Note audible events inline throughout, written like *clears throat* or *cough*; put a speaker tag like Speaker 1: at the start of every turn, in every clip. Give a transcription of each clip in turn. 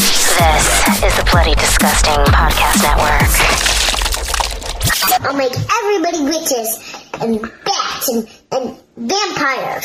Speaker 1: This is the Bloody Disgusting Podcast Network.
Speaker 2: I'll make everybody witches and bats and, and vampires.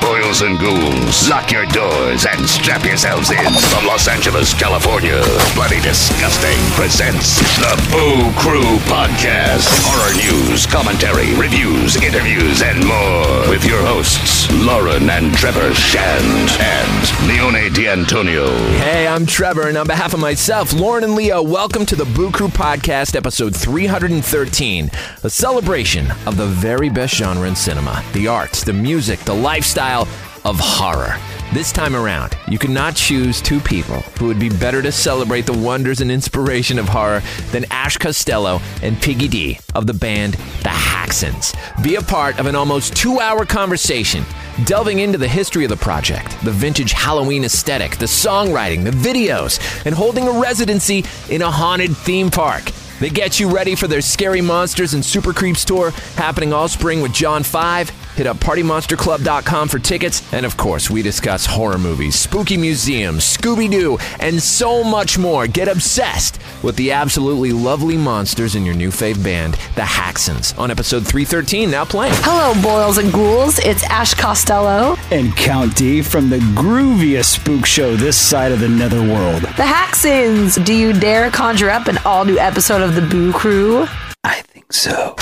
Speaker 3: Boils and ghouls, lock your doors and strap yourselves in. From Los Angeles, California, Bloody Disgusting presents the Boo Crew Podcast. Horror news, commentary, reviews, interviews, and more. With your hosts, Lauren and Trevor Shand and Leone D'Antonio.
Speaker 4: Hey, I'm Trevor, and on behalf of myself, Lauren, and Leo, welcome to the Boo Crew Podcast, episode 313, a celebration of the very best genre in cinema the arts, the music, the lifestyle of horror. This time around, you could not choose two people who would be better to celebrate the wonders and inspiration of horror than Ash Costello and Piggy D of the band The Haxons. Be a part of an almost two hour conversation delving into the history of the project, the vintage Halloween aesthetic, the songwriting, the videos, and holding a residency in a haunted theme park. They get you ready for their Scary Monsters and Super Creeps tour happening all spring with John 5. Hit up PartyMonsterClub.com for tickets. And of course, we discuss horror movies, spooky museums, Scooby Doo, and so much more. Get obsessed with the absolutely lovely monsters in your new fave band, The Haxons, on episode 313, now playing.
Speaker 5: Hello, boils and ghouls. It's Ash Costello.
Speaker 6: and Count D from the grooviest spook show this side of the netherworld.
Speaker 5: The Haxons. Do you dare conjure up an all new episode of the Boo Crew?
Speaker 6: I think so.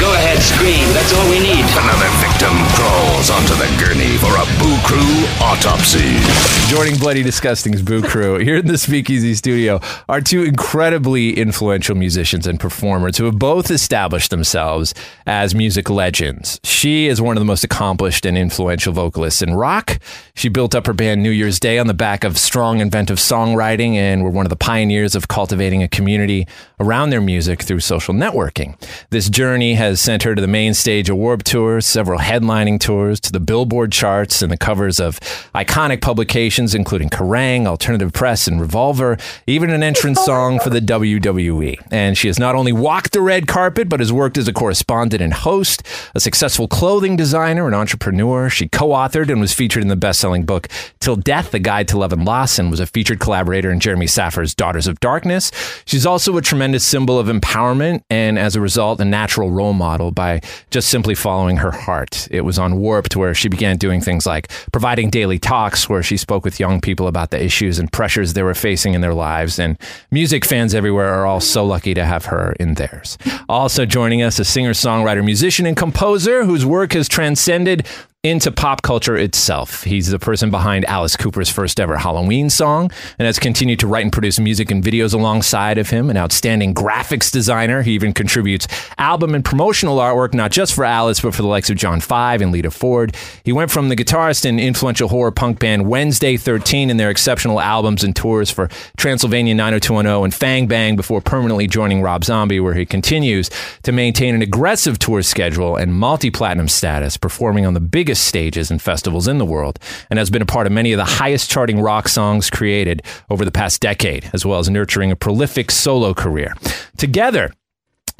Speaker 7: Go ahead, scream. That's all we need.
Speaker 3: Another victim crawls onto the gurney for a Boo Crew autopsy.
Speaker 4: Joining Bloody Disgusting's Boo Crew here in the Speakeasy Studio are two incredibly influential musicians and performers who have both established themselves as music legends. She is one of the most accomplished and influential vocalists in rock. She built up her band New Year's Day on the back of strong, inventive songwriting and were one of the pioneers of cultivating a community around their music through social networking. This journey has sent her to the main stage of Warped Tour, several headlining tours, to the Billboard charts and the covers of iconic publications including Kerrang, Alternative Press, and Revolver, even an entrance song for the WWE. And she has not only walked the red carpet, but has worked as a correspondent and host, a successful clothing designer and entrepreneur. She co-authored and was featured in the best-selling book Till Death: The Guide to Love and Loss, and was a featured collaborator in Jeremy Saffer's Daughters of Darkness. She's also a tremendous symbol of empowerment, and as a result, a natural role model by just simply following her heart. It was on Warped where she began doing things like providing daily talks where she spoke with young people about the issues and pressures they were facing in their lives. And music fans everywhere are all so lucky to have her in theirs. Also joining us, a singer, songwriter, musician, and composer whose work has transcended into pop culture itself. He's the person behind Alice Cooper's first ever Halloween song and has continued to write and produce music and videos alongside of him, an outstanding graphics designer. He even contributes album and promotional artwork, not just for Alice, but for the likes of John Five and Lita Ford. He went from the guitarist in influential horror punk band Wednesday 13 and their exceptional albums and tours for Transylvania 90210 and Fang Bang before permanently joining Rob Zombie, where he continues to maintain an aggressive tour schedule and multi platinum status, performing on the biggest stages and festivals in the world, and has been a part of many of the highest charting rock songs created over the past decade, as well as nurturing a prolific solo career. Together,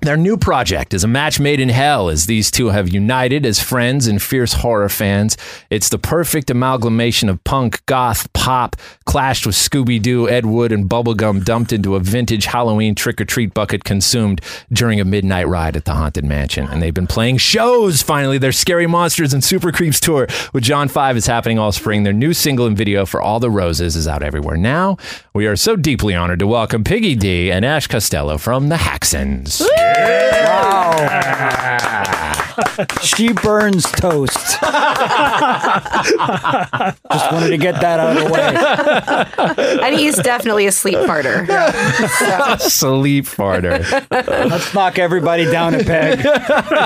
Speaker 4: their new project is a match made in hell as these two have united as friends and fierce horror fans. It's the perfect amalgamation of punk, goth, pop, clashed with Scooby Doo, Ed Wood, and bubblegum dumped into a vintage Halloween trick or treat bucket consumed during a midnight ride at the Haunted Mansion. And they've been playing shows finally. Their Scary Monsters and Super Creeps tour with John 5 is happening all spring. Their new single and video for All the Roses is out everywhere now. We are so deeply honored to welcome Piggy D and Ash Costello from the Haxons.
Speaker 6: She burns
Speaker 4: *laughs*
Speaker 6: toast. Just wanted to get that out of the way.
Speaker 5: And he's definitely a sleep
Speaker 8: *laughs*
Speaker 5: parter.
Speaker 4: *laughs* Sleep farter.
Speaker 6: Let's knock everybody down a peg.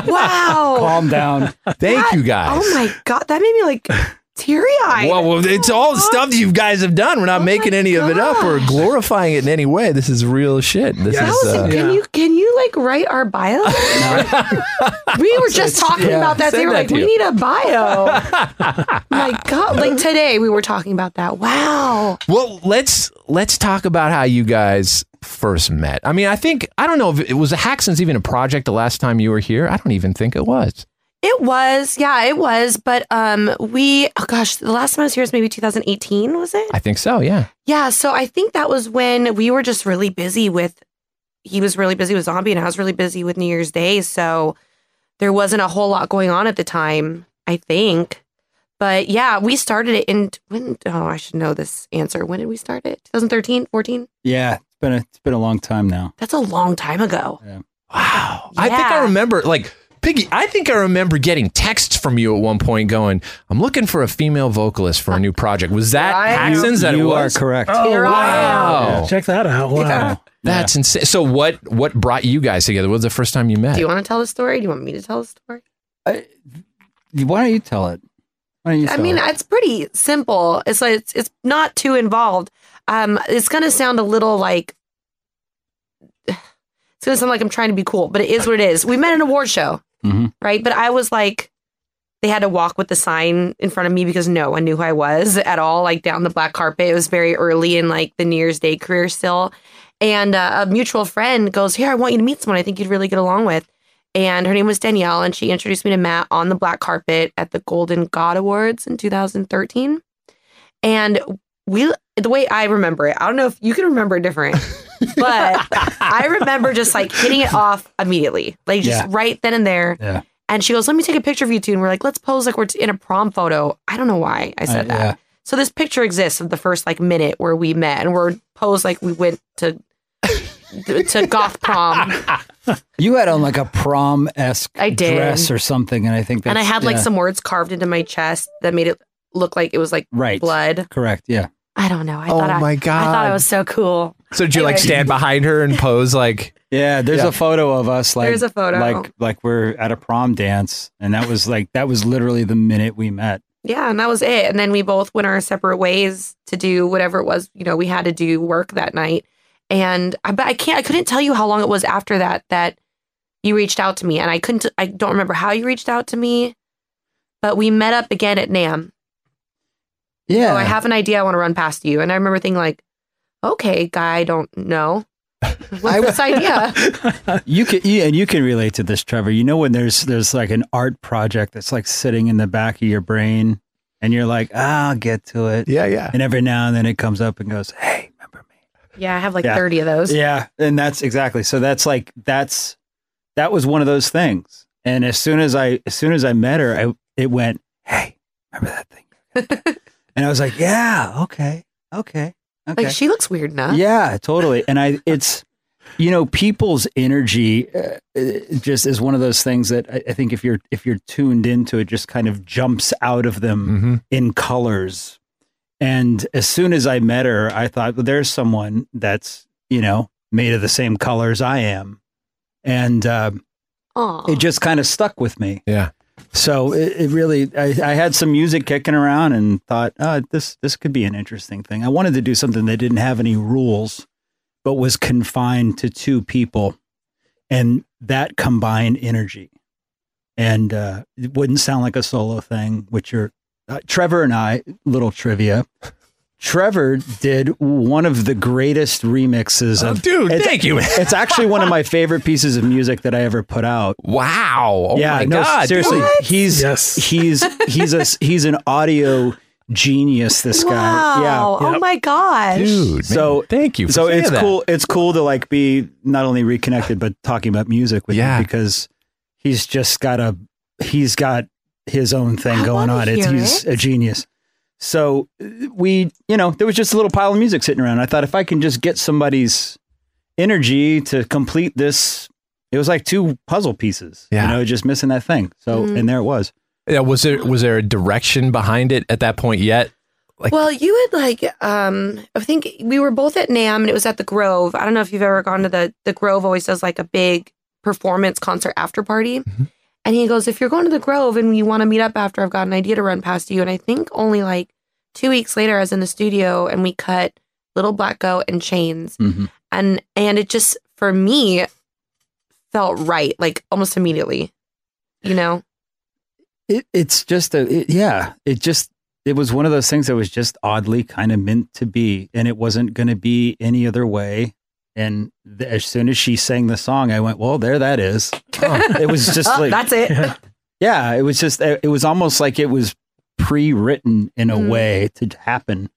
Speaker 5: Wow.
Speaker 6: Calm down.
Speaker 4: Thank you guys.
Speaker 5: Oh my God. That made me
Speaker 4: *laughs*
Speaker 5: like teary eyed.
Speaker 4: Well, well, it's all the stuff you guys have done. We're not
Speaker 5: Oh
Speaker 4: making any of it up or glorifying it in any way. This is real shit. This is. Uh,
Speaker 5: Can you can you like write our
Speaker 9: *laughs*
Speaker 5: bio? we were just talking
Speaker 6: yeah,
Speaker 5: about that. They
Speaker 4: send
Speaker 5: were
Speaker 4: that
Speaker 5: like,
Speaker 4: to
Speaker 5: we
Speaker 4: you.
Speaker 5: need a
Speaker 4: *laughs*
Speaker 5: bio. my God, like today we were talking about that. Wow.
Speaker 4: Well, let's let's talk about how you guys first met. I mean, I think I don't know if it was a Hackson's even a project the last time you were here. I don't even think it was.
Speaker 9: It was, yeah, it was. But um, we, oh gosh, the last time I was here was maybe 2018, was it?
Speaker 4: I think so. Yeah.
Speaker 9: Yeah, so I think that was when we were just really busy with. He was really busy with Zombie, and I was really busy with New Year's Day, so there wasn't a whole lot going on at the time. I think, but yeah, we started it in when. Oh, I should know this answer. When did we start it? 2013, 14.
Speaker 6: Yeah, it's been a, it's been a long time now.
Speaker 9: That's a long time ago.
Speaker 4: Wow. I think I
Speaker 9: Yeah.
Speaker 4: remember like Piggy, I think I remember getting texts from you at one point going, I'm looking for a female vocalist for a new project. Was that Hackson's that it
Speaker 6: you are
Speaker 4: was? Oh,
Speaker 6: correct.
Speaker 9: Here I am.
Speaker 4: Wow.
Speaker 8: Yeah, check that out. Wow.
Speaker 4: That's insane. So what what brought you guys together? What was the first time you met?
Speaker 9: Do you want to tell the story? Do you want me to tell the story?
Speaker 6: Why don't you tell it? Why don't you?
Speaker 9: I
Speaker 6: tell
Speaker 9: mean,
Speaker 6: it?
Speaker 9: it's pretty simple. It's like it's, it's not too involved. Um, it's gonna sound a little like *sighs* it's gonna sound like I'm trying to be cool, but it is what it is. We met at an award show,
Speaker 6: Mhm.
Speaker 9: right? But I was like, they had to walk with the sign in front of me because no one knew who I was at all. Like down the black carpet, it was very early in like the New Year's Day career still. And uh, a mutual friend goes, "Here, I want you to meet someone I think you'd really get along with." and her name was Danielle, and she introduced me to Matt on the black carpet at the Golden God Awards in 2013. And we, the way I remember it, I don't know if you can remember it different,
Speaker 6: *laughs*
Speaker 9: but I remember just like hitting it off immediately, like just
Speaker 6: Yeah.
Speaker 9: right then and there.
Speaker 6: Yeah.
Speaker 9: And she goes, "Let me take a picture of you two," and we're like, "Let's pose like we're t- in a prom photo." I don't know why I said
Speaker 6: Uh,
Speaker 9: that.
Speaker 6: yeah.
Speaker 9: So this picture exists of the first like minute where we met, and we're posed like we went to *laughs* to
Speaker 6: *laughs*
Speaker 9: goth prom.
Speaker 6: You had on like a prom esque
Speaker 9: I did.
Speaker 6: dress or something, and I think that's,
Speaker 9: and I had like
Speaker 6: yeah,
Speaker 9: some words carved into my chest that made it look like it was like
Speaker 6: right
Speaker 9: blood.
Speaker 6: Correct. Yeah.
Speaker 9: I don't know. I
Speaker 4: Oh
Speaker 9: thought I,
Speaker 4: my
Speaker 9: I thought
Speaker 4: God.
Speaker 9: I was so cool.
Speaker 4: So did you like
Speaker 9: Anyway.
Speaker 4: stand behind her and pose like
Speaker 6: Yeah. There's
Speaker 4: Yeah.
Speaker 6: a photo of us. Like
Speaker 9: There's a photo.
Speaker 6: Like like we're at a prom dance, and that was like that was literally the minute we met.
Speaker 9: Yeah, and that was it. And then we both went our separate ways to do whatever it was, you know, we had to do work that night. And I but I can't I couldn't tell you how long it was after that that you reached out to me. And I couldn't I don't remember how you reached out to me. But we met up again at NAM.
Speaker 6: Yeah.
Speaker 9: Oh, I have an idea I want to run past you. And I remember thinking like, okay, guy, I don't
Speaker 6: *laughs*
Speaker 9: know. What's this idea?
Speaker 6: You can, yeah, and you can relate to this, Trevor. You know when there's there's like an art project that's like sitting in the back of your brain, and you're like, "Ah, I'll get to it.
Speaker 4: Yeah, yeah.
Speaker 6: And every now and then it comes up and goes, "Hey, remember me?"
Speaker 9: Yeah, I have like
Speaker 6: Yeah.
Speaker 9: 30 of those.
Speaker 6: Yeah, and that's exactly. So that's like that's that was one of those things. And as soon as I as soon as I met her, I it went, "Hey, remember that thing?" and I was like, "Yeah, okay, okay, okay."
Speaker 9: Like she looks weird enough.
Speaker 6: Yeah, totally. And I, it's, you know, people's energy uh, it just is one of those things that I, I think if you're if you're tuned into it, just kind of jumps out of them
Speaker 4: Mhm.
Speaker 6: in colors. And as soon as I met her, I thought, well, there's someone that's you know made of the same colors I am, and um,
Speaker 9: Aw.
Speaker 6: it just kind of stuck with me.
Speaker 4: Yeah.
Speaker 6: So it, it really, I, I had some music kicking around and thought, oh, this this could be an interesting thing. I wanted to do something that didn't have any rules, but was confined to two people, and that combined energy, and uh, it wouldn't sound like a solo thing. Which are uh, Trevor and I. Little trivia. Trevor did one of the greatest remixes
Speaker 4: Oh,
Speaker 6: of
Speaker 4: dude,
Speaker 6: it's-
Speaker 4: thank you.
Speaker 6: It's actually one of my favorite pieces of music that I ever put out
Speaker 4: Wow. Oh my
Speaker 6: no,
Speaker 4: god.
Speaker 6: Seriously,
Speaker 4: dude.
Speaker 6: he's
Speaker 8: Yes.
Speaker 6: he's he's a he's an audio genius. This guy,
Speaker 9: Wow.
Speaker 6: yeah.
Speaker 9: Oh my gosh.
Speaker 4: Dude, man,
Speaker 6: So-
Speaker 4: thank you. For
Speaker 6: So
Speaker 4: saying
Speaker 6: it's
Speaker 4: that.
Speaker 6: cool. It's cool to like be not only reconnected but talking about music with
Speaker 4: Yeah.
Speaker 6: you because he's just got a he's got his own thing
Speaker 9: I
Speaker 6: going
Speaker 9: wanna
Speaker 6: on. It's
Speaker 9: hear
Speaker 6: he's
Speaker 9: it.
Speaker 6: a genius. So uh, we, you know, there was just a little pile of music sitting around. I thought if I can just get somebody's energy to complete this, it was like two puzzle pieces.
Speaker 4: Yeah.
Speaker 6: You know, just missing that thing. So
Speaker 9: Mm-hmm.
Speaker 6: and there it was.
Speaker 4: Yeah, was there was there a direction behind it at that point yet? Like-
Speaker 9: well, you had like um I think we were both at NAM and it was at the Grove. I don't know if you've ever gone to the the Grove always does like a big performance concert after party. And he goes, "If you're going to the Grove and you want to meet up after, I've got an idea to run past you." And I think only like 2 weeks later I was in the studio and we cut Little Black Go and Chains.
Speaker 4: Mm-hmm.
Speaker 9: and and it just for me felt right like almost immediately you know
Speaker 6: it, it's just a it, yeah it just it was one of those things that was just oddly kind of meant to be and it wasn't going to be any other way And th- as soon as she sang the song, I went, "Well, there that
Speaker 9: *laughs*
Speaker 6: is." It was just
Speaker 5: Oh,
Speaker 6: like
Speaker 5: that's it.
Speaker 6: yeah, it was just it was almost like it was pre-written in a
Speaker 9: Mm.
Speaker 6: way to happen,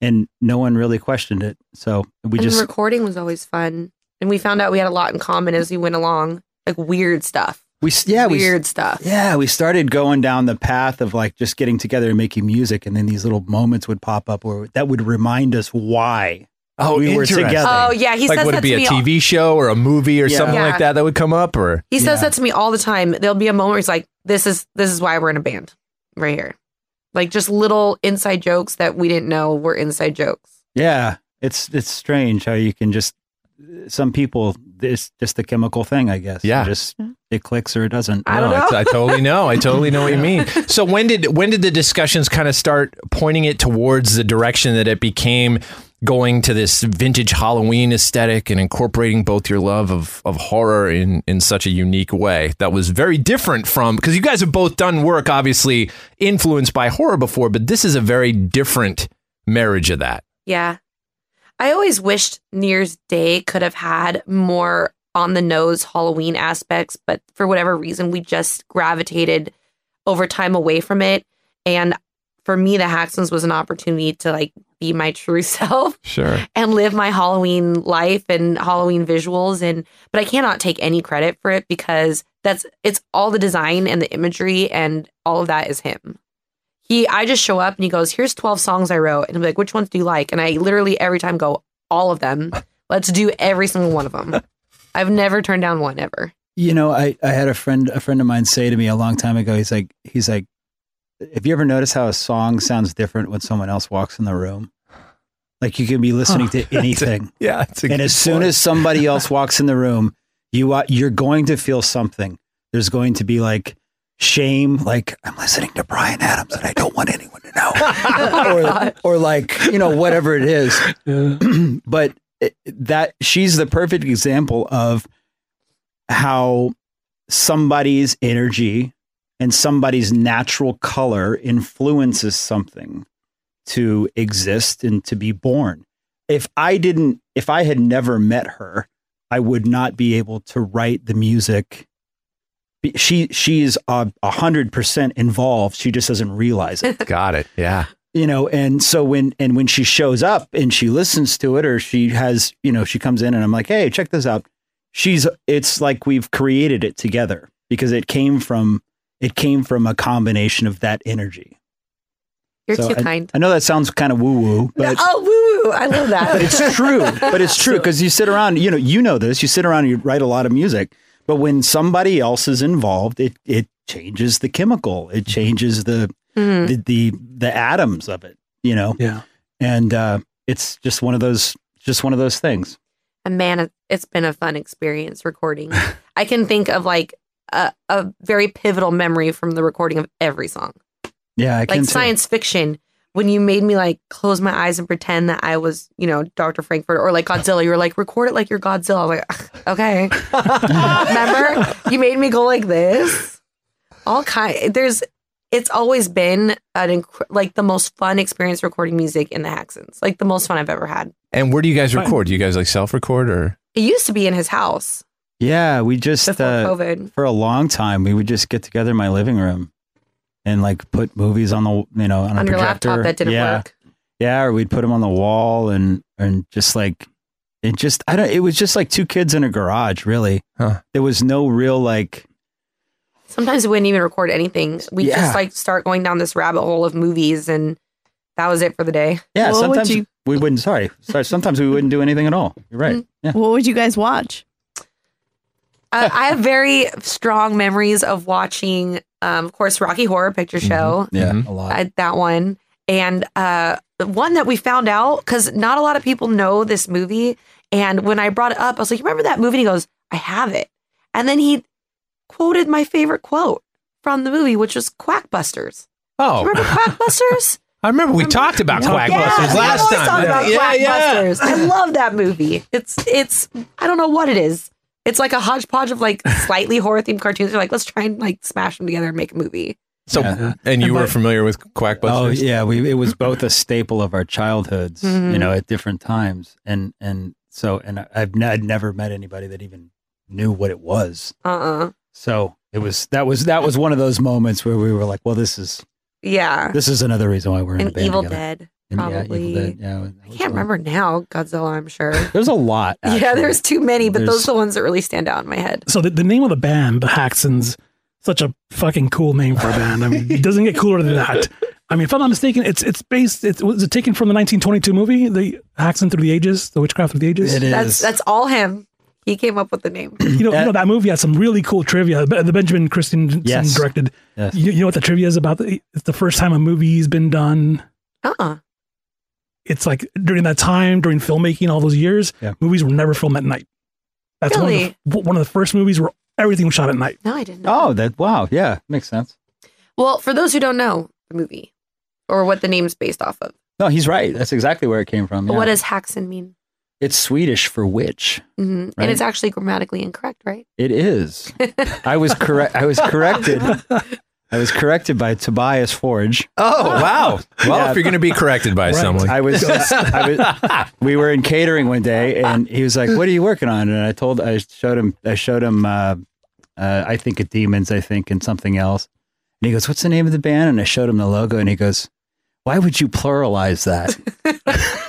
Speaker 6: and no one really questioned it. So we
Speaker 9: and
Speaker 6: just
Speaker 9: recording was always fun. And we found out we had a lot in common as we went along, like weird stuff.
Speaker 6: we s- yeah we s-
Speaker 9: weird stuff.
Speaker 6: yeah we started going down the path of like just getting together and making music, and then these little moments would pop up where that would remind us why
Speaker 4: Oh,
Speaker 6: we were
Speaker 4: interesting.
Speaker 6: together.
Speaker 9: Oh yeah, he
Speaker 4: like
Speaker 9: says
Speaker 4: would
Speaker 9: that
Speaker 4: it be
Speaker 9: to
Speaker 4: a
Speaker 9: me.
Speaker 4: TV show or a movie or
Speaker 6: Yeah.
Speaker 4: something
Speaker 9: Yeah.
Speaker 4: like that that would come up or
Speaker 9: He says
Speaker 6: Yeah.
Speaker 9: that to me all the time. There'll be a moment where he's like, "This is this is why we're in a band, right here." Like just little inside jokes that we didn't know were inside jokes.
Speaker 6: Yeah, it's it's strange how you can just some people it's just the chemical thing, I guess.
Speaker 4: Yeah.
Speaker 6: just it clicks or it doesn't.
Speaker 9: I don't
Speaker 4: No,
Speaker 9: know.
Speaker 4: I, I totally know. I totally know what
Speaker 9: *laughs*
Speaker 4: you mean. So when did when did the discussions kind of start pointing it towards the direction that it became going to this vintage Halloween aesthetic and incorporating both your love of of horror in in such a unique way that was very different from because you guys have both done work obviously influenced by horror before, but this is a very different marriage of
Speaker 9: *laughs*
Speaker 4: that.
Speaker 9: Yeah. I always wished New Year's Day could have had more on the nose Halloween aspects, but for whatever reason, we just gravitated over time away from it. And for me, the Haxons was an opportunity to like be my true *laughs* self
Speaker 4: Sure.
Speaker 9: and live my Halloween life and Halloween visuals and but I cannot take any credit for it because that's it's all the design and the imagery and all of that is him. He I just show up and he goes, "Here's 12 songs I wrote." And I'm like, "Which ones do you like?" And I literally every time go, "All
Speaker 6: *laughs*
Speaker 9: of them. Let's do every single one of them." I've never turned down one ever.
Speaker 6: You know, I I had a friend a friend of mine say to me a long time ago. He's like he's like, have you ever noticed how a song sounds different when someone else walks in the room? Like you can be
Speaker 4: *laughs*
Speaker 6: listening to anything,
Speaker 4: Yeah. It's a
Speaker 6: and
Speaker 4: good
Speaker 6: as soon
Speaker 4: point.
Speaker 6: as somebody
Speaker 4: *laughs*
Speaker 6: else walks in the room, you uh, you're going to feel something. There's going to be like shame, like I'm listening to Brian Adams and I don't want anyone to
Speaker 4: *laughs*
Speaker 6: know, or, or like you know whatever it is. *clears throat* but it, that she's the perfect example of how somebody's energy and somebody's natural color influences something to exist and to be born. If I didn't, if I had never met her, I would not be able to write the music. Be- She she is a hundred percent involved. She just doesn't realize it,
Speaker 4: got it. Yeah.
Speaker 6: you know. And so when and when she shows up and she listens to it, or she has, you know, she comes in and I'm like, hey, check this out. She's it's like we've created it together because it came from it came from a combination of that energy.
Speaker 9: You're
Speaker 6: So
Speaker 9: too
Speaker 6: I,
Speaker 9: kind.
Speaker 6: I know that sounds kind of woo woo, but
Speaker 9: oh, woo woo. I love that.
Speaker 6: it's true. But it's
Speaker 9: *laughs*
Speaker 6: true because you sit around, you know, you know this. You sit around and you write a lot of music, but when somebody else is involved, it it changes the chemical. It changes the
Speaker 9: Mhm.
Speaker 6: the the, the atoms of it. You know.
Speaker 4: Yeah.
Speaker 6: And uh, it's just one of those just one of those things.
Speaker 9: and man, it- it's been a fun
Speaker 6: *laughs*
Speaker 9: experience recording. I can think of like a, a very pivotal memory from the recording of every song,
Speaker 6: Yeah, I can
Speaker 9: like
Speaker 6: too.
Speaker 9: science fiction. When you made me like close my eyes and pretend that I was, you know, Dr. Frankfurt or like Godzilla, you were like, record it like you're Godzilla. I was
Speaker 6: *laughs*
Speaker 9: like, *laughs* okay. Remember? You made me go like this. All kind. There's, it's always been an inc- like the most fun experience recording music in the Haxons, like the most fun I've ever had.
Speaker 4: And where do you guys record? Do you guys like self record or?
Speaker 9: It used to be in his house
Speaker 6: Yeah, we just
Speaker 9: before
Speaker 6: uh,
Speaker 9: COVID.
Speaker 6: for a long time we would just get together in my living room and like put movies on the you know on,
Speaker 9: on
Speaker 6: a
Speaker 9: your
Speaker 6: projector.
Speaker 9: laptop that didn't
Speaker 6: yeah.
Speaker 9: work.
Speaker 6: Yeah, or we'd put them on the wall and and just like it just I don't it was just like two kids in a garage really.
Speaker 4: Huh.
Speaker 6: There was no real like
Speaker 9: Sometimes we wouldn't even record anything. We would
Speaker 6: Yeah.
Speaker 9: just like start going down this rabbit hole of movies, and that was it for the day.
Speaker 6: yeah,
Speaker 8: What would
Speaker 6: sometimes
Speaker 8: you-
Speaker 6: we wouldn't sorry, sorry, sometimes we wouldn't do anything at all. You're right.
Speaker 9: Mm-hmm.
Speaker 6: Yeah.
Speaker 8: *laughs* What would you guys watch?
Speaker 9: Uh, I have very strong memories of watching, um, of course, Rocky Horror Picture Show.
Speaker 6: Yeah,
Speaker 4: Mhm.
Speaker 6: a lot.
Speaker 9: I, that one, and uh, the one that we found out because not a lot of people know this movie. And when I brought it up, I was like, "You remember that movie?" And he goes, "I have it," and then he quoted my favorite quote from the movie, which was "Quackbusters." Do you
Speaker 4: Oh,
Speaker 9: remember Quackbusters?
Speaker 4: I remember we talked about Quackbusters
Speaker 9: Yeah, we
Speaker 4: last
Speaker 9: always
Speaker 4: time.
Speaker 9: talk about
Speaker 4: yeah, yeah.
Speaker 9: Quackbusters. I love that movie. It's it's I don't know what it is. It's like a hodgepodge of like slightly horror themed cartoons. They're like, let's try and like smash them together and make a movie.
Speaker 4: So,
Speaker 6: Yeah.
Speaker 4: and you were familiar with Quackbusters?
Speaker 6: Oh
Speaker 9: Mm-hmm.
Speaker 6: yeah, we it was both a staple of our childhoods, you know, at different times, and and So, and I, I've n- I'd never met anybody that even knew what it was.
Speaker 9: Uh uh
Speaker 6: So it was that was that was one of those moments where we were like, well, this is
Speaker 9: Yeah.
Speaker 6: this is another reason why we're in a
Speaker 9: And
Speaker 6: band
Speaker 9: Evil
Speaker 6: together.
Speaker 9: Dead.
Speaker 6: And,
Speaker 9: probably.
Speaker 6: Yeah, Evil Dead. Yeah, that
Speaker 9: I
Speaker 6: was
Speaker 9: can't
Speaker 6: one.
Speaker 9: remember now. Godzilla, I'm sure.
Speaker 6: There's a lot.
Speaker 9: *laughs* yeah,
Speaker 6: actually.
Speaker 9: there's too many, but
Speaker 6: There's-
Speaker 9: those are the ones that really stand out in my head.
Speaker 8: So the, the name of the band, the Haxons, such a fucking cool name for a band. I mean, it doesn't get cooler than that. I mean, if I'm not mistaken, it's it's based. It was it taken from the 1922 movie, the Haxon through the ages, the witchcraft through the ages.
Speaker 6: It is.
Speaker 9: That's that's all him. He came up with the name. *clears throat*
Speaker 8: You know, you know that movie had some really cool trivia. Be- The Benjamin Christensen
Speaker 6: Yes.
Speaker 8: directed.
Speaker 6: Yes.
Speaker 8: You, you know what the trivia is about? It's the first time a movie's been done.
Speaker 9: Uh uh
Speaker 8: It's like during that time, during filmmaking, all those years,
Speaker 6: Yeah.
Speaker 8: movies were never filmed at night. That's one,
Speaker 9: Really?
Speaker 8: of the, one of the first movies where everything was shot at night.
Speaker 9: No, I didn't. Know.
Speaker 6: Oh, that wow. Yeah, makes sense.
Speaker 9: Well, for those who don't know the movie or what the name's based off of,
Speaker 6: No, he's right. That's exactly where it came from. Yeah.
Speaker 9: what does Haxon mean?
Speaker 6: it's Swedish for witch.
Speaker 9: hmm
Speaker 6: Right.
Speaker 9: And it's actually grammatically incorrect, right?
Speaker 6: It is. I was correct. I was corrected. I was corrected by Tobias Forge.
Speaker 4: Oh, wow. Well,
Speaker 6: Yeah.
Speaker 4: if you're going to be corrected by someone.
Speaker 6: I was, I was. We were in catering one day, and he was like, "What are you working on?" And I told, I showed him, I showed him. Uh, uh, I think of demons. I think and something else. And he goes, "What's the name of the band?" And I showed him the logo, and he goes, "Why would you pluralize that?"
Speaker 9: *laughs*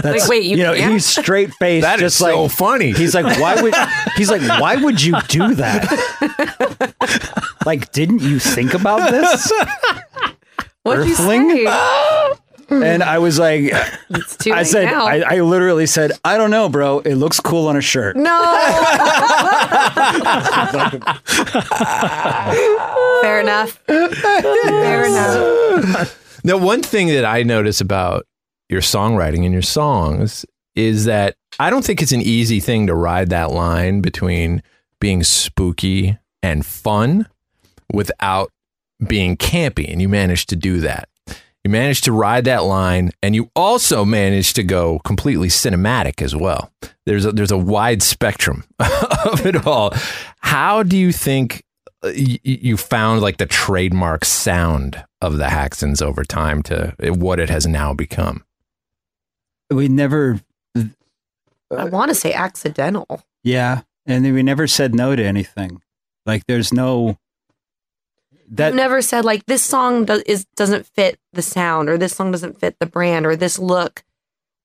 Speaker 6: That's,
Speaker 9: Like, wait, you
Speaker 6: know,
Speaker 9: can't?
Speaker 6: he's
Speaker 4: *laughs*
Speaker 6: straight faced,
Speaker 4: That is
Speaker 6: just like
Speaker 4: so funny.
Speaker 6: He's like, why would he's like, why would you do that?
Speaker 9: *laughs*
Speaker 6: like, didn't you think about this?
Speaker 9: What you
Speaker 6: Earthling?
Speaker 9: say?
Speaker 6: And I was like,
Speaker 9: *laughs* It's too
Speaker 6: I
Speaker 9: late
Speaker 6: said,
Speaker 9: now.
Speaker 6: I, I literally said, I don't know, bro. It looks cool on a *laughs* shirt.
Speaker 9: no. Fair enough. Fair enough.
Speaker 4: Now, one thing that I notice about your songwriting and your songs is that I don't think it's an easy thing to ride that line between being spooky and fun without being campy. And you managed to do that. You managed to ride that line, and you also managed to go completely cinematic as well. There's a, there's a wide spectrum *laughs* of it all. How do you think uh, y- y- you found like the trademark sound of the Haxons over time to uh, what it has now become.
Speaker 6: We never,
Speaker 9: I want to say accidental.
Speaker 6: yeah, and then we never said no to anything. Like, there's no that
Speaker 9: You've never said like this song does is doesn't fit the sound or this song doesn't fit the brand or this look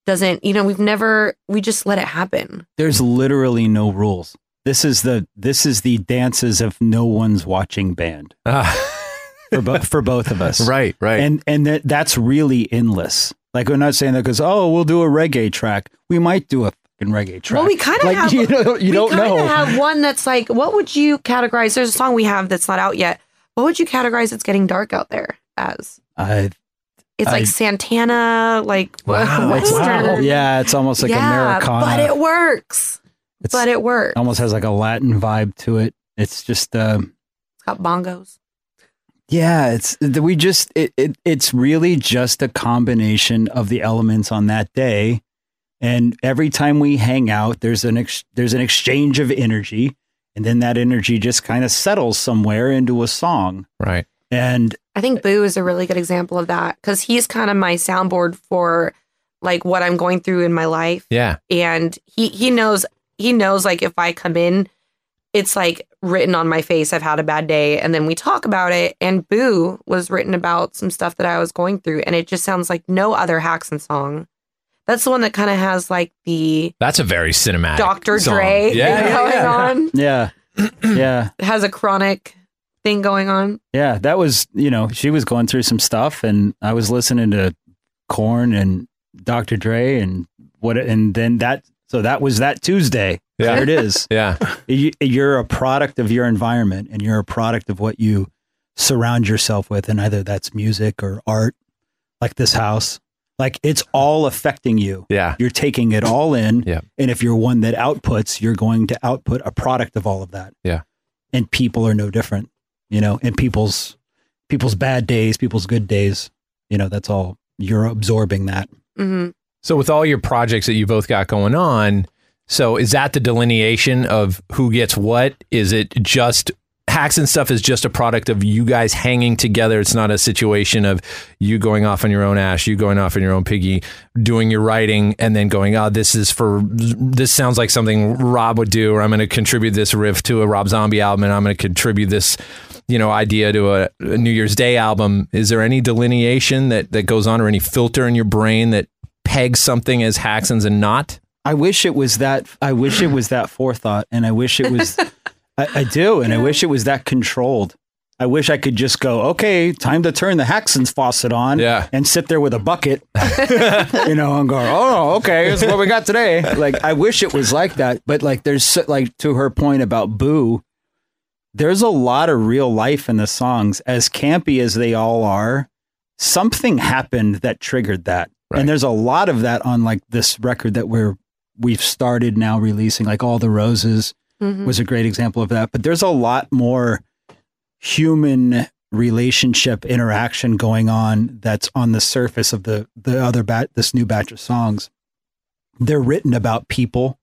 Speaker 9: doesn't. You know, we've never we just let it happen.
Speaker 6: there's literally no rules. This is the this is the dances of no one's watching band for both for both of us.
Speaker 4: right, right.
Speaker 6: and and that that's really endless. Like we're not saying that because oh we'll do a reggae track. We might do a fucking reggae track.
Speaker 9: Well, we kind of
Speaker 6: like *laughs*
Speaker 9: have
Speaker 6: you know you
Speaker 9: we
Speaker 6: don't
Speaker 9: kinda
Speaker 6: know.
Speaker 9: have one that's like what would you categorize? There's a song we have that's not out yet. What would you categorize? It's getting dark out there as
Speaker 6: I-
Speaker 9: it's
Speaker 6: I-
Speaker 9: like Santana, like *laughs*
Speaker 4: Wow.
Speaker 6: it's-
Speaker 9: Western.
Speaker 6: Yeah, it's almost like Americana.
Speaker 9: but it works.
Speaker 6: It's-
Speaker 9: but it works.
Speaker 6: almost has like a Latin vibe to it. It's just um,
Speaker 9: it's got bongos.
Speaker 6: yeah, it's we just it, it it's really just a combination of the elements on that day. And every time we hang out, there's an ex- there's an exchange of energy, and then that energy just kind of settles somewhere into a song.
Speaker 4: right.
Speaker 6: And
Speaker 9: I think Boo is a really good example of that because he's kind of my soundboard for like what I'm going through in my life,
Speaker 4: Yeah.
Speaker 9: and he he knows he knows like if I come in, it's like written on my face. I've had a bad day, and then we talk about it. And Boo was written about some stuff that I was going through, and it just sounds like no other Haxon song. That's the one that kind of has like the
Speaker 4: That's a very cinematic.
Speaker 9: Dr.
Speaker 4: song.
Speaker 9: Dre thing
Speaker 4: Yeah.
Speaker 9: going on.
Speaker 6: yeah, *clears throat* yeah.
Speaker 9: has a chronic thing going on.
Speaker 6: Yeah, that was, you know, she was going through some stuff and I was listening to Korn and Dr. Dre and what and then that so that was that Tuesday.
Speaker 4: Yeah.
Speaker 6: There it is. *laughs*
Speaker 4: Yeah.
Speaker 6: You- You're a product of your environment and you're a product of what you surround yourself with and either that's music or art like this house. Like it's all affecting you.
Speaker 4: Yeah.
Speaker 6: You're taking it all in.
Speaker 4: Yeah.
Speaker 6: And if you're one that outputs, you're going to output a product of all of that.
Speaker 4: Yeah.
Speaker 6: And people are no different, you know, and people's people's bad days, people's good days, you know, that's all you're absorbing that.
Speaker 9: hmm
Speaker 4: So with all your projects that you both got going on, so is that the delineation of who gets what? Is it just hacks and stuff is just a product of you guys hanging together. It's not a situation of you going off on your own ash, you going off on your own piggy, doing your writing, and then going, "Oh, this is for this sounds like something Rob would do," or "I'm going to contribute this riff to a Rob Zombie album, and I'm going to contribute this." You know, idea to a, a New Year's Day album. Is there any delineation that that goes on, or any filter in your brain that pegs something as Haxons and not?
Speaker 6: I wish it was that. I wish it was that forethought, and I wish it was. I, I do, and I wish it was that controlled. I wish I could just go, okay, time to turn the Haxon's faucet on,
Speaker 4: Yeah.
Speaker 6: and sit there with a bucket, you know, and go, oh, okay, this is what we got today. Like, I wish it was like that, but like, there's so- like to her point about Boo, there's a lot of real life in the songs, as campy as they all are. Something happened that triggered that,
Speaker 4: Right.
Speaker 6: and there's a lot of that on like this record that we're we've started now releasing, like all the roses was a great example of that. But there's a lot more human relationship interaction going on that's on the surface of the the other bat this new batch of songs. They're written about people.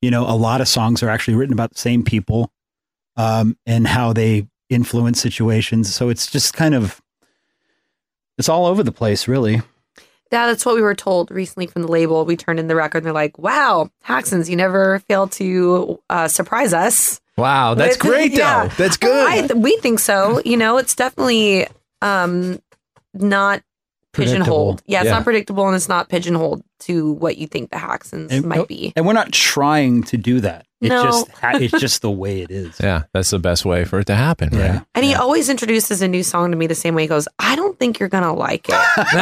Speaker 6: You know, a lot of songs are actually written about the same people um, and how they influence situations. So it's just kind of it's all over the place, really.
Speaker 9: Yeah, that's what we were told recently from the label. We turned in the record and they're like, wow, Haxons, you never fail to uh, surprise us.
Speaker 4: Wow, that's
Speaker 9: with-
Speaker 4: great though.
Speaker 9: Yeah.
Speaker 4: That's good.
Speaker 9: I, we think so. You know, it's definitely um, not pigeonholed. Yeah, it's
Speaker 4: Yeah.
Speaker 9: not predictable and it's not pigeonholed to what you think the Haxons
Speaker 6: And- oh,
Speaker 9: might be.
Speaker 6: And we're not trying to do that. It
Speaker 9: No.
Speaker 6: just ha- it's just the way it is.
Speaker 4: yeah, that's the best way for it to happen, right?
Speaker 6: *laughs* Yeah.
Speaker 9: And he always introduces a new song to me the same way. He goes, I don't think you're going
Speaker 6: *laughs*
Speaker 9: to like it.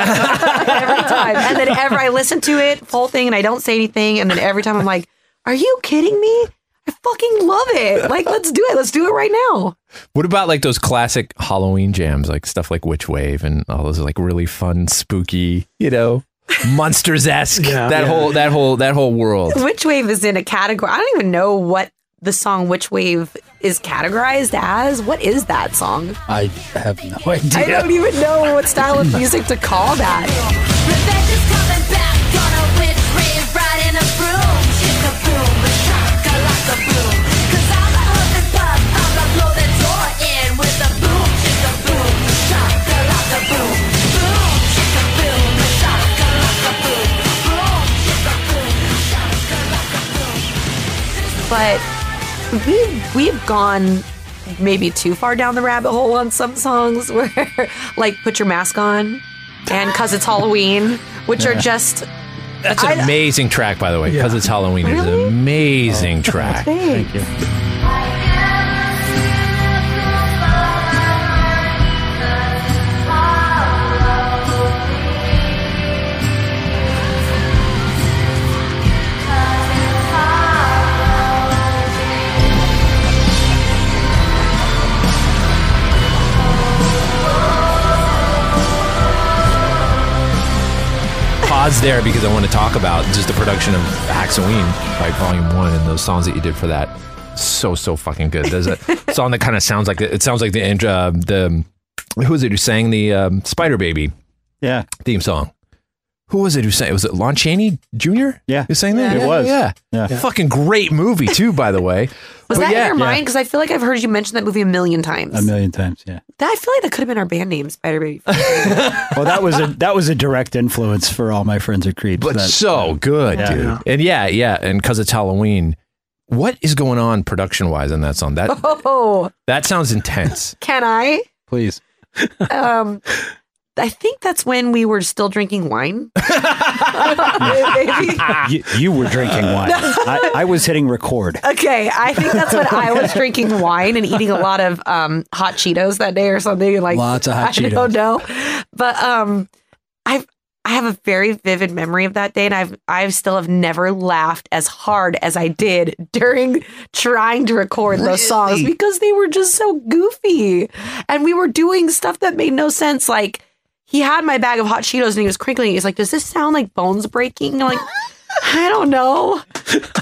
Speaker 9: every time. And then ever I listen to it, full thing, and I don't say anything. And then every time I'm like, are you kidding me? I fucking love it. Like, let's do it. Let's do it right now.
Speaker 4: What about like those classic Halloween jams, like stuff like Witch Wave and all those like really fun, spooky, you know, monsters esque
Speaker 8: Yeah.
Speaker 4: that
Speaker 8: Yeah.
Speaker 4: whole that whole that whole world.
Speaker 9: Witch Wave is in a category. I don't even know what the song Witch Wave is categorized as. What is that song?
Speaker 6: I have no *laughs* idea.
Speaker 9: I don't even know what style of music to call that. But we we've gone maybe too far down the rabbit hole on some songs *laughs* where like put your mask on and cuz it's Halloween, which are just
Speaker 4: That's an
Speaker 9: I-
Speaker 4: amazing track, by the way, because
Speaker 8: Yeah.
Speaker 4: it's Halloween. It's an
Speaker 9: Really?
Speaker 4: amazing track.
Speaker 6: Thank you.
Speaker 4: Pause there because I want to talk about just the production of Haxoween by Volume One and those songs that you did for that. So so fucking good. There's
Speaker 9: *laughs*
Speaker 4: a song that kind of sounds like it sounds like the intro- uh, the who was it who sang the um, Spider Baby
Speaker 6: Yeah.
Speaker 4: theme song. Who was it who sang? Was it Lon Chaney Jr.?
Speaker 6: Yeah.
Speaker 4: who sang that?
Speaker 6: It was.
Speaker 4: Yeah.
Speaker 6: Yeah.
Speaker 4: fucking great movie too. By the way,
Speaker 9: *laughs*
Speaker 4: But
Speaker 9: was that
Speaker 4: yeah,
Speaker 9: in your
Speaker 6: yeah.
Speaker 9: mind cuz I feel like I've heard you mention that movie a million times.
Speaker 6: A million times, yeah.
Speaker 9: that I feel like that could have been our band name, Spider Baby. *laughs*
Speaker 6: Well, that was a that was a direct influence for all my friends at Creed.
Speaker 4: but
Speaker 6: that,
Speaker 4: so good,
Speaker 6: Yeah.
Speaker 4: dude. And yeah, yeah, and because it's Halloween, what is going on production wise in that song? That
Speaker 9: *laughs* oh,
Speaker 4: that sounds intense.
Speaker 9: can I?
Speaker 6: please,
Speaker 9: Um I think that's when we were still
Speaker 6: *laughs*
Speaker 9: drinking wine. *laughs* Maybe.
Speaker 6: you, you were *laughs* drinking wine. I, I was hitting record.
Speaker 9: Okay, I think
Speaker 6: *laughs*
Speaker 9: that's when I was drinking wine and eating a lot of um, hot Cheetos that day or something. Like
Speaker 6: Lots of hot
Speaker 9: I don't
Speaker 6: Cheetos.
Speaker 9: know, but um, I've I have a very vivid memory of that day, and I've I still have never laughed as hard as I did during trying to record those songs because they were just so goofy, and we were doing stuff that made no sense, like. He had my bag of hot Cheetos and he was crinkling. it. He's like, "Does this sound like bones breaking?" I'm like, "I don't know."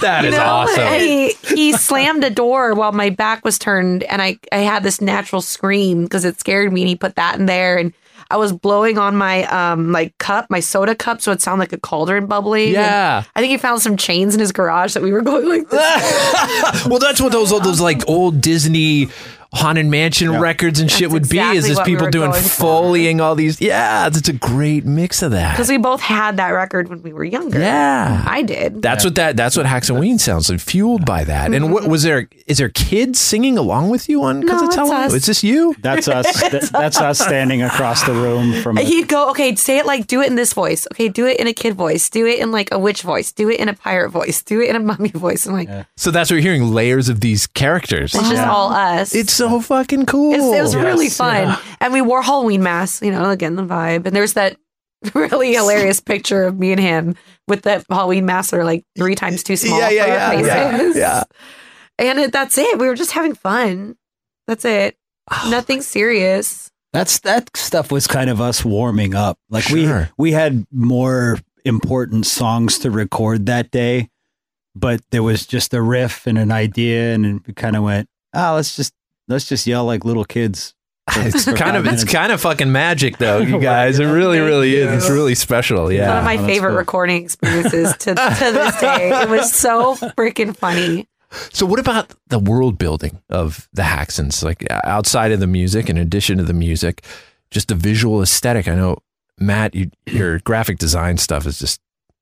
Speaker 4: That is
Speaker 9: No, and
Speaker 4: awesome.
Speaker 9: he, he slammed a door while my back was turned, and I, I had this natural scream because it scared me, and he put that in there, and I was blowing on my um like cup, my soda cup, so it sounded like a cauldron bubbling. and
Speaker 4: Yeah.
Speaker 9: I think he found some chains
Speaker 4: *laughs*
Speaker 9: in his garage that we were going like this.
Speaker 4: well, that's what those those like old Disney haunted mansion records and shit would be is
Speaker 9: exactly
Speaker 4: this
Speaker 9: what we
Speaker 4: people
Speaker 9: were
Speaker 4: doing
Speaker 9: going for.
Speaker 4: foleying all these yeah it's a great mix of that
Speaker 9: Because we both had that record when we were younger.
Speaker 4: yeah
Speaker 9: I did.
Speaker 4: that's what that that's what hacks and Ween sounds like fueled by that and what was there is there kids singing along with you on because
Speaker 9: Mm-hmm. No,
Speaker 4: it's
Speaker 9: it's
Speaker 4: how
Speaker 9: us.
Speaker 4: it's just you
Speaker 6: That's us. That- *laughs* that's us standing across the room *laughs* from. a-
Speaker 9: He'd go, okay, say it like, do it in this voice. Okay, do it in a kid voice. Do it in like a witch voice. Do it in a pirate voice. Do it in a mummy voice. And like,
Speaker 4: so that's what you're hearing layers of these characters
Speaker 9: it's just all us.
Speaker 4: it's so fucking cool
Speaker 9: It's- it was really
Speaker 8: Yes,
Speaker 9: fun. And we wore Halloween masks, you know, again, the vibe. And there's that *laughs* really hilarious picture of me and him with the Halloween masks that are like three times too small
Speaker 4: Yeah, yeah,
Speaker 9: for *laughs*
Speaker 4: yeah,
Speaker 9: our
Speaker 4: yeah,
Speaker 9: faces.
Speaker 4: yeah.
Speaker 9: And it, that's it. We were just having fun. That's it.
Speaker 4: Oh
Speaker 9: Nothing serious.
Speaker 6: That's that stuff was kind of us warming up. Like
Speaker 4: Sure.
Speaker 6: we we had more important songs to record that day, but there was just a riff and an idea, and we kind of went, "Ah, let's just let's just yell like little kids."
Speaker 4: *laughs*
Speaker 6: for-
Speaker 4: It's
Speaker 6: for
Speaker 4: kind
Speaker 6: five
Speaker 4: of it's
Speaker 6: minutes."
Speaker 4: kind of fucking magic though,
Speaker 3: *laughs*
Speaker 4: you guys. It really, really is. It's really special.
Speaker 9: It's One of
Speaker 4: Yeah.
Speaker 9: my
Speaker 6: Oh, that's
Speaker 9: favorite
Speaker 6: cool.
Speaker 9: recording experiences
Speaker 6: *laughs*
Speaker 9: to, to this day. It was so freaking funny.
Speaker 4: So what about the world building of the Haxons? Like uh, outside of the music, in addition to the music, just the visual aesthetic. I know Matt, you, your graphic design stuff is just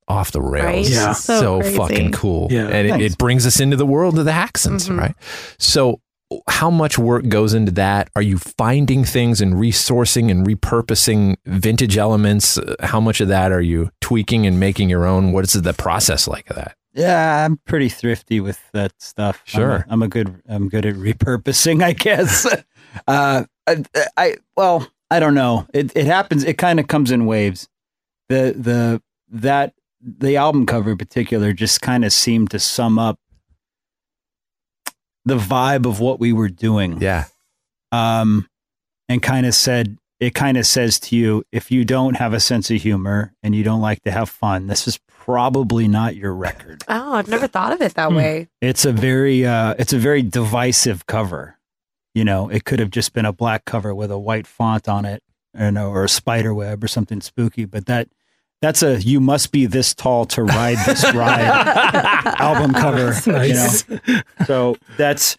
Speaker 4: off the rails.
Speaker 9: Right?
Speaker 8: Yeah.
Speaker 9: So
Speaker 4: so,
Speaker 9: crazy.
Speaker 4: fucking cool.
Speaker 8: Yeah.
Speaker 4: and it,
Speaker 6: Thanks.
Speaker 4: it brings us into the world of the Haxons,
Speaker 9: Mhm.
Speaker 4: right? So, how much work goes into that? Are you finding things and resourcing and repurposing vintage elements? Uh, How much of that are you tweaking and making your own? What is the process like of that?
Speaker 6: yeah, I'm pretty thrifty with that stuff. I'm a-
Speaker 4: Sure.
Speaker 6: I'm a, good I'm good at repurposing, I guess. *laughs* uh, I, I well, I don't know. It it happens. It kind of comes in waves. The the that the album cover in particular just kind of seemed to sum up the vibe of what we were doing
Speaker 4: Yeah,
Speaker 6: um, and kind of said it kind of says to you if you don't have a sense of humor and you don't like to have fun this is probably not your record
Speaker 9: Oh, I've never thought of it
Speaker 6: Hmm.
Speaker 9: that way.
Speaker 6: it's a very uh, it's a very divisive cover you know it could have just been a black cover with a white font on it and or a spider web or something spooky but that that's a you must be this tall to ride this ride
Speaker 8: *laughs*
Speaker 6: album cover you know
Speaker 8: Nice.
Speaker 6: so that's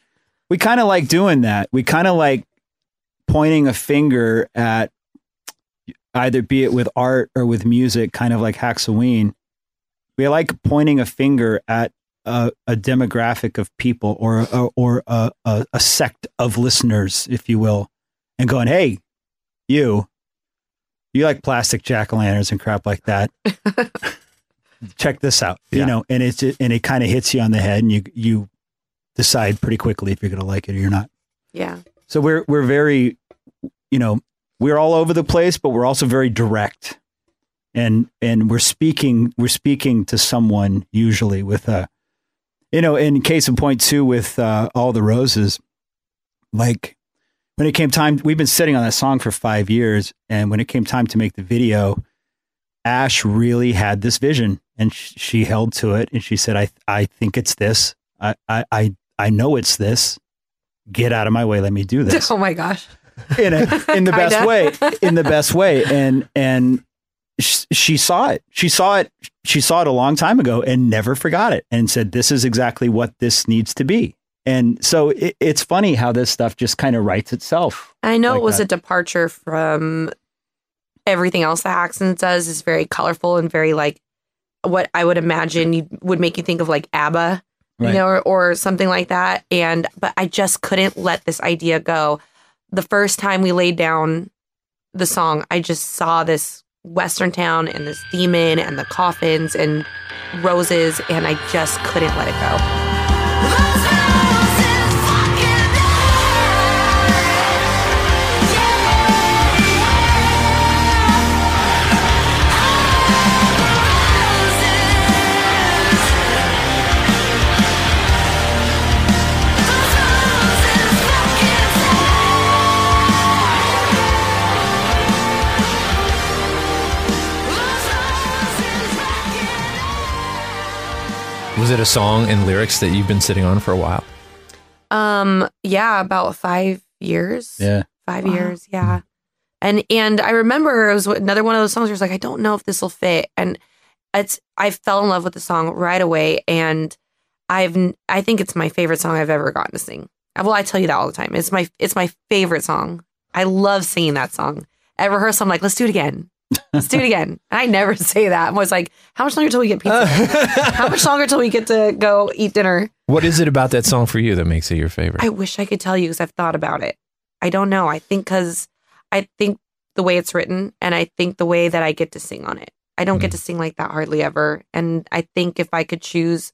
Speaker 6: we kind of like doing that. We kind of like pointing a finger at either be it with art or with music, kind of like Haxoween. We like pointing a finger at a, a demographic of people or a, or a, a, a sect of listeners, if you will, and going, "Hey, you, you like plastic jack o' lanterns and crap like that." Check this out,
Speaker 4: Yeah.
Speaker 6: you know, and it's and it kind of hits you on the head, and you you decide pretty quickly if you're going to like it or you're not.
Speaker 9: Yeah.
Speaker 6: So we're we're very, you know, we're all over the place, but we're also very direct, and and we're speaking we're speaking to someone usually with a, you know, in case in point too with uh, all the roses, like when it came time we've been sitting on that song for five years, and when it came time to make the video, Ash really had this vision, and sh- she held to it, and she said, I I think it's this, I I I, I know it's this. Get out of my way. Let me do
Speaker 9: *laughs*
Speaker 6: this
Speaker 9: Oh my gosh.
Speaker 6: in a, in
Speaker 9: *laughs*
Speaker 6: the best
Speaker 9: Kinda.
Speaker 6: way in the best
Speaker 9: *laughs*
Speaker 6: way and and sh- she saw it she saw it she saw it a long time ago and never forgot it and said this is exactly what this needs to be and so it, it's funny how this stuff just kind of writes itself
Speaker 9: I know
Speaker 6: like
Speaker 9: it was
Speaker 6: that.
Speaker 9: a departure from everything else that Haxon does. is very colorful and very like what I would imagine you would make you think of like ABBA,
Speaker 6: Right.
Speaker 9: you know, or, or something like that. And but I just couldn't let this idea go. The first time we laid down the song, I just saw this western town and this demon and the coffins and roses, and I just couldn't let it go.
Speaker 4: was it a song and lyrics that you've been sitting on for a while?
Speaker 9: Um, yeah, about five years.
Speaker 6: yeah
Speaker 9: five years yeah and and i remember it was another one of those songs where i was like i don't know if this will fit and it's i fell in love with the song right away and i've n- i think it's my favorite song i've ever gotten to sing Uh, Well, I tell you that all the time. It's my it's my favorite song. I love singing that song. At rehearsal, I'm like, let's do it again. Let's do it again. And I never *laughs* say that. I'm always like, how much longer till we get pizza?
Speaker 4: Uh,
Speaker 9: how much longer till we get to go eat dinner?
Speaker 4: What is it about that song for you that makes it your favorite?
Speaker 9: I wish I could tell you because I've thought about it. I don't know. I think because I think the way it's written and I think the way that I get to sing on it. I don't
Speaker 6: Mm.
Speaker 9: get to sing like that hardly ever. And I think if I could choose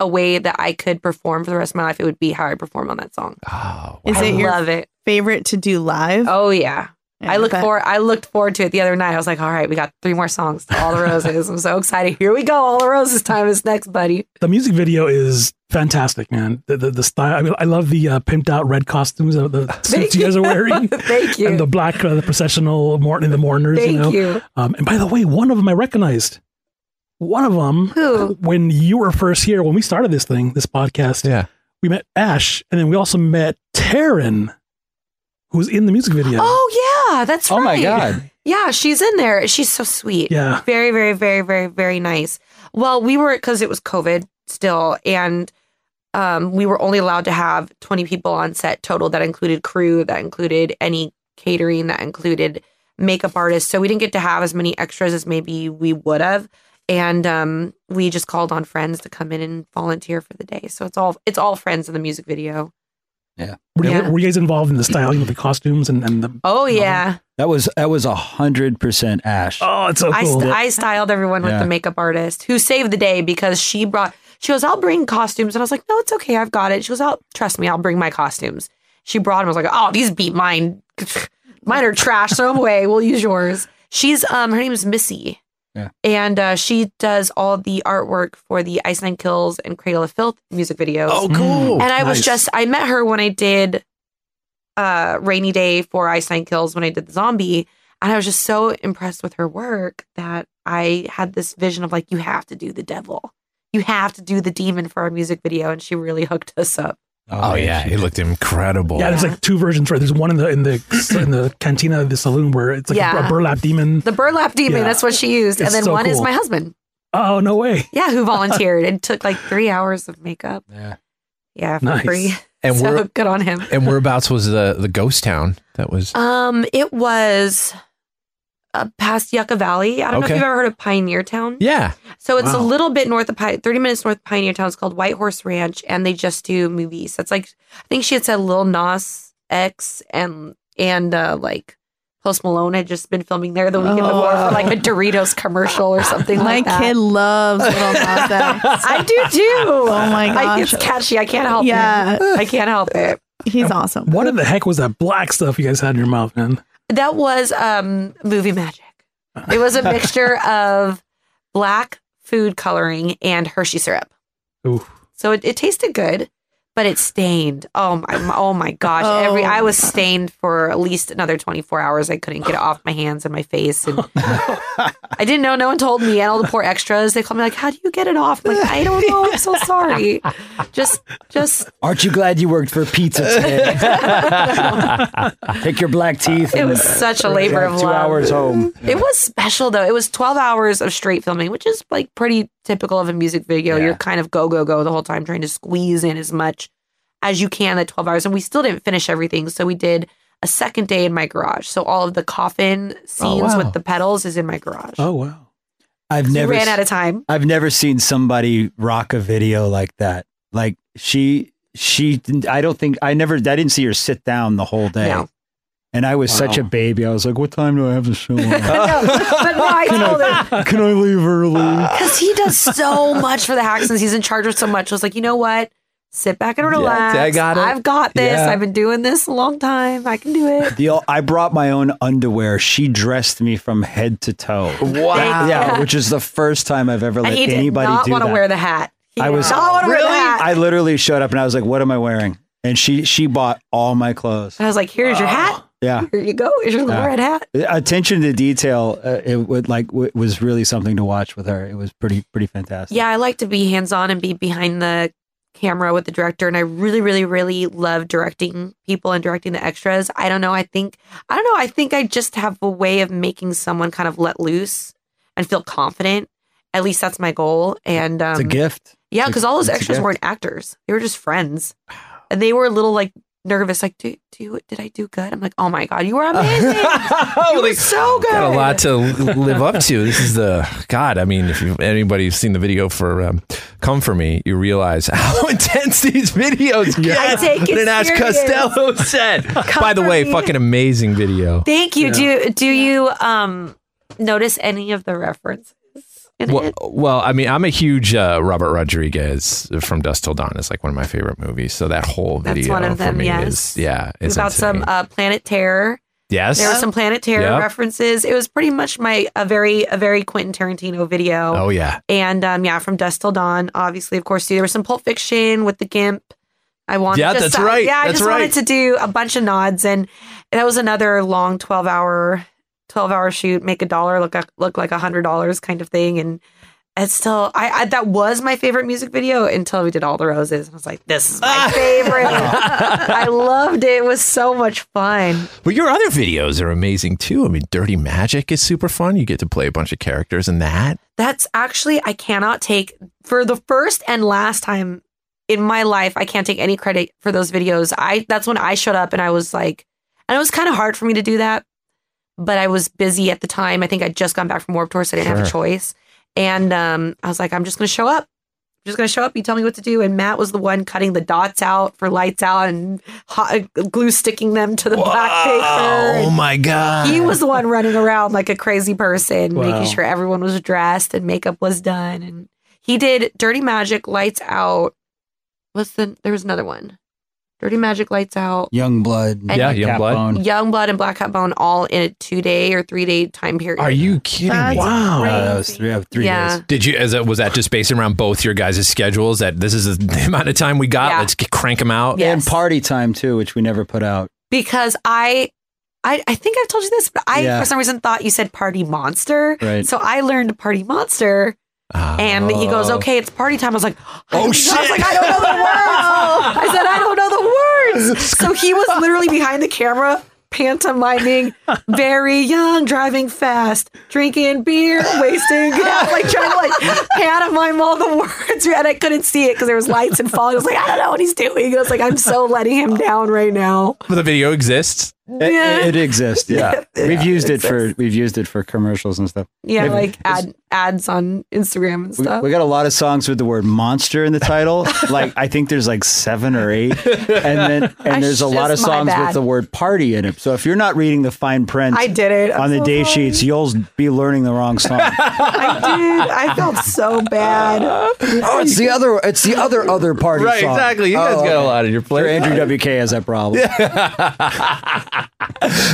Speaker 9: a way that I could perform for the rest of my life, it would be how I perform on that song.
Speaker 4: oh,
Speaker 10: Is
Speaker 9: I
Speaker 10: it your
Speaker 9: love
Speaker 10: *laughs*
Speaker 9: it.
Speaker 10: favorite to do live?
Speaker 9: Oh, yeah. I look
Speaker 10: bet.
Speaker 9: forward. I looked forward to it the other night. I was like, "All right, we got three more songs. to All the roses. I'm so excited. Here we go. All the roses time is next,
Speaker 8: *laughs*
Speaker 9: buddy.
Speaker 8: The music video is fantastic, man. The the, the style. I, mean, I love the uh, pimped out red costumes of the suits you guys are
Speaker 9: *laughs*
Speaker 8: wearing.
Speaker 9: Thank you.
Speaker 8: And the black, uh, the processional, Morton and the Mourners.
Speaker 9: Thank
Speaker 8: you. Know?
Speaker 9: you.
Speaker 8: Um, and by the way, one of them I recognized. One of them,
Speaker 9: Who?
Speaker 8: when you were first here, when we started this thing, this podcast,
Speaker 4: yeah.
Speaker 8: we met Ash, and then we also met Taryn, who's in the music video.
Speaker 9: Oh yeah, that's
Speaker 6: Oh
Speaker 9: right.
Speaker 6: my God.
Speaker 9: Yeah, she's in there. She's so sweet.
Speaker 8: Yeah.
Speaker 9: Very, very, very, very, very nice. Well, we were because it was COVID still, and um, we were only allowed to have 20 people on set total. That included crew, that included any catering, that included makeup artists. So we didn't get to have as many extras as maybe we would have. And um, we just called on friends to come in and volunteer for the day. So it's all it's all friends in the music video.
Speaker 8: Were, you-
Speaker 9: Yeah.
Speaker 8: were you guys involved in the styling of the costumes and, and the?
Speaker 9: Oh yeah,
Speaker 6: That was that was a hundred percent Ash.
Speaker 8: Oh, it's so
Speaker 9: I,
Speaker 8: cool.
Speaker 9: st- I styled everyone with
Speaker 6: Yeah.
Speaker 9: the makeup artist who saved the day because she brought, she goes, I'll bring costumes. And I was like, no, it's okay. I've got it. She goes, I'll, trust me, I'll bring my costumes. She brought them. I was like, oh, these beat mine. *laughs* mine are trash. Throw 'em away. We'll use yours. She's, um, her name is Missy.
Speaker 6: Yeah.
Speaker 9: And uh, she does all the artwork for the Ice Nine Kills and Cradle of Filth music videos.
Speaker 8: Mm.
Speaker 3: Oh,
Speaker 4: cool.
Speaker 9: Oh, And I was
Speaker 8: nice.
Speaker 9: just I met her when I did uh Rainy Day for Einstein Kills when I did the zombie. And I was just so impressed with her work that I had this vision of like, you have to do the devil. You have to do the demon for our music video. And she really hooked us up.
Speaker 4: Oh
Speaker 6: man,
Speaker 4: yeah,
Speaker 6: she
Speaker 4: it looked incredible.
Speaker 8: Yeah, there's like two versions for it. There's one in the in the in the cantina of the saloon where it's like a,
Speaker 9: Yeah.
Speaker 8: a burlap demon.
Speaker 9: The burlap demon,
Speaker 8: Yeah.
Speaker 9: that's what she used.
Speaker 8: It's
Speaker 9: and then
Speaker 8: so
Speaker 9: one is
Speaker 8: cool.
Speaker 9: my husband.
Speaker 8: Oh no way!
Speaker 9: Yeah, who volunteered and took like three hours of makeup.
Speaker 6: Yeah.
Speaker 9: Yeah, for
Speaker 8: Nice.
Speaker 9: free.
Speaker 4: and
Speaker 9: so
Speaker 4: we're
Speaker 9: good on him.
Speaker 4: and whereabouts was the the ghost town that was?
Speaker 9: Um, it was uh, past Yucca Valley. I don't know
Speaker 4: Okay.
Speaker 9: if you've ever heard of Pioneer Town.
Speaker 4: yeah.
Speaker 9: So it's
Speaker 8: Wow.
Speaker 9: a little bit north of Pi- 30 minutes north of Pioneer Town. It's called White Horse Ranch, and they just do movies. That's like I think she had said Lil Nas X and and uh, like Post Malone had just been filming there the weekend
Speaker 10: Oh,
Speaker 9: before
Speaker 10: wow.
Speaker 9: for like a Doritos commercial
Speaker 10: *laughs*
Speaker 9: or something
Speaker 10: My
Speaker 9: like that.
Speaker 10: kid loves Little Nas
Speaker 9: *laughs*
Speaker 10: X.
Speaker 9: I do too.
Speaker 10: Oh my
Speaker 9: I,
Speaker 10: gosh.
Speaker 9: it's catchy. I can't help
Speaker 10: Yeah.
Speaker 9: it. I can't help it.
Speaker 10: He's awesome.
Speaker 8: *laughs* What in the heck was that black stuff you guys had in your mouth, man?
Speaker 9: That was um, movie magic. It was
Speaker 6: *laughs*
Speaker 9: a mixture of black food coloring and Hershey syrup.
Speaker 8: Ooh.
Speaker 9: So it, it tasted good, but it stained. Oh my! my- Oh my gosh! Every
Speaker 10: Oh.
Speaker 9: I was stained for at least another twenty four hours. I couldn't get it off my hands and my
Speaker 6: *laughs*
Speaker 9: face, and I didn't know. No one told me, and all the poor extras they called me like, "How do you get it off?" I'm like I don't know. I'm so
Speaker 6: *laughs*
Speaker 9: sorry. Just, just
Speaker 6: Aren't you glad you worked for pizza *laughs*
Speaker 9: *laughs*
Speaker 6: today? Pick your black teeth.
Speaker 9: it
Speaker 6: and
Speaker 9: was such a labor
Speaker 6: drive
Speaker 9: of
Speaker 6: two
Speaker 9: love.
Speaker 6: hours home.
Speaker 9: It was special though. It was 12 hours of straight filming, which is like pretty typical of a music video.
Speaker 6: Yeah.
Speaker 9: You're kind of go, go, go the whole time, trying to squeeze in as much as you can at 12 hours. And we still didn't finish everything. So we did a second day in my garage. So all of the coffin scenes
Speaker 4: wow.
Speaker 9: with the pedals is in my garage.
Speaker 8: Oh wow!
Speaker 6: I've
Speaker 9: We
Speaker 6: never
Speaker 9: ran
Speaker 6: s-
Speaker 9: out of time.
Speaker 6: I've never seen somebody rock a video like that. Like she, she, didn't- I don't think I never, I didn't see her sit down the whole day. *laughs*
Speaker 9: No.
Speaker 6: And I was such a baby. I was like, what time do I have to show
Speaker 9: *laughs*
Speaker 6: up?
Speaker 9: But no, I told him.
Speaker 6: *laughs* Can I leave early?
Speaker 9: Because he does so much for the Hacksons. He's in charge of so much. I was like, you know what? Sit back and relax.
Speaker 4: I got it.
Speaker 9: I've got this.
Speaker 6: Yeah.
Speaker 9: I've been doing this a long time. I can do it.
Speaker 6: The, ol- I brought my own underwear. She dressed me from head to toe.
Speaker 9: Wow.
Speaker 6: Yeah, which is the first time I've ever
Speaker 9: and
Speaker 6: let
Speaker 9: he did
Speaker 6: anybody
Speaker 9: not
Speaker 6: do
Speaker 9: want to
Speaker 6: that.
Speaker 9: wear the hat. He
Speaker 6: I
Speaker 9: did
Speaker 6: was
Speaker 9: not want to wear the hat.
Speaker 6: I literally showed up and I was like, "What am I wearing?" And she she bought all my clothes.
Speaker 9: And I was like, "Here's your hat.
Speaker 6: Yeah,
Speaker 9: Here you go. Here's your little
Speaker 6: Yeah.
Speaker 9: red hat."
Speaker 6: attention to detail. Uh, it would like w- was really something to watch with her. It was pretty pretty fantastic.
Speaker 9: Yeah, I like to be hands on and be behind the camera with the director, and I really, really, really love directing people and directing the extras. I don't know. I think I don't know. I think I just have a way of making someone kind of let loose and feel confident. At least that's my goal. And um,
Speaker 6: it's a gift.
Speaker 9: Yeah,
Speaker 6: It's a-
Speaker 9: because all those
Speaker 6: it's a
Speaker 9: extras
Speaker 6: gift. *sighs*
Speaker 9: weren't actors; they were just friends. And they were a little like nervous, like, do, do you, did I do good? I'm like, oh my God, you were amazing.
Speaker 6: *laughs*
Speaker 9: you were so good.
Speaker 4: Oh, Got a lot to li- live up to. This is the God. I mean, if you've, anybody's seen the video for um, "Come for Me," you realize how *laughs* intense these videos get.
Speaker 9: I take it
Speaker 4: And Ash
Speaker 9: serious.
Speaker 4: Costello *laughs* said. By the
Speaker 9: For
Speaker 4: way,
Speaker 9: Me.
Speaker 4: fucking amazing video.
Speaker 9: Thank you. Do, do you um, notice any of the references? in
Speaker 4: Well,
Speaker 9: it?
Speaker 4: well, I mean, I'm a huge uh, Robert Rodriguez from Dust Till Dawn is like one of my favorite movies. So that whole
Speaker 9: That's
Speaker 4: video
Speaker 9: one of
Speaker 4: for
Speaker 9: them,
Speaker 4: me is
Speaker 9: yes.
Speaker 4: yeah, it's
Speaker 9: about
Speaker 4: insane.
Speaker 9: some uh, Planet Terror.
Speaker 4: yes.
Speaker 9: There were some Planet Terror
Speaker 4: Yeah.
Speaker 9: references. It was pretty much my a very a very Quentin Tarantino video.
Speaker 4: oh yeah.
Speaker 9: And um, yeah, from Dust Till Dawn, obviously, of course, too. There was some Pulp Fiction with the Gimp. I wanted,
Speaker 4: Yeah,
Speaker 9: just,
Speaker 4: that's right.
Speaker 9: Yeah, I
Speaker 4: That's
Speaker 9: just
Speaker 4: right.
Speaker 9: wanted to do a bunch of nods, and that was another long twelve hour, twelve hour shoot. Make a dollar look like- look like a hundred dollars kind of thing, and it's still I, I that was my favorite music video until we did all the roses, and I was like, this is my favorite. I loved it. It was so much fun.
Speaker 4: But your other videos are amazing too. I mean, Dirty Magic is super fun. You get to play a bunch of characters in that.
Speaker 9: That's actually, I cannot take for the first and last time in my life. I can't take any credit for those videos. I that's when I showed up and I was like, and it was kind of hard for me to do that, but I was busy at the time. I think I'd just gone back from Warped Tour, so I didn't have a
Speaker 4: Sure.
Speaker 9: choice. And um, I was like, I'm just gonna show up. I'm just gonna show up. You tell me what to do. And Matt was the one cutting the dots out for lights out and hot, glue sticking them to the black paper.
Speaker 4: Oh my god!
Speaker 9: he was the one running around like a crazy person,
Speaker 6: Wow.
Speaker 9: making sure everyone was dressed and makeup was done. And he did Dirty Magic, Lights Out. What's the? There was another one. Dirty Magic, Lights Out,
Speaker 6: Young blood.
Speaker 9: And- Yeah,
Speaker 4: Young Blood.
Speaker 9: Young Blood, and Black Hat Bone all in a two day or three day time period.
Speaker 4: Are you kidding
Speaker 10: That's
Speaker 4: me?
Speaker 6: Wow.
Speaker 10: crazy.
Speaker 6: that was three, uh, three
Speaker 9: Yeah.
Speaker 6: days.
Speaker 4: Did you? As a, was that just based around both your guys' schedules? That this is the *laughs* amount of time we got.
Speaker 9: Yeah.
Speaker 4: Let's get, crank them out.
Speaker 9: Yes.
Speaker 6: And party time too, which we never put out.
Speaker 9: Because I. I, I think I've told you this, but I
Speaker 6: Yeah.
Speaker 9: for some reason thought you said party monster.
Speaker 6: Right.
Speaker 9: So I learned party monster,
Speaker 4: Ah.
Speaker 9: and he goes,
Speaker 6: Oh.
Speaker 9: "Okay, it's party time." I was like, *gasps* I
Speaker 4: Oh,
Speaker 9: don't- I was
Speaker 4: shit.
Speaker 9: like, "I don't know the words."
Speaker 6: *laughs*
Speaker 9: I said, "I don't know the words." So he was literally behind the camera, pantomiming, very young, driving fast, drinking beer, wasting, gas, like trying to like pantomime all the words, and I couldn't see it because there was lights and fog. I was like, "I don't know what he's doing." I was like, "I'm so letting him down right now."
Speaker 4: But the video exists.
Speaker 6: It,
Speaker 9: *laughs* Yeah.
Speaker 6: it exists.
Speaker 9: *laughs*
Speaker 6: Yeah. we've used it for we've used it for commercials and stuff.
Speaker 9: Yeah,
Speaker 6: Maybe
Speaker 9: like
Speaker 6: it's-
Speaker 9: ad, ads on Instagram and
Speaker 6: We,
Speaker 9: *laughs* stuff.
Speaker 6: we got a lot of songs with the word monster in the
Speaker 9: *laughs*
Speaker 6: title. like I think there's like seven or eight, and then and
Speaker 9: I
Speaker 6: there's a
Speaker 9: sh-
Speaker 6: lot of
Speaker 9: it's my
Speaker 6: songs with
Speaker 9: bad.
Speaker 6: the word party in it. So if you're not reading the fine print
Speaker 9: I did it I'm
Speaker 6: on the
Speaker 9: so
Speaker 6: day
Speaker 9: sorry.
Speaker 6: sheets, you'll be learning the wrong song.
Speaker 9: *laughs* I did. I felt so bad.
Speaker 6: oh, it's the other it's the other other party
Speaker 4: Right,
Speaker 6: song.
Speaker 4: exactly. You
Speaker 6: Oh,
Speaker 4: guys got a
Speaker 6: okay.
Speaker 4: lot of your *laughs*
Speaker 6: Sure,
Speaker 4: play.
Speaker 6: Andrew WK has that *laughs* problem.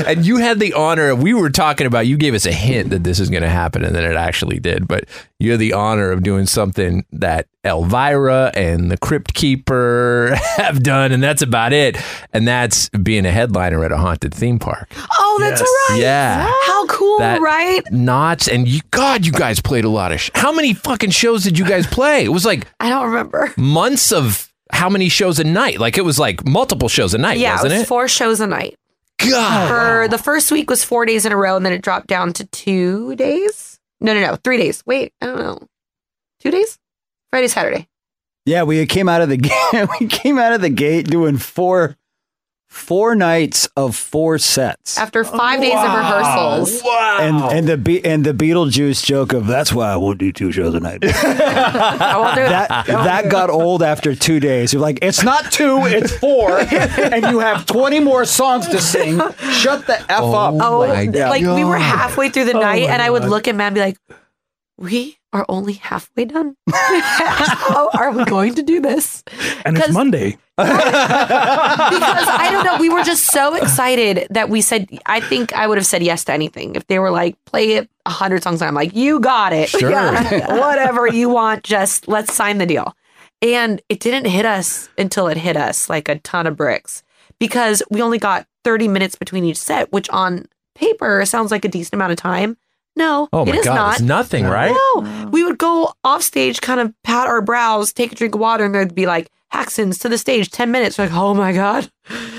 Speaker 4: and you had the honor. We were talking about. You gave us a hint that this is going to happen, and then it actually did. But you had the honor of doing something that Elvira and the Crypt Keeper *laughs* have done, and that's about it. And that's being a headliner at a haunted theme park.
Speaker 9: Oh, that's right.
Speaker 4: Yeah.
Speaker 9: How cool,
Speaker 4: That-
Speaker 9: right?
Speaker 4: Knots and you, God, you guys played a lot of. Sh- how many fucking shows did you guys play? It was like
Speaker 9: I don't remember.
Speaker 4: months of how many shows a night? Like it was like multiple shows a night,
Speaker 9: Yeah,
Speaker 4: wasn't
Speaker 9: it was
Speaker 4: it?
Speaker 9: four shows a night.
Speaker 6: Oh,
Speaker 4: God,
Speaker 9: For the first week was four days in a row, and then it dropped down to two days. No, no, no, three days. Wait, I don't know, two days. Friday, Saturday.
Speaker 6: Yeah, we came out of the gate. *laughs* we came out of the gate doing four four nights of four sets.
Speaker 9: After five days of rehearsals,
Speaker 6: and and the Be- and the Beetlejuice joke of that's why I won't do two shows a *laughs* night.
Speaker 9: I won't do it.
Speaker 6: that that got old after two days. You're like, it's not two, it's four, *laughs* and you have 20 more songs to sing. Shut the f up.
Speaker 9: Oh, like,
Speaker 6: yeah.
Speaker 9: we were halfway through the night,
Speaker 8: my
Speaker 9: and I would
Speaker 8: God.
Speaker 9: look at Matt and be like, "We are only halfway done. *laughs* How are we going to do this?"
Speaker 8: And it's
Speaker 9: 'Cause-
Speaker 8: Monday.
Speaker 9: because I don't know. We were just so excited that we said, I think I would have said yes to anything if they were like, play it a hundred songs. And I'm like, you got it.
Speaker 4: Sure.
Speaker 9: Yeah. *laughs* Whatever you want, just let's sign the deal. And it didn't hit us until it hit us like a ton of bricks because we only got 30 minutes between each set, which on paper sounds like a decent amount of time. No,
Speaker 4: oh my
Speaker 9: it is
Speaker 4: God,
Speaker 9: not.
Speaker 4: it's nothing, right?
Speaker 9: No, we would go off stage, kind of pat our brows, take a drink of water, and there'd be like Haxons to the stage, ten minutes. We're like, oh my god,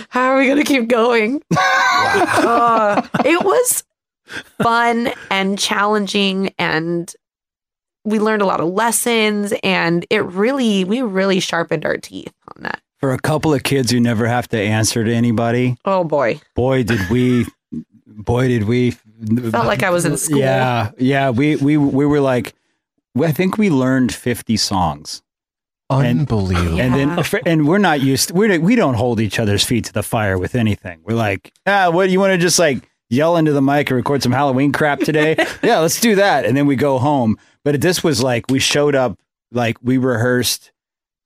Speaker 9: how are we gonna keep going? Uh, it was fun and challenging, and we learned a lot of lessons, and it really, we really sharpened our teeth on that
Speaker 6: for a couple of kids who never have to answer to anybody.
Speaker 9: Oh boy.
Speaker 6: Boy did we boy did we
Speaker 9: Felt like I was in school.
Speaker 6: Yeah. Yeah, we we we were like I think we learned 50 songs.
Speaker 4: Unbelievable.
Speaker 6: And
Speaker 9: Uh-huh.
Speaker 6: then and we're not used to, we're we don't hold each other's feet to the fire with anything. We're like, "Ah, what you want to just like yell into the mic and record some Halloween crap
Speaker 9: *laughs*
Speaker 6: today?" yeah, let's do that. And then we go home. But this was like we showed up like we rehearsed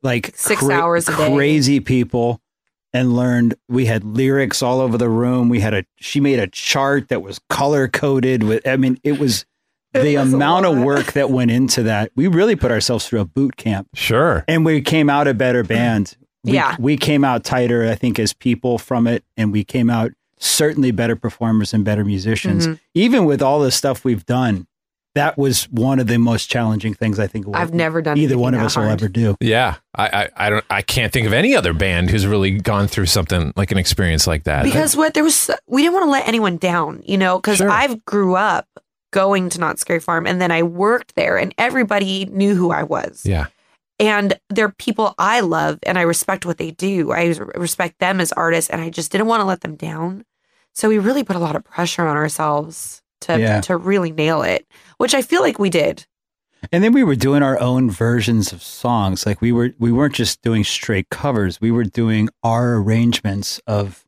Speaker 6: like
Speaker 9: Six hours a day.
Speaker 6: crazy people and learned we had lyrics all over the room we had a she made a chart that was color coded with i mean it was the amount of work that went into that we really put ourselves through a boot camp
Speaker 4: Sure.
Speaker 6: and we came out a better band we,
Speaker 9: Yeah.
Speaker 6: we came out tighter i think as people from it and we came out certainly better performers and better musicians
Speaker 9: Mm-hmm.
Speaker 6: even with all the stuff we've done that was one of the most challenging things i think we'll-
Speaker 9: I've never done
Speaker 6: either one of
Speaker 9: anything
Speaker 6: us
Speaker 9: that
Speaker 6: will
Speaker 9: hard.
Speaker 6: ever do
Speaker 4: Yeah, I, I, I don't, I can't think of any other band who's really gone through something like an experience like that.
Speaker 9: Because what there was, we didn't want to let anyone down, you know, because
Speaker 4: Sure.
Speaker 9: I've grew up going to Knott's Scary Farm and then I worked there and everybody knew who I was.
Speaker 4: yeah,
Speaker 9: And they're people I love and I respect what they do. I res- respect them as artists and I just didn't want to let them down. So we really put a lot of pressure on ourselves to,
Speaker 6: Yeah.
Speaker 9: to really nail it, which I feel like we did.
Speaker 6: And then we were doing our own versions of songs. Like we were we weren't just doing straight covers. We were doing our arrangements of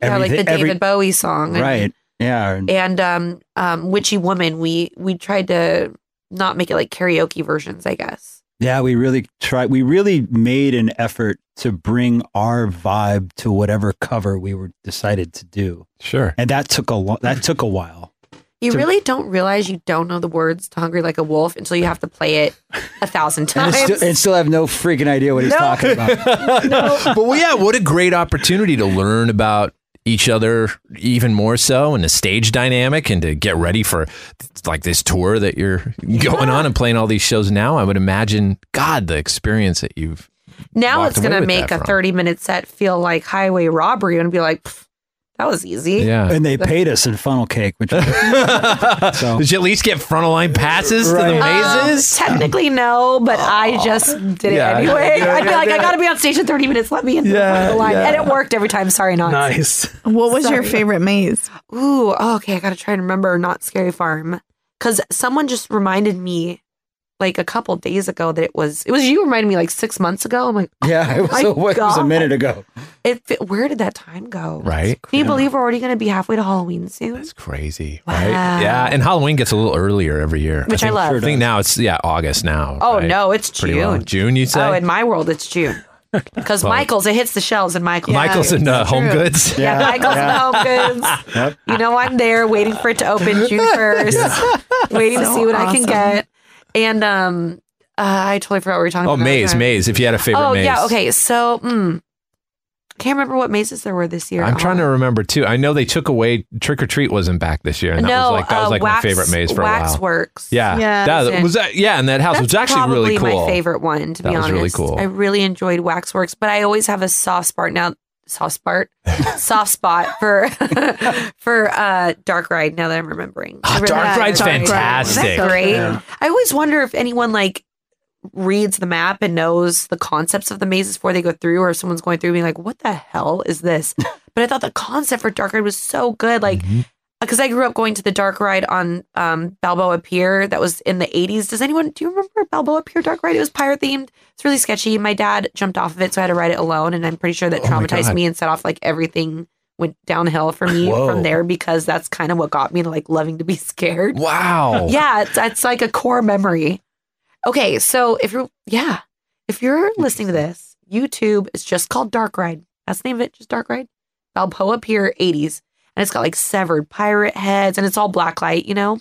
Speaker 9: Yeah, like
Speaker 6: everything.
Speaker 9: the
Speaker 6: every-
Speaker 9: David Bowie song. and-
Speaker 6: right. Yeah. and-
Speaker 9: and um, um, Witchy Woman. We we tried to not make it like karaoke versions, I guess.
Speaker 6: yeah, we really tried we really made an effort to bring our vibe to whatever cover we were decided to do.
Speaker 4: sure.
Speaker 6: And that took a lo- that took a while.
Speaker 9: You
Speaker 6: To-
Speaker 9: really don't realize you don't know the words to "Hungry Like a Wolf" until you have to play it a thousand
Speaker 6: And,
Speaker 9: times.
Speaker 6: I still, and still have no freaking idea what he's
Speaker 9: No.
Speaker 6: talking
Speaker 9: *laughs*
Speaker 6: about.
Speaker 4: but well, yeah, what a great opportunity to learn about each other even more so and the stage dynamic and to get ready for like this tour that you're going on and playing all these shows now. I would imagine, God, the experience that you've.
Speaker 9: now
Speaker 4: walked
Speaker 9: it's
Speaker 4: away
Speaker 9: gonna
Speaker 4: with
Speaker 9: make
Speaker 4: that
Speaker 9: a
Speaker 4: from.
Speaker 9: thirty-minute set feel like highway robbery and be like, "Pff, "That was easy."
Speaker 4: Yeah.
Speaker 6: And they paid us in funnel cake, which
Speaker 9: *laughs*
Speaker 6: so
Speaker 4: Did you at least get frontal line passes to the
Speaker 9: Um,
Speaker 4: mazes?
Speaker 9: technically no, but I just did
Speaker 4: Yeah.
Speaker 9: it anyway.
Speaker 4: Yeah,
Speaker 9: I'd be
Speaker 4: yeah,
Speaker 9: like,
Speaker 4: yeah.
Speaker 9: I gotta be on stage in 30 minutes. Let me in
Speaker 4: Yeah,
Speaker 9: the line.
Speaker 4: yeah.
Speaker 9: And it worked every time. Sorry, not. *laughs*
Speaker 8: *laughs* Nice.
Speaker 10: What was your
Speaker 9: Sorry.
Speaker 10: favorite maze?
Speaker 9: Ooh, oh, okay. I gotta try and remember not Scary Farm because someone just reminded me like a couple days ago that it was it was you reminded me like six months ago. I'm like,
Speaker 6: yeah, it was,
Speaker 9: My
Speaker 6: a, it was a
Speaker 9: God.
Speaker 6: minute ago.
Speaker 9: it fit, where did that time go?
Speaker 4: Right.
Speaker 9: Can you believe we're already gonna be halfway to Halloween soon?
Speaker 4: That's crazy,
Speaker 9: Wow.
Speaker 4: right? Yeah, and Halloween gets a little earlier every year.
Speaker 9: Which I
Speaker 4: think-
Speaker 9: love. Sure
Speaker 4: I think now it's yeah August now.
Speaker 9: oh
Speaker 4: right?
Speaker 9: no, it's
Speaker 4: pretty
Speaker 9: June.
Speaker 4: well. June, you say?
Speaker 9: Oh, in my world,
Speaker 4: *laughs*
Speaker 9: it's June because Michael's it hits the shelves in Michael's.
Speaker 4: Michael's in uh, Home Goods.
Speaker 9: Yeah, Michael's in Home
Speaker 4: *laughs*
Speaker 9: Goods. *laughs*
Speaker 6: Yep.
Speaker 9: You know, I'm there waiting for it to open June first, waiting to
Speaker 10: So
Speaker 9: see what I
Speaker 10: awesome.
Speaker 9: can get. And um, uh, I totally forgot what we were talking
Speaker 4: Oh,
Speaker 9: about.
Speaker 4: maze, maze. If you had a favorite
Speaker 9: oh
Speaker 4: maze,
Speaker 9: yeah, okay. So, mm, can't remember what mazes there were this year.
Speaker 4: I'm trying to remember too. I know they took away Trick or Treat wasn't back this year, and that
Speaker 9: no,
Speaker 4: was like that was
Speaker 9: uh,
Speaker 4: like
Speaker 9: wax,
Speaker 4: my favorite maze for a while.
Speaker 9: Waxworks.
Speaker 4: Yeah,
Speaker 10: Yeah,
Speaker 4: that
Speaker 9: that's
Speaker 4: was that. Yeah, and that house was
Speaker 9: That's
Speaker 4: actually really
Speaker 9: probably
Speaker 4: cool.
Speaker 9: my favorite one, to
Speaker 4: That
Speaker 9: be
Speaker 4: was
Speaker 9: honest.
Speaker 4: really cool.
Speaker 9: I really enjoyed Waxworks, but I always have a soft spot now.
Speaker 4: *laughs*
Speaker 9: Soft spot, soft spot for *laughs* for uh, Dark Ride. Now that I'm remembering,
Speaker 4: Ah,
Speaker 9: I really
Speaker 4: Dark
Speaker 9: like
Speaker 4: Ride's
Speaker 9: Ride.
Speaker 4: fantastic.
Speaker 9: Isn't that great. I always wonder if anyone like reads the map and knows the concepts of the mazes before they go through, or if someone's going through being like, "What the hell
Speaker 4: *laughs*
Speaker 9: is this?" but I thought the concept for Dark Ride was so good, like.
Speaker 4: Mm-hmm.
Speaker 9: Because I grew up going to the dark ride on um, Balboa Pier that was in the 80s. Does anyone, do you remember Balboa Pier dark ride? It was pirate themed. It's really sketchy. My dad jumped off of it, so I had to ride it alone. And I'm pretty sure that
Speaker 4: Oh my
Speaker 9: traumatized
Speaker 4: God.
Speaker 9: me and set off like everything went downhill for me
Speaker 6: Whoa.
Speaker 9: from there because that's kind of what got me to like loving to be *laughs* scared. *laughs*
Speaker 4: Wow.
Speaker 9: Yeah, it's, it's like a core memory. Okay, so if you're yeah, if you're listening to this, YouTube is just called Dark Ride. That's the name of it, just Dark Ride. Balboa Pier 80s, and it's got like severed pirate heads, and it's all black light, you know.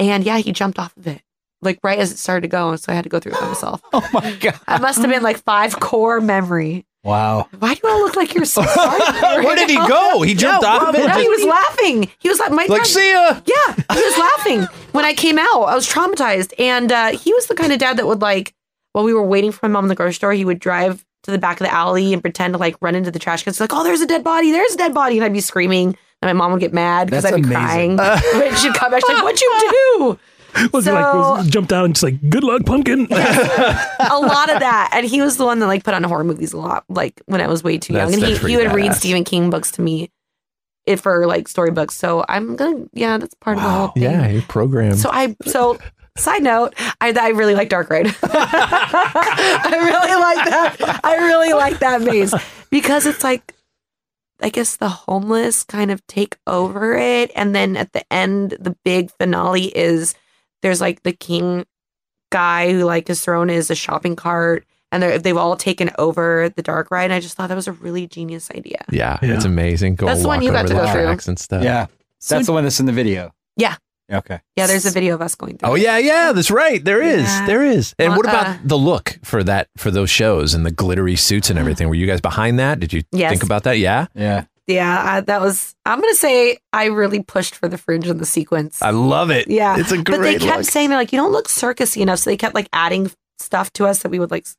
Speaker 9: And yeah, he jumped off of it like right as it started to go, and so I had to go through it
Speaker 4: *gasps*
Speaker 9: by myself.
Speaker 6: Oh my god!
Speaker 9: I must have been like five core memory.
Speaker 6: Wow.
Speaker 9: Why do I look
Speaker 4: *laughs*
Speaker 9: like you're so sorry?
Speaker 4: Where
Speaker 9: right
Speaker 4: did he
Speaker 9: now?
Speaker 4: go? He jumped off of it.
Speaker 9: No, he
Speaker 4: just-
Speaker 9: was laughing. He was like, my
Speaker 4: Like,
Speaker 9: dad-
Speaker 4: see ya.
Speaker 9: yeah, he was laughing when I came out. I was traumatized, and uh, he was the kind of dad that would like, while we were waiting for my mom in the grocery store, he would drive to the back of the alley and pretend to like run into the trash cans. Like, oh, there's a dead body, there's a dead body, and I'd be screaming, and my mom would get mad because
Speaker 6: That's
Speaker 9: I'd be *laughs*
Speaker 6: amazing.
Speaker 9: crying. and she'd come back, she's like, what'd you do?
Speaker 8: Was he like was, jumped out and just like, "Good luck, pumpkin."
Speaker 9: a lot of that. And he was the one that like put on horror movies a lot, like when I was way too young.
Speaker 8: That's-
Speaker 9: And he,
Speaker 8: that's pretty
Speaker 9: he would read
Speaker 8: badass.
Speaker 9: Stephen King books to me if for like storybooks. So I'm gonna yeah, that's part of the whole thing.
Speaker 4: Yeah, you're programmed.
Speaker 9: So I so side note, I I really like Dark Ride. *laughs* I really like that. I really like that maze because it's like I guess the homeless kind of take over it and then at the end the big finale is there's like the king guy who like is thrown is a shopping cart and they're, they've all taken over the dark ride and I just thought that was a really genius idea.
Speaker 4: yeah, it's amazing. Go
Speaker 9: That's the one
Speaker 4: walk
Speaker 9: you got
Speaker 4: over
Speaker 9: to
Speaker 4: the
Speaker 9: go through.
Speaker 4: tracks and stuff.
Speaker 6: Yeah. That's the one that's in the video.
Speaker 9: Yeah.
Speaker 6: Okay.
Speaker 9: Yeah, there's a video of us going through.
Speaker 4: Oh
Speaker 9: it.
Speaker 4: yeah, yeah, that's right. There is,
Speaker 9: Yeah.
Speaker 4: there is. And what
Speaker 9: Uh,
Speaker 4: about
Speaker 9: uh.
Speaker 4: the look for that for those shows and the glittery suits and everything? Were you guys behind that? Did you
Speaker 9: Yes.
Speaker 4: think about that? Yeah,
Speaker 6: yeah.
Speaker 9: Yeah, I, that was. I'm gonna say I really pushed for the fringe in the sequence.
Speaker 4: I love it.
Speaker 9: yeah,
Speaker 4: it's a great
Speaker 9: But they kept
Speaker 4: look.
Speaker 9: saying they're like, you don't look circusy enough, so they kept like adding stuff to us that we would like, s-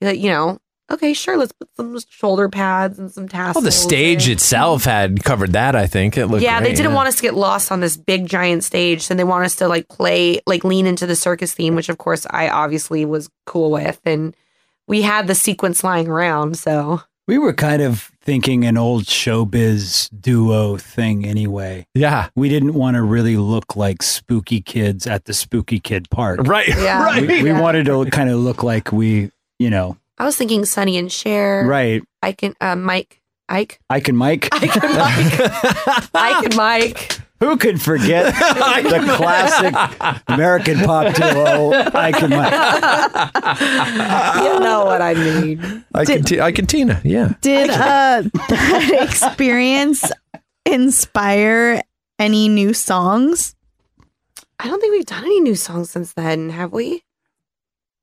Speaker 9: be like, you know, okay, sure, let's put some shoulder pads and some tassels.
Speaker 4: well, the stage itself had covered that. I think it looked.
Speaker 9: yeah, they
Speaker 4: great,
Speaker 9: didn't want us to get lost on this big giant stage, so they want us to like play, like lean into the circus theme, which of course I obviously was cool with, and we had the sequence lying
Speaker 4: *laughs*
Speaker 9: around, so
Speaker 6: We were kind of thinking an old showbiz duo thing anyway.
Speaker 4: Yeah.
Speaker 6: We didn't want to really look like spooky kids at the spooky kid park.
Speaker 4: Right.
Speaker 9: Yeah. right.
Speaker 6: We, we
Speaker 9: Yeah.
Speaker 6: wanted to kind of look like we, you know,
Speaker 9: I was thinking Sunny and Cher,
Speaker 6: right.
Speaker 9: I can, uh, Mike, Ike.
Speaker 6: Ike and Mike.
Speaker 9: Ike
Speaker 4: *laughs*
Speaker 9: and Mike.
Speaker 6: *laughs* Who could forget the classic American pop duo Ike and Mike?
Speaker 9: you know what *laughs* I mean.
Speaker 4: I can, I can Tina. Yeah.
Speaker 10: Did uh, *laughs* that experience inspire any new songs?
Speaker 9: I don't think we've done any new songs since then, have we?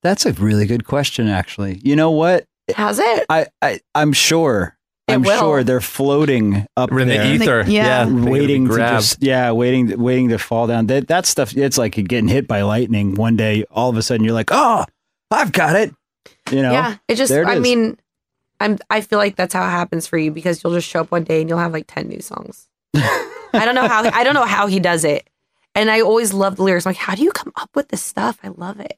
Speaker 6: That's a really good question, actually. You know what?
Speaker 9: Has it?
Speaker 6: I, I I'm sure.
Speaker 9: It
Speaker 6: I'm
Speaker 9: will.
Speaker 6: sure they're floting up
Speaker 4: We're in
Speaker 6: there.
Speaker 4: the ether. Yeah,
Speaker 10: Yeah. They're
Speaker 6: waiting to
Speaker 4: grab.
Speaker 6: just yeah, waiting waiting to fall down. That that stuff it's like getting hit by lightning one day all of a sudden you're like, "Oh, I've got it." You know?
Speaker 9: yeah. It just
Speaker 6: there it
Speaker 9: I
Speaker 6: is.
Speaker 9: mean I'm I feel like that's how it happens for you because you'll just show up one day and you'll have like 10 new songs. I don't know how I don't know how he does it. And I always love the lyrics. I'm like, how do you come up with this stuff? I love it.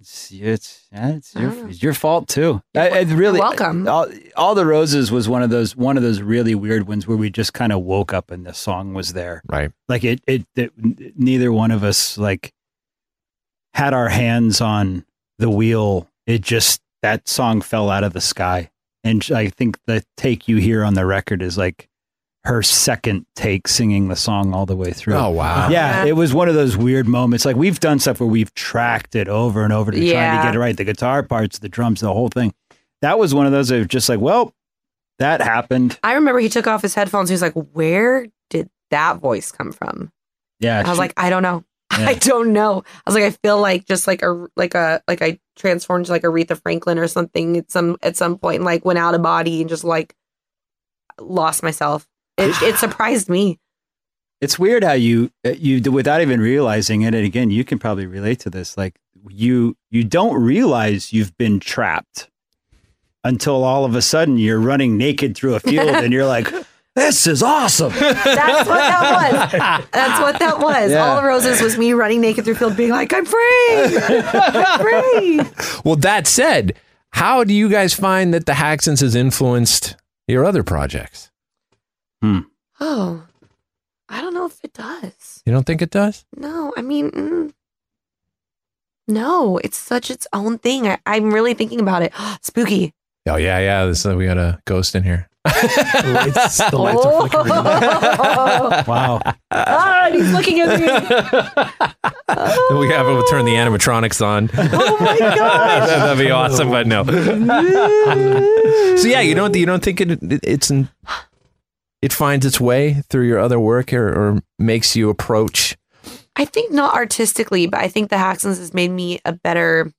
Speaker 6: It's it's, yeah, it's your
Speaker 9: Ah.
Speaker 6: it's your fault too. I, I really
Speaker 9: welcome.
Speaker 6: All,
Speaker 4: Mm-hmm.
Speaker 6: all the roses was one of those one of those really weird ones where we just kind of woke up and the song was there.
Speaker 4: Right.
Speaker 6: Like it, it it neither one of us like had our hands on the wheel. It just that song fell out of the sky, and I think the take you hear on the record is like her second take singing the song all the way through.
Speaker 4: Oh wow.
Speaker 6: Yeah, it was one of those weird moments. Like we've done stuff where we've tracked it over and over to trying
Speaker 9: Yeah.
Speaker 6: to get it right. The guitar parts, the drums, the whole thing. That was one of those of just like, well, that happened.
Speaker 9: I remember he took off his headphones. He was like, Where did that voice come from?
Speaker 6: Yeah.
Speaker 9: I was
Speaker 6: she-
Speaker 9: like, I don't know.
Speaker 6: Yeah.
Speaker 9: *laughs* I don't know. I was like, I feel like just like a like a like I transformed to like Aretha Franklin or something at some at some point, and like went out of body and just like lost myself. It, it surprised me.
Speaker 6: it's weird how you uh, you without even realizing it. And again, you can probably relate to this. Like you you don't realize you've been trapped until all of a sudden you're running naked through a field and you're
Speaker 9: *laughs*
Speaker 6: like, this is awesome.
Speaker 9: That's what
Speaker 6: *laughs*
Speaker 9: that was. That's what that was.
Speaker 6: Yeah.
Speaker 9: All the roses was me running naked through field, being like, I'm free,
Speaker 6: *laughs*
Speaker 9: I'm free.
Speaker 4: Well, that said, how do you guys find that the Haxons has influenced your other projects?
Speaker 9: Oh, I don't know if it does.
Speaker 4: You don't think it does?
Speaker 9: No, I mean, mm, no, it's such its own thing. I, I'm really thinking about it. *gasps* Spooky.
Speaker 4: Oh yeah, yeah. This we got a ghost in here.
Speaker 8: The *laughs* lights, the lights are
Speaker 9: *laughs*
Speaker 8: flickering.
Speaker 9: oh,
Speaker 6: Wow.
Speaker 9: God, he's looking
Speaker 4: *laughs*
Speaker 9: at me.
Speaker 4: we have uh, we'll turn the animatronics *laughs* on.
Speaker 9: Oh my God.
Speaker 4: That'd be awesome, but *laughs* no. so yeah, you don't you don't think it, it it's an, it finds its way through your other work or, or makes you approach.
Speaker 9: I think not artistically, but I think the Haxons has made me a better.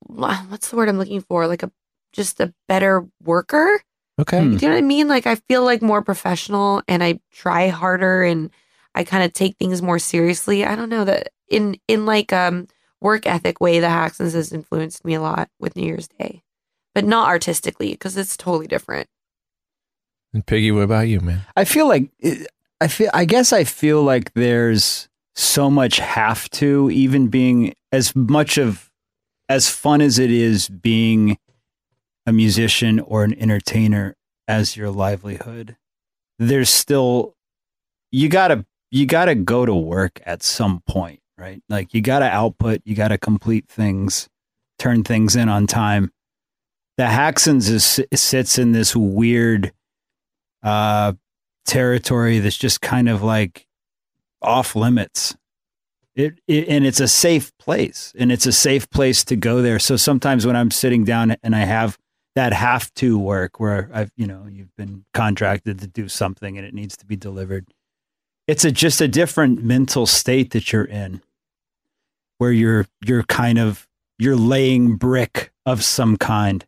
Speaker 9: What's the word I'm looking for? Like a just a better worker.
Speaker 4: Okay.
Speaker 6: Hmm.
Speaker 9: Do you know what I mean? Like I feel like more professional and I try harder and I kind of take things more seriously. I don't know that in in like um work ethic way the Haxons has influenced me a lot with New Year's Day. But not artistically because it's totally different.
Speaker 4: And Piggy, what about you, man?
Speaker 6: eh, I feel like I feel I guess I feel like there's so much have to, even being as much of as fun as it is being a musician or an entertainer as your livelihood. There's still you gotta you gotta go to work at some point, right? Like you gotta output, you gotta complete things, turn things in on time. The Haxons is sits in this weird uh territory that's just kind of like off limits. It, it and it's a safe place, and it's a safe place to go there. So sometimes when I'm sitting down and I have that have to work where I've you know you've been contracted to do something and it needs to be delivered, it's a just a different mental state that you're in, where you're you're kind of you're laying brick of some kind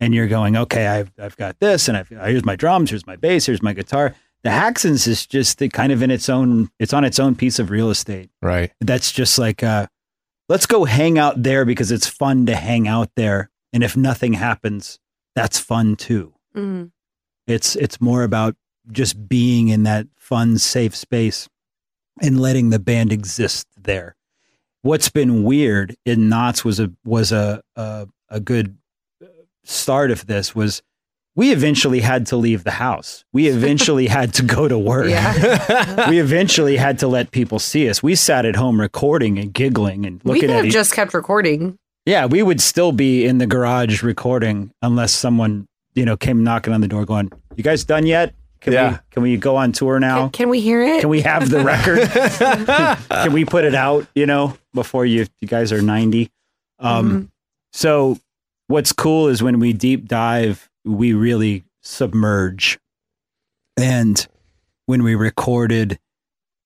Speaker 6: and you're going, okay, I've I've got this, and I've here's my drums, here's my bass, here's my guitar. The Haxons is just the kind of in its own, it's on its own piece of real estate.
Speaker 4: Right.
Speaker 6: That's just like, uh, let's go hang out there because it's fun to hang out there, and if nothing happens, that's fun too.
Speaker 9: Mm.
Speaker 6: It's it's more about just being in that fun, safe space, and letting the band exist there. What's been weird in Knots was a was a a, a good start of this was we eventually had to leave the house. We eventually had to go to work. we eventually had to let people see us. We sat at home recording and giggling and
Speaker 9: we
Speaker 6: looking
Speaker 9: could
Speaker 6: at
Speaker 9: have
Speaker 6: each-
Speaker 9: just kept recording.
Speaker 6: yeah, we would still be in the garage recording unless someone, you know, came knocking on the door going, "You guys done yet? Can we
Speaker 4: Yeah.
Speaker 6: can we go on tour now?
Speaker 9: Can we hear it?
Speaker 6: Can we have the record? Can we put it out, you know, before you you guys are 90? Um so what's cool is when we deep dive, we really submerge. And when we recorded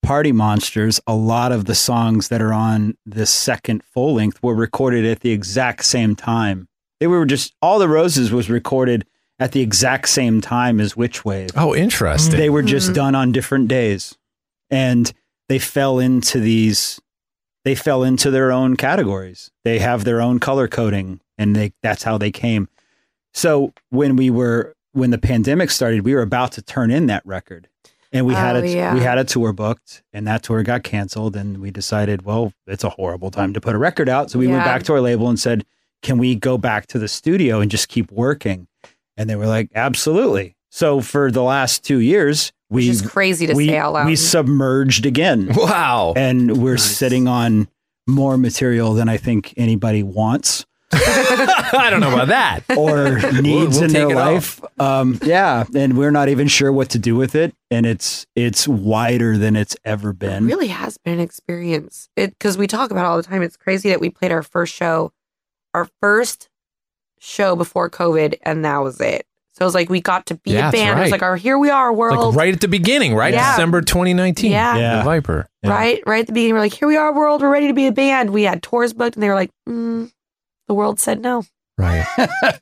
Speaker 6: Party Monsters, a lot of the songs that are on this second full length were recorded at the exact same time. They were just all the roses was recorded at the exact same time as Witch Wave.
Speaker 4: *laughs* Oh, interesting.
Speaker 6: They were just
Speaker 9: Mm-hmm.
Speaker 6: done on different days. And they fell into these they fell into their own categories. They have their own color coding and they that's how they came. So when we were when the pandemic started, we were about to turn in that record. And we had
Speaker 9: Oh,
Speaker 6: a
Speaker 9: yeah.
Speaker 6: we had a tour booked and that tour got canceled and we decided, well, it's a horrible time to put a record out. So we went
Speaker 9: Yeah.
Speaker 6: back to our label and said, "Can we go back to the studio and just keep working?" And they were like, absolutely. So for the last two years, we
Speaker 9: Which is crazy to
Speaker 6: we,
Speaker 9: say out loud.
Speaker 6: we submerged again.
Speaker 4: wow.
Speaker 6: And we're sitting on more material than I think anybody
Speaker 9: *laughs*
Speaker 6: wants
Speaker 4: *laughs* I don't know about that.
Speaker 6: or needs
Speaker 4: we'll
Speaker 6: in their
Speaker 4: take it
Speaker 6: life. Um, yeah. And we're not even sure what to do with it. And it's it's wider than it's ever
Speaker 9: it
Speaker 6: been.
Speaker 9: really has been an experience. It because we talk about it all the time. It's crazy that we played our first show, our first show before COVID, and that was it. So it was like we got to be
Speaker 4: Yeah,
Speaker 9: a
Speaker 4: that's
Speaker 9: band. It
Speaker 4: right.
Speaker 9: was like our here we are world.
Speaker 4: Like right at the beginning, right?
Speaker 9: Yeah.
Speaker 4: December 2019.
Speaker 9: Yeah.
Speaker 6: Yeah.
Speaker 4: The Viper.
Speaker 6: Yeah.
Speaker 9: right? Right at the beginning, we're like, here we are, world. We're ready to be a band. We had tours booked, and they were like, mm, the world said no.
Speaker 4: Right.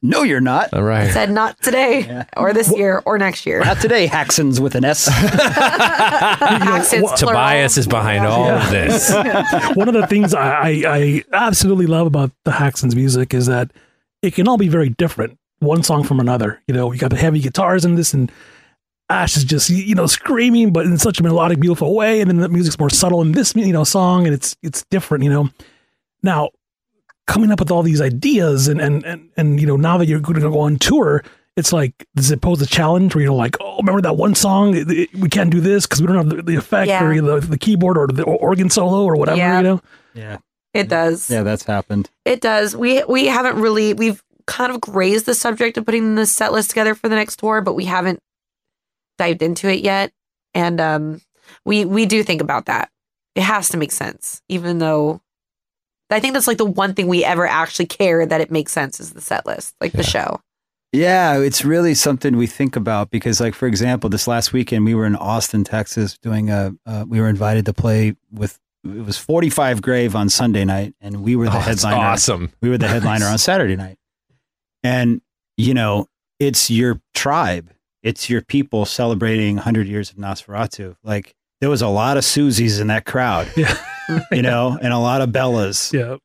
Speaker 6: No, you're not.
Speaker 4: All right.
Speaker 9: Said not
Speaker 6: *laughs*
Speaker 9: today,
Speaker 6: Yeah.
Speaker 9: or this year, or
Speaker 6: *laughs*
Speaker 9: next year.
Speaker 6: Not today, Haxons with an S.
Speaker 9: Accents, plural.
Speaker 4: Tobias is behind all of
Speaker 6: *laughs*
Speaker 4: this.
Speaker 8: One of the things I, I, I absolutely love about the Haxons music is that it can all be very different, one song from another. You know, you got the heavy guitars and this, and Ash is just you know screaming, but in such a melodic, beautiful way. And then the music's more subtle in this you know song, and it's it's different. You know, now coming up with all these ideas, and and and, and you know now that you're going to go on tour. It's like does it pose a challenge where you're like, oh, remember that one song? It- it- we can't do this because we don't have the, the effect
Speaker 9: Yeah.
Speaker 8: or the, the keyboard or the organ solo or whatever.
Speaker 9: Yeah.
Speaker 8: You know,
Speaker 6: yeah.
Speaker 9: It does.
Speaker 6: Yeah, that's happened.
Speaker 9: It does. We we haven't really we've kind of grazed the subject of putting the set list together for the next tour, but we haven't dived into it yet. And um we we do think about that. It has to make sense, even though I think that's like the one thing we ever actually care that it makes sense is the set list, like the show.
Speaker 6: Yeah, it's really something we think about because, like, for example, this last weekend we were in Austin, Texas, doing a. Uh, we were invited to play with it was Forty Five Grave on Sunday night, and we were the
Speaker 4: Oh, that's
Speaker 6: headliner.
Speaker 4: awesome.
Speaker 6: We were the headliner on Saturday night, and you know, it's your tribe, it's your people celebrating 100 years of Nosferatu. Like, there was a lot of Susies in that crowd,
Speaker 8: Yeah.
Speaker 4: *laughs*
Speaker 6: you know, and a lot of Bellas
Speaker 8: *laughs* yeah.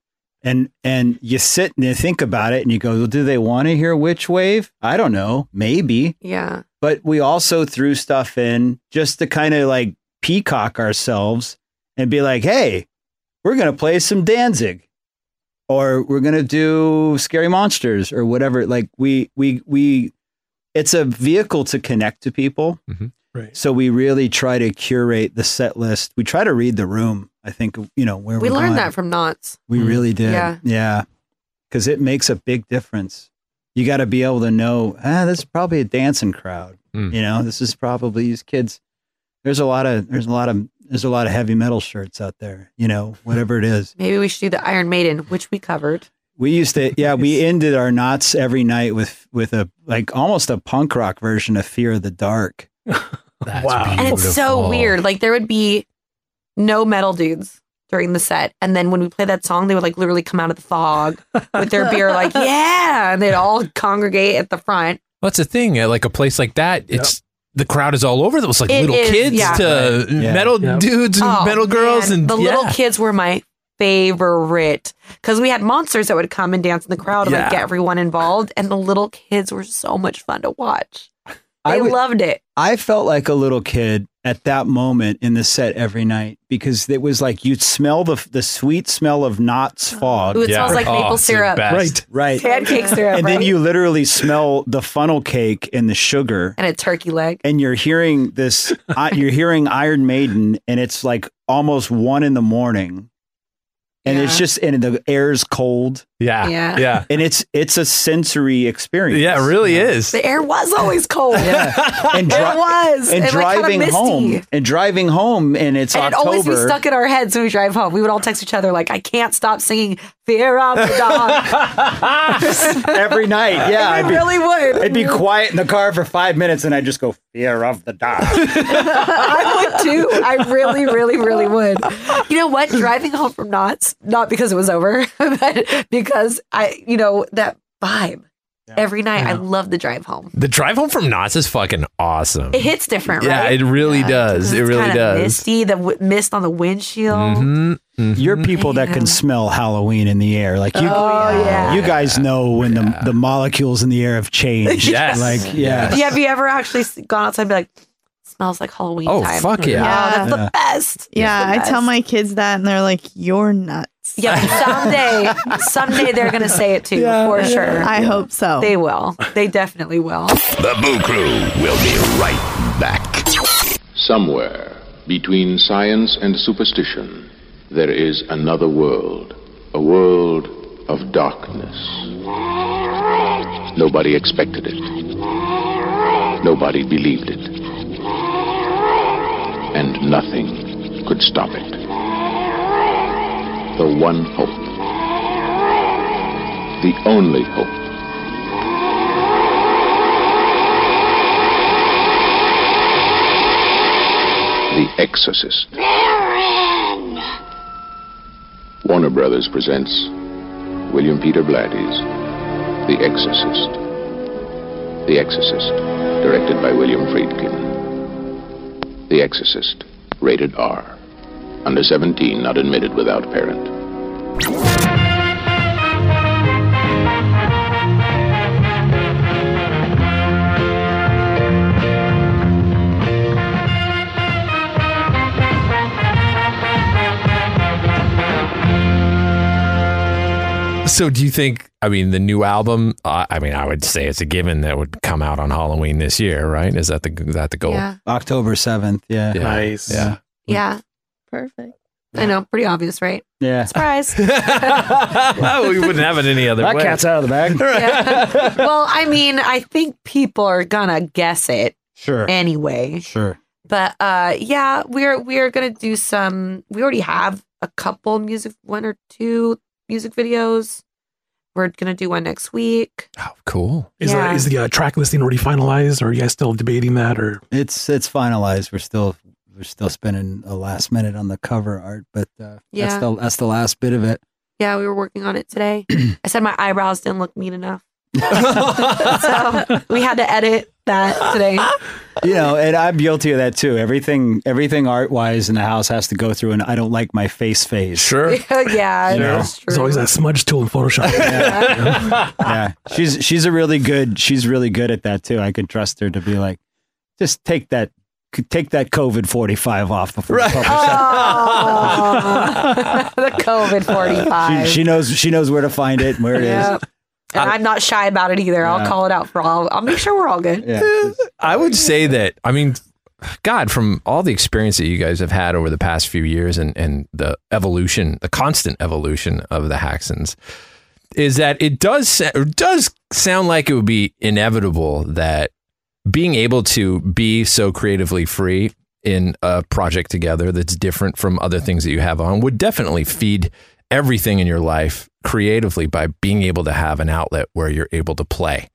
Speaker 6: and and you sit and you think about it and you go well, do they want to hear which wave i don't know maybe
Speaker 9: Yeah.
Speaker 6: but we also threw stuff in just to kind of like peacock ourselves and be like, hey, we're going to play some Danzig or we're going to do Scary Monsters or whatever. Like we, we, we, it's a vehicle to connect to people.
Speaker 8: Right.
Speaker 6: So we really try to curate the set list. We try to read the room. I think, you know, where
Speaker 10: We
Speaker 6: we're
Speaker 10: learned
Speaker 6: going.
Speaker 10: that from Knots.
Speaker 6: We really did.
Speaker 10: Yeah.
Speaker 6: Yeah. Because it makes a big difference. You got to be able to know, ah, this is probably a dancing crowd.
Speaker 4: Mm.
Speaker 6: You know, this is probably these kids. There's a lot of, there's a lot of, there's a lot of heavy metal shirts out there, you know, whatever it is.
Speaker 10: Maybe we should do the Iron Maiden, which we covered.
Speaker 6: We used to, yeah, we ended our knots every night with, with a, like almost a punk rock version of Fear of the Dark.
Speaker 4: That's
Speaker 8: Wow.
Speaker 10: And it's so
Speaker 4: beautiful.
Speaker 10: weird. Like there would be no metal dudes during the set. And then when we played that song, they would like literally come out of
Speaker 4: *laughs*
Speaker 10: the fog with their beer, like, yeah. And they'd all congregate at the front.
Speaker 4: Well, that's the thing. uh, Like a place like that, it's the crowd is all over. It was like
Speaker 10: It
Speaker 4: little
Speaker 10: is,
Speaker 4: kids
Speaker 10: yeah.
Speaker 4: to
Speaker 6: Yeah.
Speaker 4: metal
Speaker 8: Yep.
Speaker 4: dudes and
Speaker 10: Oh,
Speaker 4: metal girls,
Speaker 10: man.
Speaker 4: and
Speaker 10: the
Speaker 4: yeah.
Speaker 10: little kids were my favorite because we had monsters that would come and dance in the crowd and
Speaker 4: Yeah.
Speaker 10: like get everyone involved. And the little kids were so much fun to watch. They
Speaker 6: would-
Speaker 10: loved it.
Speaker 6: I felt like a little kid at that moment in the set every night because it was like you'd smell the the sweet smell of Knott's fog.
Speaker 10: Ooh, it smells like
Speaker 4: Oh,
Speaker 10: maple
Speaker 4: it's the
Speaker 10: syrup,
Speaker 4: best.
Speaker 8: Right.
Speaker 6: Right.
Speaker 10: pancake syrup,
Speaker 6: And then
Speaker 10: right?
Speaker 6: you literally smell the funnel cake and the sugar.
Speaker 10: and a turkey leg.
Speaker 6: And you're hearing this, I- you're hearing Iron Maiden, and it's like almost one in the morning. And it's
Speaker 10: Yeah.
Speaker 6: just, and the air's cold.
Speaker 4: Yeah.
Speaker 10: Yeah.
Speaker 4: Ah, Yeah.
Speaker 6: And it's, it's a sensory experience.
Speaker 4: Yeah, it really is.
Speaker 10: *laughs* The air was always cold.
Speaker 6: And, dri-
Speaker 10: It was.
Speaker 6: and
Speaker 10: It, like, kinda
Speaker 6: driving
Speaker 10: misty.
Speaker 6: home, and driving home, and it's
Speaker 10: And it'd
Speaker 6: October.
Speaker 10: always be stuck in our heads when we drive home. We would all text each other like, "I can't stop singing Fear of the Dog." *laughs*
Speaker 6: every night. Yeah,
Speaker 10: I
Speaker 6: I'd be,
Speaker 10: really would.
Speaker 6: I'd be quiet in the car for five minutes, and I'd just go fear of
Speaker 4: *laughs*
Speaker 6: the dark.
Speaker 10: I would too. I really, really, *laughs* really would. You know what? Driving home from Knott's, not because it was over, *laughs* but because I, you know, that vibe every night. I love the drive home.
Speaker 4: The drive home from Knott's is fucking awesome.
Speaker 10: It hits different,
Speaker 4: yeah,
Speaker 10: right?
Speaker 4: it really does. It
Speaker 10: It's
Speaker 4: really
Speaker 10: kinda
Speaker 4: does.
Speaker 10: Misty, the w- mist on the windshield.
Speaker 4: Mhm. Mhm.
Speaker 6: You're people that
Speaker 10: Yeah.
Speaker 6: can smell Halloween in the air, like you.
Speaker 10: Oh yeah.
Speaker 6: You guys know when the, the molecules in the air have changed.
Speaker 4: Yes.
Speaker 6: Like, yeah.
Speaker 10: Yeah, have you ever actually s- gone outside and be like, smells like Halloween
Speaker 4: Oh,
Speaker 10: time?
Speaker 4: fuck yeah.
Speaker 10: Oh, that's
Speaker 6: Yeah.
Speaker 10: the best.
Speaker 9: Yeah,
Speaker 10: That's the
Speaker 9: I tell
Speaker 10: best.
Speaker 9: my kids that, and they're like, "You're nuts."
Speaker 10: Yeah,
Speaker 9: *laughs*
Speaker 10: someday, someday they're gonna say it too, for sure.
Speaker 9: I hope so.
Speaker 10: they will. They definitely will.
Speaker 11: The Boo Crew will be right back.
Speaker 3: Somewhere between science and superstition, there is another world, a world of darkness. Nobody expected it. Nobody believed it. And nothing could stop it. The one hope. The only hope. The Exorcist. Warner Brothers presents William Peter Blatty's The Exorcist. The Exorcist, directed by William Friedkin. The Exorcist, rated R. Under 17, not admitted without parent.
Speaker 4: So, do you think? I mean, the new album. Uh, I mean, I would say it's a given that would come out on Halloween this year, right? Is that the is that the goal?
Speaker 10: Yeah.
Speaker 6: October 7th. Yeah.
Speaker 4: Yeah. *laughs*
Speaker 8: Nice.
Speaker 4: Yeah.
Speaker 10: Yeah.
Speaker 9: Perfect.
Speaker 10: I know, pretty obvious, right? *laughs*
Speaker 6: Yeah.
Speaker 10: Surprise.
Speaker 4: we wouldn't have it any other
Speaker 6: That
Speaker 4: way.
Speaker 6: cat's out of the
Speaker 4: *laughs*
Speaker 6: bag. *laughs*
Speaker 10: Yeah. Well, I mean, I think people are gonna guess it
Speaker 6: Sure.
Speaker 10: anyway.
Speaker 6: Sure.
Speaker 10: But uh yeah, we're we're gonna do some we already have a couple music one or two music videos. We're gonna do one next week.
Speaker 4: oh, cool.
Speaker 8: Is,
Speaker 10: Yeah.
Speaker 8: that, is the uh, track listing already finalized, or are you guys still debating that? Or
Speaker 6: It's it's finalized. We're still we're still spending a last minute on the cover art, but uh,
Speaker 10: Yeah.
Speaker 6: that's the that's the last bit of it. *laughs*
Speaker 10: Yeah, we were working on it
Speaker 9: *clears throat*
Speaker 10: today. I said my eyebrows didn't look mean enough. *laughs* so we had to edit
Speaker 9: *laughs*
Speaker 10: that today.
Speaker 9: Uh,
Speaker 6: you know, and I'm guilty of that too. Everything, everything art wise in the house has to go through an I don't like my face phase.
Speaker 4: Sure.
Speaker 10: yeah,
Speaker 6: You know,
Speaker 10: that's true.
Speaker 8: there's always that smudge tool in Photoshop.
Speaker 6: Yeah, *laughs* she's she's a really good she's really good at that too. I could trust her to be like, just take that could take that COVID 45 off before right.
Speaker 9: the *laughs* COVID 45.
Speaker 6: she, she knows she knows where to find it and where it is.
Speaker 9: Yep. And I'm not shy about it either. I'll
Speaker 4: Yeah.
Speaker 9: call it out for all. I'll make sure we're all good.
Speaker 4: I would say that I mean, God, from all the experience that you guys have had over the past few years and and the evolution, the constant evolution of the Haxons, is that it does sa- or does sound like it would be inevitable that being able to be so creatively free in a project together that's different from other things that you have on would definitely feed everything in your life creatively by being able to have an outlet where you're able to play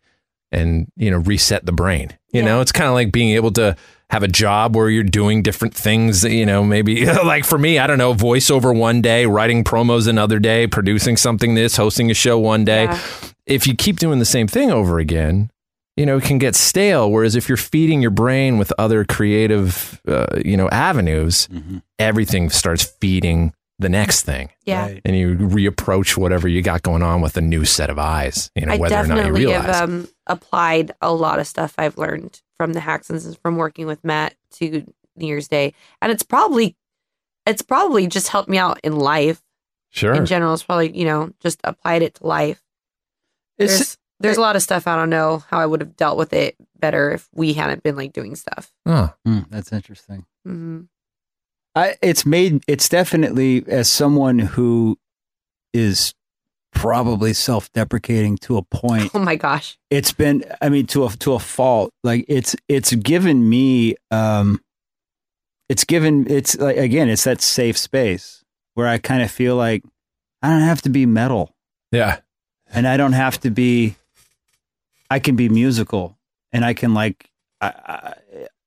Speaker 4: and you know reset the brain you know it's kind of like being able to have a job where you're doing different things you know maybe *laughs* like for me i don't know voiceover one day writing promos another day producing something this hosting a show one day if you keep doing the same thing over again you know it can get stale whereas if you're feeding your brain with other creative uh, you know avenues everything starts feeding the next thing
Speaker 9: Yeah. Right.
Speaker 4: and you reapproach whatever you got going on with a new set of eyes you know
Speaker 9: I
Speaker 4: whether or
Speaker 9: definitely
Speaker 4: not you realize
Speaker 9: have um, applied a lot of stuff I've learned from the Haxons and from working with Matt to New Year's Day, and it's probably it's probably just helped me out in life.
Speaker 4: Sure.
Speaker 9: in general, it's probably you know just applied it to life.
Speaker 6: It's-
Speaker 9: there's there's a lot of stuff I don't know how I would have dealt with it better if we hadn't been like doing stuff.
Speaker 4: Oh,
Speaker 6: Hmm, that's interesting.
Speaker 9: Mhm.
Speaker 6: I, it's made it's definitely as someone who is probably self-deprecating to a point.
Speaker 9: Oh my gosh,
Speaker 6: it's been i mean to a to a fault like it's it's given me um it's given it's like again it's that safe space where i kind of feel like i don't have to be metal
Speaker 4: yeah
Speaker 6: and i don't have to be i can be musical and i can like i i,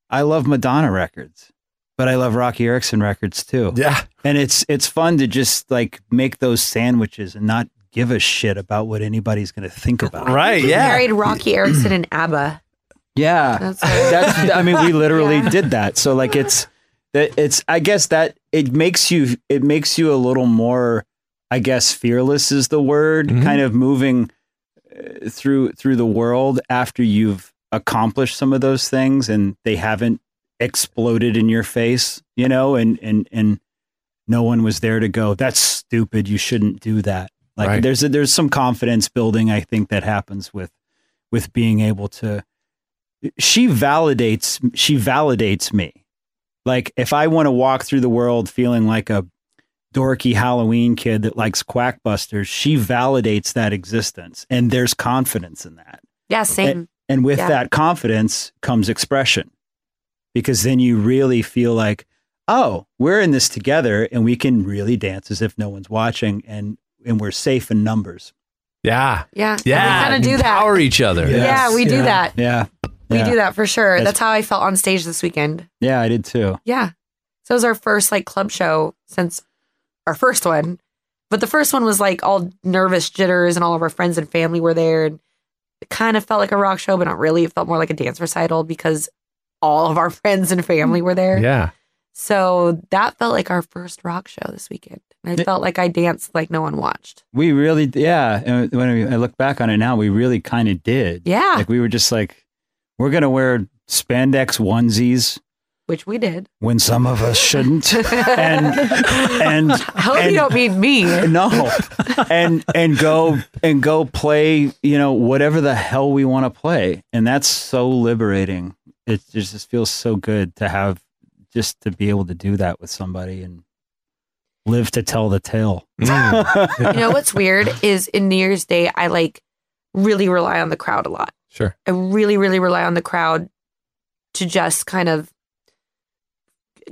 Speaker 6: I love madonna records but i love rocky erickson records too
Speaker 4: yeah
Speaker 6: and it's it's fun to just like make those sandwiches and not give a shit about what anybody's going to think
Speaker 4: *laughs*
Speaker 6: about
Speaker 4: Right,
Speaker 9: married Rocky Erickson and ABBA.
Speaker 6: yeah, *laughs*
Speaker 9: That's
Speaker 6: that's.
Speaker 9: right.
Speaker 6: I mean, we literally did that. So like, it's that it's. I guess that it makes you. It makes you a little more. I guess fearless is the word. Kind of moving uh, through through the world after you've accomplished some of those things and they haven't exploded in your face, you know, and and and no one was there to go. That's stupid. You shouldn't do that. Like
Speaker 4: Right.
Speaker 6: there's a, there's some confidence building I think that happens with with being able to she validates she validates me like if i want to walk through the world feeling like a dorky halloween kid that likes quackbusters she validates that existence and there's confidence in that
Speaker 9: Yeah, same.
Speaker 6: and, and with
Speaker 9: Yeah.
Speaker 6: that confidence comes expression because then you really feel like oh we're in this together and we can really dance as if no one's watching and and we're safe in numbers
Speaker 4: yeah
Speaker 9: Yeah.
Speaker 4: yeah
Speaker 9: We kind of do that.
Speaker 4: empower each other
Speaker 9: Yeah, we do that.
Speaker 6: yeah
Speaker 9: We
Speaker 6: Yeah.
Speaker 9: do that for sure.
Speaker 6: That's-
Speaker 9: That's how I felt on stage this weekend.
Speaker 6: yeah i did too
Speaker 9: Yeah. So it was our first like club show since our first one. But the first one was like all nervous jitters and all of our friends and family were there and it kind of felt like a rock show, but not really. It felt more like a dance recital because all of our *laughs* friends and family were there.
Speaker 4: yeah
Speaker 9: So that felt like our first rock show this weekend. And I felt like I danced like no one watched.
Speaker 6: We really, yeah. and When we- I look back on it now, we really kind of did.
Speaker 9: Yeah.
Speaker 6: Like we were just like, we're gonna wear spandex onesies
Speaker 9: Which
Speaker 6: *laughs*
Speaker 9: we did.
Speaker 6: when some of us shouldn't, and and
Speaker 9: I hope you
Speaker 6: and-
Speaker 9: don't mean me.
Speaker 6: no, and and go and go play, you know, whatever the hell we want to play, and that's so liberating. It just just feels so good to have, just to be able to do that with somebody and live to tell the tale. *laughs*
Speaker 9: you know what's weird is in New Year's Day, I like really rely on the crowd a lot.
Speaker 4: Sure.
Speaker 9: I really, really rely on the crowd to just kind of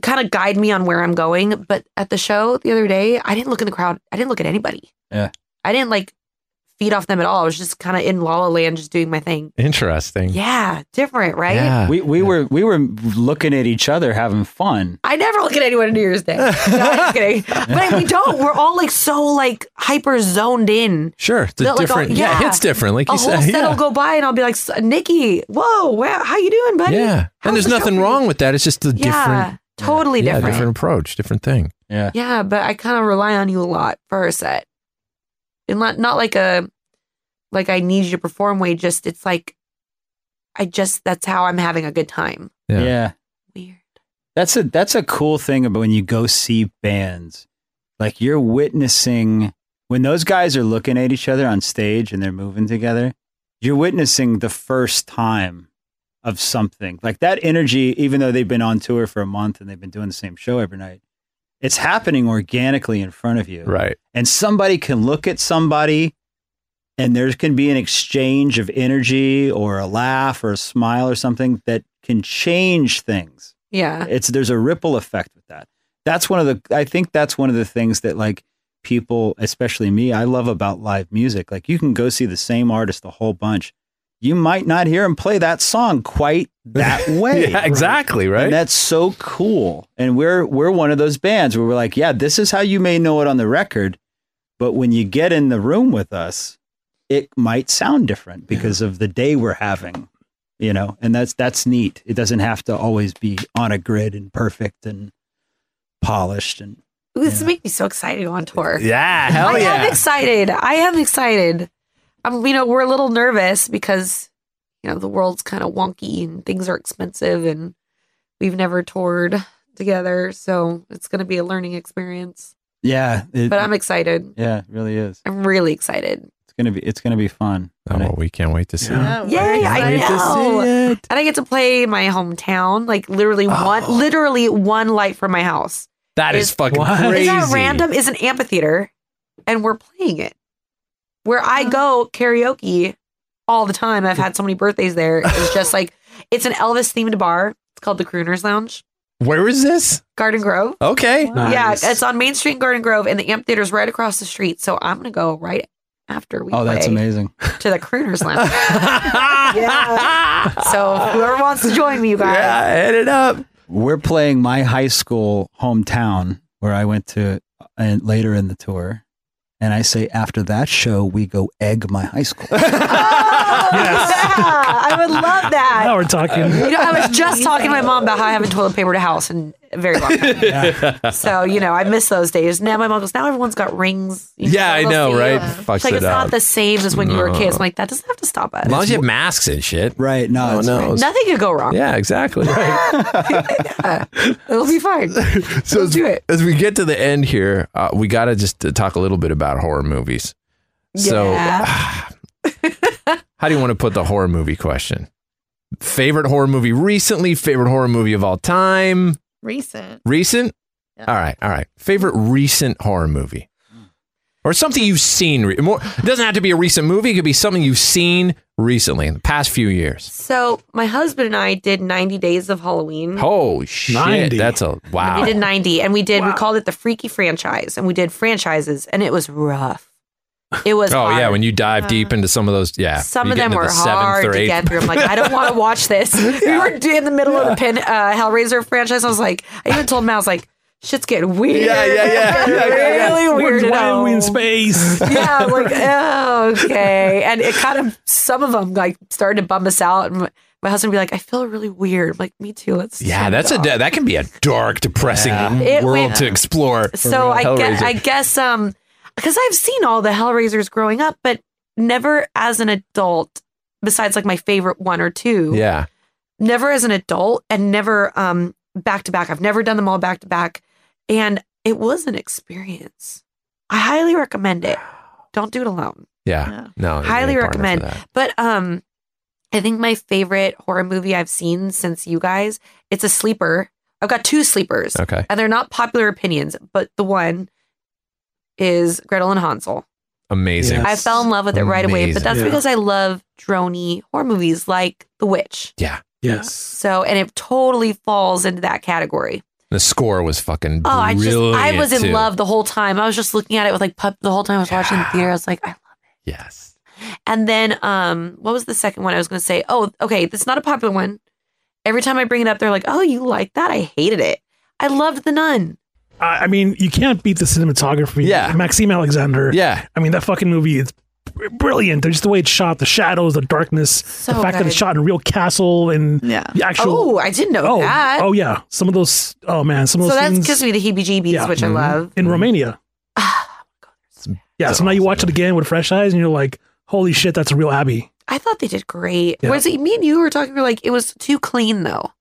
Speaker 9: kind of guide me on where I'm going. But at the show the other day, I didn't look in the crowd. I didn't look at anybody.
Speaker 6: Yeah.
Speaker 9: I didn't like feed off them at all. I was just kind of in La La Land, just doing my thing.
Speaker 4: interesting
Speaker 9: Yeah, different, right?
Speaker 4: Yeah.
Speaker 6: We we were we were looking at each other having fun.
Speaker 9: I never look at anyone on New
Speaker 4: *laughs*
Speaker 9: Year's Day. *laughs* No, I'm
Speaker 6: *laughs*
Speaker 9: just kidding. But we don't. We're all like so like hyper zoned in.
Speaker 4: Sure, it's a
Speaker 9: They'll, like,
Speaker 4: different.
Speaker 9: all-
Speaker 4: yeah.
Speaker 9: yeah.
Speaker 4: it's different. Like
Speaker 9: a
Speaker 4: you
Speaker 9: whole
Speaker 4: said,
Speaker 9: set
Speaker 4: uh, yeah,
Speaker 9: will go by and I'll be like, "S- Nikki, whoa, wow, how you doing, buddy?
Speaker 4: yeah. And there's nothing wrong with that. It's just a
Speaker 9: Yeah,
Speaker 4: different,
Speaker 9: totally
Speaker 4: yeah,
Speaker 9: different.
Speaker 4: different approach, different thing.
Speaker 6: Yeah,
Speaker 9: Yeah, but I kind of rely on you a lot for a set, and not not like a like I need you to perform way. Just it's like I just that's how I'm having a good time.
Speaker 6: Yeah.
Speaker 9: Weird.
Speaker 6: That's a that's a cool thing about when you go see bands. Like you're witnessing when those guys are looking at each other on stage and they're moving together, you're witnessing the first time of something. Like that energy, even though they've been on tour for a month and they've been doing the same show every night, it's happening organically in front of you.
Speaker 4: Right.
Speaker 6: And somebody can look at somebody and there can be an exchange of energy or a laugh or a smile or something that can change things
Speaker 9: Yeah.
Speaker 6: it's there's a ripple effect with that that's one of the i think that's one of the things that like people especially me i love about live music like you can go see the same artist a whole bunch you might not hear him play that song quite that
Speaker 4: *laughs*
Speaker 6: way
Speaker 4: Yeah, exactly, right?
Speaker 6: And that's so cool and we're we're one of those bands where we're like yeah this is how you may know it on the record but when you get in the room with us it might sound different because of the day we're having you know and that's that's neat it doesn't have to always be on a grid and perfect and polished and
Speaker 9: Ooh, this is making me so excited to go on tour.
Speaker 4: Yeah,
Speaker 6: hell
Speaker 9: I
Speaker 6: yeah.
Speaker 9: am excited. I am excited. I'm, you know, we're a little nervous because, you know, the world's kind of wonky and things are expensive and we've never toured together. So it's going to be a learning experience.
Speaker 6: yeah it-
Speaker 9: But I'm excited.
Speaker 6: yeah it really is
Speaker 9: I'm really excited.
Speaker 6: it's gonna be it's gonna be fun oh well,
Speaker 4: we can't wait to see
Speaker 10: Yeah,
Speaker 9: Yay, I
Speaker 6: excited to
Speaker 9: know. And I get to play my hometown, like literally one, literally one light from my house.
Speaker 4: That is fucking
Speaker 9: Is
Speaker 4: crazy.
Speaker 9: that random? Is an amphitheater, and we're playing it. Where I go karaoke all the time. I've had so many birthdays there. It's just like it's an Elvis themed bar. It's called the Crooners Lounge,
Speaker 4: Where is this?
Speaker 9: Garden Grove.
Speaker 4: Okay.
Speaker 9: Yeah, it's on Main Street, in Garden Grove, and the amphitheater's right across the street. So I'm gonna go right after we.
Speaker 6: oh that's
Speaker 9: play
Speaker 6: amazing
Speaker 9: To the Crooners
Speaker 6: *laughs*
Speaker 9: Lounge. *laughs* Yeah. So whoever wants to join me, you guys.
Speaker 4: hit it up
Speaker 6: we're playing my high school hometown where i went to and later in the tour and i say after that show we go egg my high school
Speaker 9: *laughs* I
Speaker 6: *laughs*
Speaker 9: would love that.
Speaker 8: Now we're talking.
Speaker 9: You know, I was just talking to my mom about how I haven't toilet paper to house in a very
Speaker 4: *laughs*
Speaker 9: long time. So, you know, I miss those days. Now my mom goes, now everyone's got rings. You
Speaker 4: Yeah, I
Speaker 9: they'll
Speaker 4: know,
Speaker 9: see
Speaker 4: right?
Speaker 9: you.
Speaker 4: Fucks
Speaker 9: It's like,
Speaker 4: it
Speaker 9: it's
Speaker 4: up.
Speaker 9: not the same as when you were
Speaker 4: No.
Speaker 9: kids. I'm like, that doesn't have to stop us.
Speaker 4: As long as you have masks and shit.
Speaker 6: Right.
Speaker 9: Oh,
Speaker 6: No,
Speaker 4: no.
Speaker 9: Nothing could go wrong.
Speaker 4: Yeah, exactly.
Speaker 9: It'll be fine.
Speaker 4: so as, *laughs* as we get to the end here, uh, we got to just uh, talk a little bit about horror movies. So, *sighs* how do you want to put the horror movie question? Favorite horror movie recently? Favorite horror movie of all time?
Speaker 10: Recent.
Speaker 4: Recent?
Speaker 10: Yeah.
Speaker 4: All right, all right. Favorite recent horror movie? Or something you've seen. Re- more, it doesn't have to be a recent movie. It could be something you've seen recently in the past few years.
Speaker 9: So my husband and I did 90 days of Halloween.
Speaker 4: Oh, shit.
Speaker 8: 90.
Speaker 4: That's a wow.
Speaker 9: We did 90 and we did, we called it the Freaky Franchise and we did franchises and it was rough. It
Speaker 4: *laughs*
Speaker 9: was
Speaker 4: oh
Speaker 9: hard.
Speaker 4: yeah, when you dive deep into some of those, yeah,
Speaker 9: Some
Speaker 4: you
Speaker 9: of
Speaker 4: get
Speaker 9: them
Speaker 4: into
Speaker 9: were
Speaker 4: the seventh or
Speaker 9: hard to
Speaker 4: eighth.
Speaker 9: get through. I'm like, I don't want
Speaker 4: *laughs*
Speaker 9: to watch this. *laughs*
Speaker 6: *laughs*
Speaker 9: We were in the middle of the pin, uh, Hellraiser franchise. I was like, I even told him, I was like, shit's getting weird.
Speaker 8: Yeah, yeah, yeah,
Speaker 9: It's
Speaker 8: yeah,
Speaker 9: getting
Speaker 8: yeah, yeah.
Speaker 9: Really
Speaker 8: Why-
Speaker 9: weird.
Speaker 8: why
Speaker 9: at
Speaker 8: are we in
Speaker 9: all." *laughs*
Speaker 8: space?
Speaker 9: yeah, I'm
Speaker 8: *laughs*
Speaker 9: like, oh, okay. And it kind of, some of them like started to bum us out. And my- my husband would be like, I feel really weird. I'm like, me too. Let's.
Speaker 4: Yeah, that's a de- that can be a dark, depressing
Speaker 9: It
Speaker 4: world
Speaker 9: went-
Speaker 4: to explore.
Speaker 9: So I guess,
Speaker 4: Hellraiser.
Speaker 9: I guess, um, because I've seen all the Hellraisers growing up, but never as an adult, besides like my favorite one or two.
Speaker 4: yeah,
Speaker 9: never as an adult and never um back to back. I've never done them all back to back and it was an experience. I highly recommend it. Don't do it alone.
Speaker 4: yeah, no, you
Speaker 9: highly
Speaker 4: need a partner for
Speaker 9: recommend.
Speaker 4: that.
Speaker 9: But um I think my favorite horror movie I've seen since you guys, it's a sleeper. I've got two sleepers.
Speaker 4: Okay.
Speaker 9: And they're not popular opinions, but the one is Gretel and Hansel.
Speaker 4: Amazing.
Speaker 9: I fell in love with it right away, but
Speaker 4: Amazing.
Speaker 9: that's
Speaker 4: Yeah.
Speaker 9: because I love drony horror movies like The Witch.
Speaker 4: Yeah,
Speaker 8: Yes.
Speaker 9: So, and it totally falls into that category.
Speaker 4: the score was fucking.
Speaker 9: Oh, I just,
Speaker 4: brilliant
Speaker 9: I was in
Speaker 4: too.
Speaker 9: love the whole time. I was just looking at it with like pup the whole time I was watching the theater. I was like, I love it.
Speaker 4: Yes.
Speaker 9: And then, um, what was the second one I was going to say? Oh, okay. That's not a popular one. Every time I bring it up, they're like, oh, you like that? I hated it. I loved The Nun.
Speaker 8: I, I mean, you can't beat the cinematography. Yeah. Maxime Alexander.
Speaker 4: Yeah.
Speaker 8: I mean, that fucking movie is br- brilliant. There's just the way it's shot, the shadows, the darkness, the fact that
Speaker 9: good.
Speaker 8: it's shot in a real castle and yeah. the actual.
Speaker 9: Oh, I didn't know
Speaker 8: oh,
Speaker 9: that.
Speaker 8: Oh, yeah. Some of those. Oh, man. Some of
Speaker 9: So
Speaker 8: those
Speaker 9: that
Speaker 8: scenes.
Speaker 9: gives me the heebie jeebies,
Speaker 8: Yeah.
Speaker 9: which I
Speaker 4: Mm-hmm.
Speaker 8: Mhm.
Speaker 9: love.
Speaker 8: In Romania.
Speaker 9: Ah, oh
Speaker 8: yeah. So now you watch it again with fresh eyes and you're like, holy shit, that's a real Abbey.
Speaker 9: I thought they did great.
Speaker 8: Yeah.
Speaker 9: Was it me and you were talking? We were like, it was too clean though.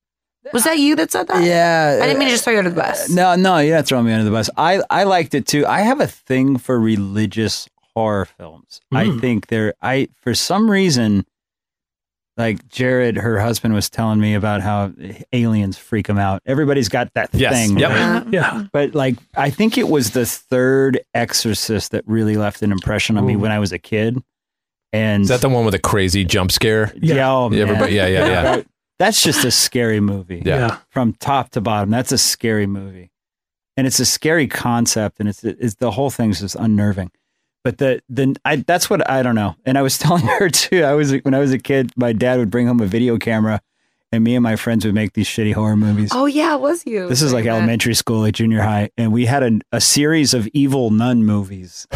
Speaker 9: Was that you that said that?
Speaker 6: Yeah.
Speaker 9: I didn't mean to just throw you under the bus.
Speaker 6: Uh, No, no, you're not throwing me under the bus. I, I liked it too. I have a thing for religious horror films. I
Speaker 9: Hmm.
Speaker 12: Mm.
Speaker 6: think they're I for some reason, like Jared, her husband was telling me about how aliens freak him out. Everybody's got that
Speaker 4: Yes.
Speaker 6: thing.
Speaker 4: Yep.
Speaker 6: right?
Speaker 9: Mm-hmm.
Speaker 8: Yeah.
Speaker 6: But like, I think it was the third Exorcist that really left an impression on me
Speaker 4: Ooh.
Speaker 6: when I was a kid. And
Speaker 4: Is that the one with a crazy jump scare?
Speaker 6: yeah, oh, man.
Speaker 4: everybody, yeah, yeah, yeah.
Speaker 6: That- That's just a scary movie.
Speaker 4: Yeah. Yeah.
Speaker 6: From top to bottom, that's a scary movie, and it's a scary concept, and it's it's the whole thing's just unnerving. But the the I that's what I don't know. And I was *laughs* telling her too. I was when I was a kid, my dad would bring home a video camera, and me and my friends would make these shitty horror movies.
Speaker 9: Oh yeah, it was you.
Speaker 6: This is like elementary school, like junior high, and we had a, a series of evil nun
Speaker 9: *laughs*
Speaker 6: movies.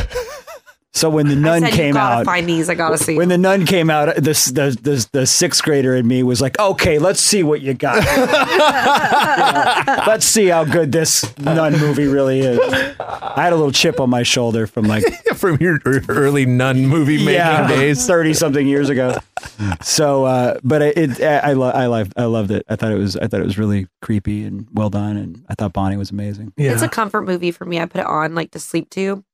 Speaker 6: so when the nun
Speaker 9: I said, you
Speaker 6: came
Speaker 9: gotta
Speaker 6: out,
Speaker 9: find these. I gotta see.
Speaker 6: when the nun came out, this the, the the sixth grader in me was like, "Okay, let's see what you
Speaker 9: *laughs*
Speaker 6: got. *laughs* let's see how good this nun movie really is." I had a little chip on my shoulder from
Speaker 9: *laughs*
Speaker 6: like
Speaker 4: from your early nun movie making days.
Speaker 6: thirty something years ago. So, uh, but it, it I I, lo- I loved I loved it. I thought it was I thought it was really creepy and well done, and I thought Bonnie was amazing.
Speaker 9: It's a comfort movie for me. I put it on like to sleep to.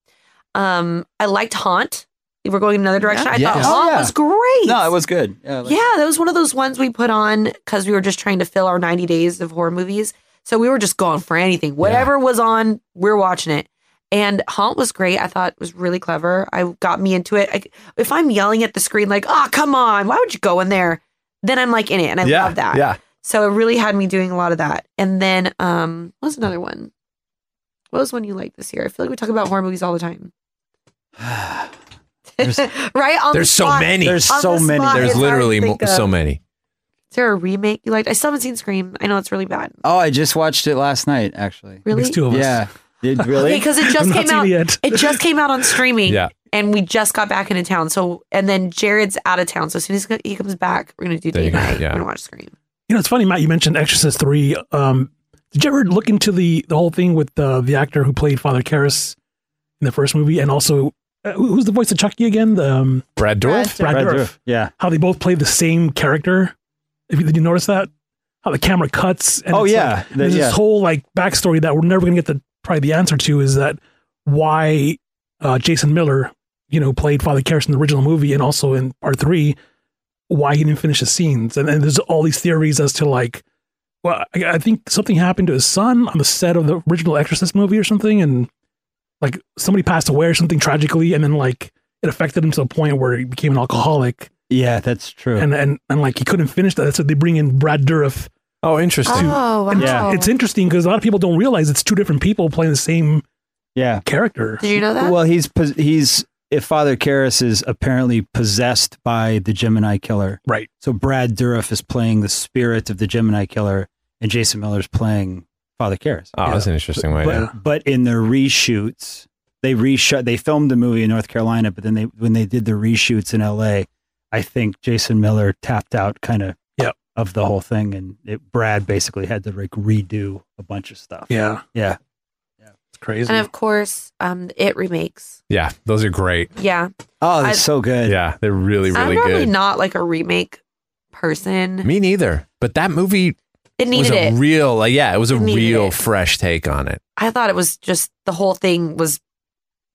Speaker 9: Um, I liked Haunt. We're going in another direction. I thought
Speaker 6: Yes. Oh,
Speaker 9: Haunt
Speaker 6: yeah.
Speaker 9: was great.
Speaker 6: no, it was good. Yeah, I liked it.
Speaker 9: Yeah, that was one of those ones we put on because we were just trying to fill our 90 days of horror movies. So we were just going for anything. Whatever was on, we are watching it. And Haunt was great. I thought it was really clever. I got me into it. I, if I'm yelling at the screen, like, oh, come on, why would you go in there? Then I'm like in it. And I
Speaker 4: Yeah,
Speaker 9: love that.
Speaker 4: yeah.
Speaker 9: So it really had me doing a lot of that. And then, um, what was another one? What was one you liked this year? I feel like we talk about horror movies all
Speaker 4: *sighs*
Speaker 9: the time. *laughs* right? On the
Speaker 4: There's so
Speaker 9: spot-
Speaker 4: many.
Speaker 9: on the spot,
Speaker 4: There's
Speaker 9: it's hard to
Speaker 4: literally mo-
Speaker 9: think of.
Speaker 4: so many.
Speaker 9: Is there a remake you liked? I still haven't seen Scream. I know it's really bad.
Speaker 6: Oh, I just watched it last night, actually.
Speaker 9: Really? There's two of us.
Speaker 6: Yeah.
Speaker 9: *laughs*
Speaker 6: Did really?
Speaker 9: because it just came out. It, just came out on streaming.
Speaker 6: Yeah.
Speaker 9: And we just got back into town. So and then Jared's out of town. So as soon as he comes back, we're gonna do
Speaker 8: There you
Speaker 9: date
Speaker 8: go,
Speaker 9: night.
Speaker 8: yeah.
Speaker 9: We're gonna watch Scream.
Speaker 8: You know, it's funny, Matt. You mentioned Exorcist three. Um, did you ever look into the the whole thing with uh, the actor who played Father Karras in the first movie, and also uh, who- who's the voice of Chucky again? The um,
Speaker 4: Brad Dourif?
Speaker 8: Brad,
Speaker 4: Brad
Speaker 8: Dourif.
Speaker 4: Dourif,
Speaker 6: Yeah.
Speaker 8: How they both played the same character. If you, did you notice that? How the camera cuts. And
Speaker 6: Oh,
Speaker 8: it's
Speaker 6: yeah.
Speaker 8: like-
Speaker 6: The-
Speaker 8: there's
Speaker 6: yeah.
Speaker 8: this whole like backstory that we're never going to get the probably the answer to is that why uh, Jason Miller, you know, played Father Karras in the original movie and also in part three, why he didn't finish his scenes. And, and there's all these theories as to like, well, I, I think something happened to his son on the set of the original Exorcist movie or something, and like somebody passed away or something tragically, and then like it affected him to the point where he became an alcoholic.
Speaker 6: Yeah, that's true.
Speaker 8: And and and like he couldn't finish that, so they bring in Brad Dourif.
Speaker 4: Oh, interesting.
Speaker 9: Oh,
Speaker 8: and
Speaker 9: wow.
Speaker 8: It's interesting because a lot of people don't realize it's two different people playing the same
Speaker 6: yeah
Speaker 8: character.
Speaker 9: Did you know that?
Speaker 6: Well, he's pos- he's if Father Karras is apparently possessed by the Gemini Killer,
Speaker 8: right?
Speaker 6: So Brad Dourif is playing the spirit of the Gemini Killer, and Jason Miller's playing Father Karras.
Speaker 4: Oh, that's an interesting way.
Speaker 6: But,
Speaker 4: yeah.
Speaker 6: but in their reshoots, they reshoot. They filmed the movie in North Carolina, but then they when they did the reshoots in L.A., I think Jason Miller tapped out kind of
Speaker 8: Yep.
Speaker 6: of the whole thing, and it, Brad basically had to like redo a bunch of stuff.
Speaker 8: Yeah.
Speaker 6: yeah,
Speaker 8: It's crazy.
Speaker 9: And of course, um the it remakes.
Speaker 4: Yeah, those are great.
Speaker 9: Yeah.
Speaker 6: Oh,
Speaker 9: that's I-
Speaker 6: so good.
Speaker 4: Yeah, they're really, really
Speaker 9: I'm really
Speaker 4: good.
Speaker 9: not like a remake person.
Speaker 4: Me neither. But that movie was
Speaker 9: It needed
Speaker 4: a
Speaker 9: it.
Speaker 4: real, like, yeah, it was a
Speaker 9: It needed
Speaker 4: real
Speaker 9: it.
Speaker 4: fresh take on it.
Speaker 9: I thought it was just the whole thing was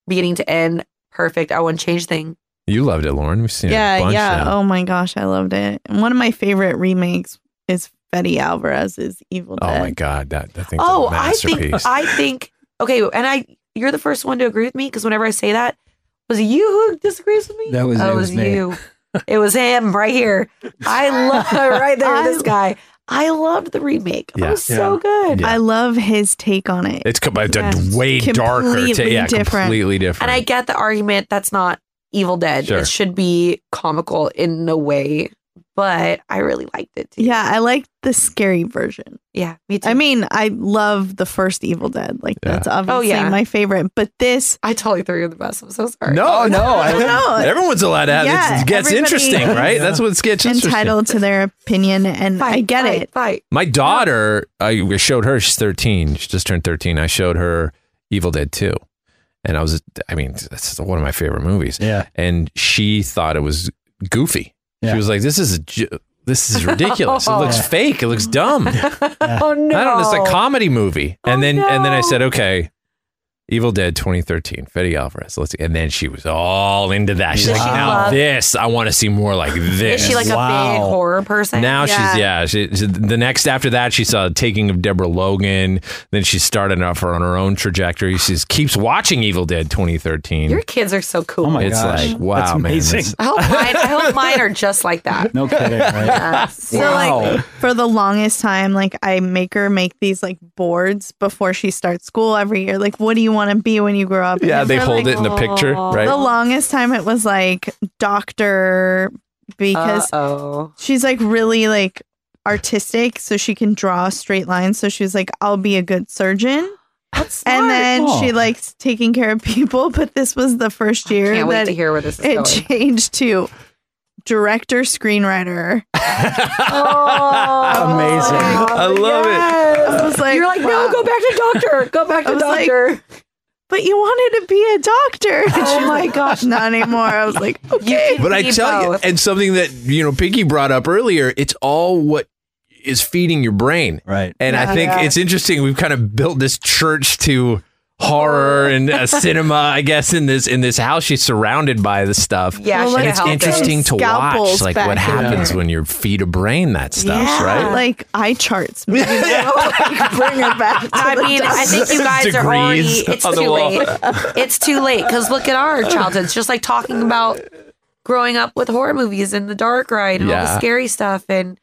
Speaker 9: beginning to end perfect. I wouldn't change thing.
Speaker 4: You loved it, Lauren. We've seen it a
Speaker 10: yeah,
Speaker 4: bunch
Speaker 10: yeah.
Speaker 4: now.
Speaker 10: Oh my gosh, I loved it. And one of my favorite remakes is Fetty Alvarez's Evil
Speaker 4: Oh,
Speaker 10: Dead.
Speaker 4: my God. That, that thing's
Speaker 9: Oh,
Speaker 4: a
Speaker 9: I think
Speaker 4: masterpiece.
Speaker 9: I think okay, and I you're the first one to agree with me because whenever I say that, was it you who disagrees with me?
Speaker 6: That was-
Speaker 9: oh,
Speaker 6: it was me.
Speaker 9: you. it was him right here. I love right there. this guy. I loved the remake.
Speaker 4: Yeah.
Speaker 9: It was so
Speaker 4: Yeah.
Speaker 9: good.
Speaker 4: Yeah.
Speaker 10: I love his take on it.
Speaker 4: it's com- it's a
Speaker 10: Yes.
Speaker 4: way darker. ta-
Speaker 10: Completely
Speaker 4: yeah,
Speaker 10: different.
Speaker 4: completely
Speaker 9: and
Speaker 4: different.
Speaker 9: I get the argument that's not Evil Dead.
Speaker 4: Sure.
Speaker 9: It should be comical in a way, but I really liked it too.
Speaker 10: Yeah, I like the scary version.
Speaker 9: Yeah, me too.
Speaker 10: I mean, I love the first Evil Dead. Like
Speaker 4: Yeah.
Speaker 10: that's
Speaker 4: Oh,
Speaker 10: obviously
Speaker 9: yeah.
Speaker 10: my favorite. But this,
Speaker 9: I totally threw you on the bus. I'm so sorry. Oh,
Speaker 4: no, no, I,
Speaker 10: Oh, No.
Speaker 4: Everyone's allowed to have
Speaker 10: Yeah,
Speaker 4: it. Gets
Speaker 10: everybody-
Speaker 4: interesting, right? That's what gets interesting.
Speaker 10: entitled to their opinion, and I get it.
Speaker 9: Fight.
Speaker 4: My daughter, I showed her. She's thirteen. She just turned thirteen. I showed her Evil Dead Two, and I was. I mean, that's one of my favorite movies.
Speaker 6: Yeah.
Speaker 4: And she thought it was goofy. She was like, "This is a j- This is ridiculous. It looks fake. It looks dumb.
Speaker 5: Oh no!
Speaker 4: I don't. It's a comedy movie.
Speaker 9: Oh,
Speaker 4: And then and then I said, okay, Evil Dead 2013, Fede Alvarez. Let's. And then she was all into that. She's like,
Speaker 9: Wow.
Speaker 4: now
Speaker 9: Love-
Speaker 4: this, I want to see more like this.
Speaker 9: Is she like a big horror person?
Speaker 4: Now she's yeah. She, she- the next after that, she saw Taking of Deborah Logan. Then she started off her on her own trajectory. She keeps watching Evil Dead 2013.
Speaker 9: Your kids are so cool.
Speaker 4: it's like wow,
Speaker 6: Oh That's
Speaker 4: man,
Speaker 6: amazing.
Speaker 4: that's-
Speaker 9: I hope mine. I
Speaker 4: *laughs*
Speaker 9: hope mine are just like that.
Speaker 6: No kidding, right?
Speaker 9: *laughs* Yeah.
Speaker 10: So like for the longest time, like I make her make these like boards before she starts school every year. Like, what do you want to be when you grow up?
Speaker 4: Yeah,
Speaker 10: And
Speaker 4: they
Speaker 10: for,
Speaker 4: hold
Speaker 10: like,
Speaker 4: it in the picture, right?
Speaker 10: The longest time it was like doctor because
Speaker 9: Uh, Uh-oh.
Speaker 10: she's like really like artistic, so she can draw straight lines. So she's like, I'll be a good surgeon. And then
Speaker 9: smart.
Speaker 10: she likes taking care of people, *laughs* but this was the first year
Speaker 9: can't wait
Speaker 10: that
Speaker 9: to hear where this is
Speaker 10: it
Speaker 9: going.
Speaker 10: changed to director
Speaker 9: *laughs*
Speaker 10: screenwriter.
Speaker 6: Amazing.
Speaker 4: I love
Speaker 10: I was like,
Speaker 9: You're like, no, go back to doctor. Go
Speaker 10: *laughs*
Speaker 9: back
Speaker 10: I
Speaker 9: to
Speaker 10: was like,
Speaker 9: doctor.
Speaker 10: but you wanted to be a
Speaker 9: *laughs*
Speaker 10: doctor. And
Speaker 9: Oh
Speaker 10: she's
Speaker 9: my
Speaker 10: like, gosh, not anymore. I was like, okay.
Speaker 4: But I tell you, and something that you know Pinky brought up earlier, it's all what is feeding your brain,
Speaker 6: right?
Speaker 4: And I
Speaker 10: Yeah.
Speaker 4: think
Speaker 10: Yeah.
Speaker 4: it's interesting. We've kind of built this church to horror and
Speaker 10: *laughs*
Speaker 4: uh, cinema, I guess. In this in this house, she's surrounded by this stuff.
Speaker 10: Yeah, Well, she
Speaker 4: and
Speaker 10: can
Speaker 4: it's
Speaker 10: help it.
Speaker 4: interesting to watch,
Speaker 10: Scalpels
Speaker 4: like
Speaker 10: back
Speaker 4: what
Speaker 10: in
Speaker 4: happens
Speaker 10: there.
Speaker 4: when you feed a brain that stuff,
Speaker 10: yeah,
Speaker 4: right?
Speaker 10: like eye
Speaker 4: *laughs*
Speaker 10: charts. Maybe they'll, like, bring her back. to
Speaker 9: I
Speaker 10: the
Speaker 9: mean, I
Speaker 10: doctor.
Speaker 9: think you guys are already.
Speaker 4: Degrees
Speaker 9: It's
Speaker 4: on the
Speaker 9: too
Speaker 4: wall.
Speaker 9: late. It's too late because look at our childhoods. Just like talking about growing up with horror movies and the dark ride and all
Speaker 6: Yeah.
Speaker 9: the scary stuff, and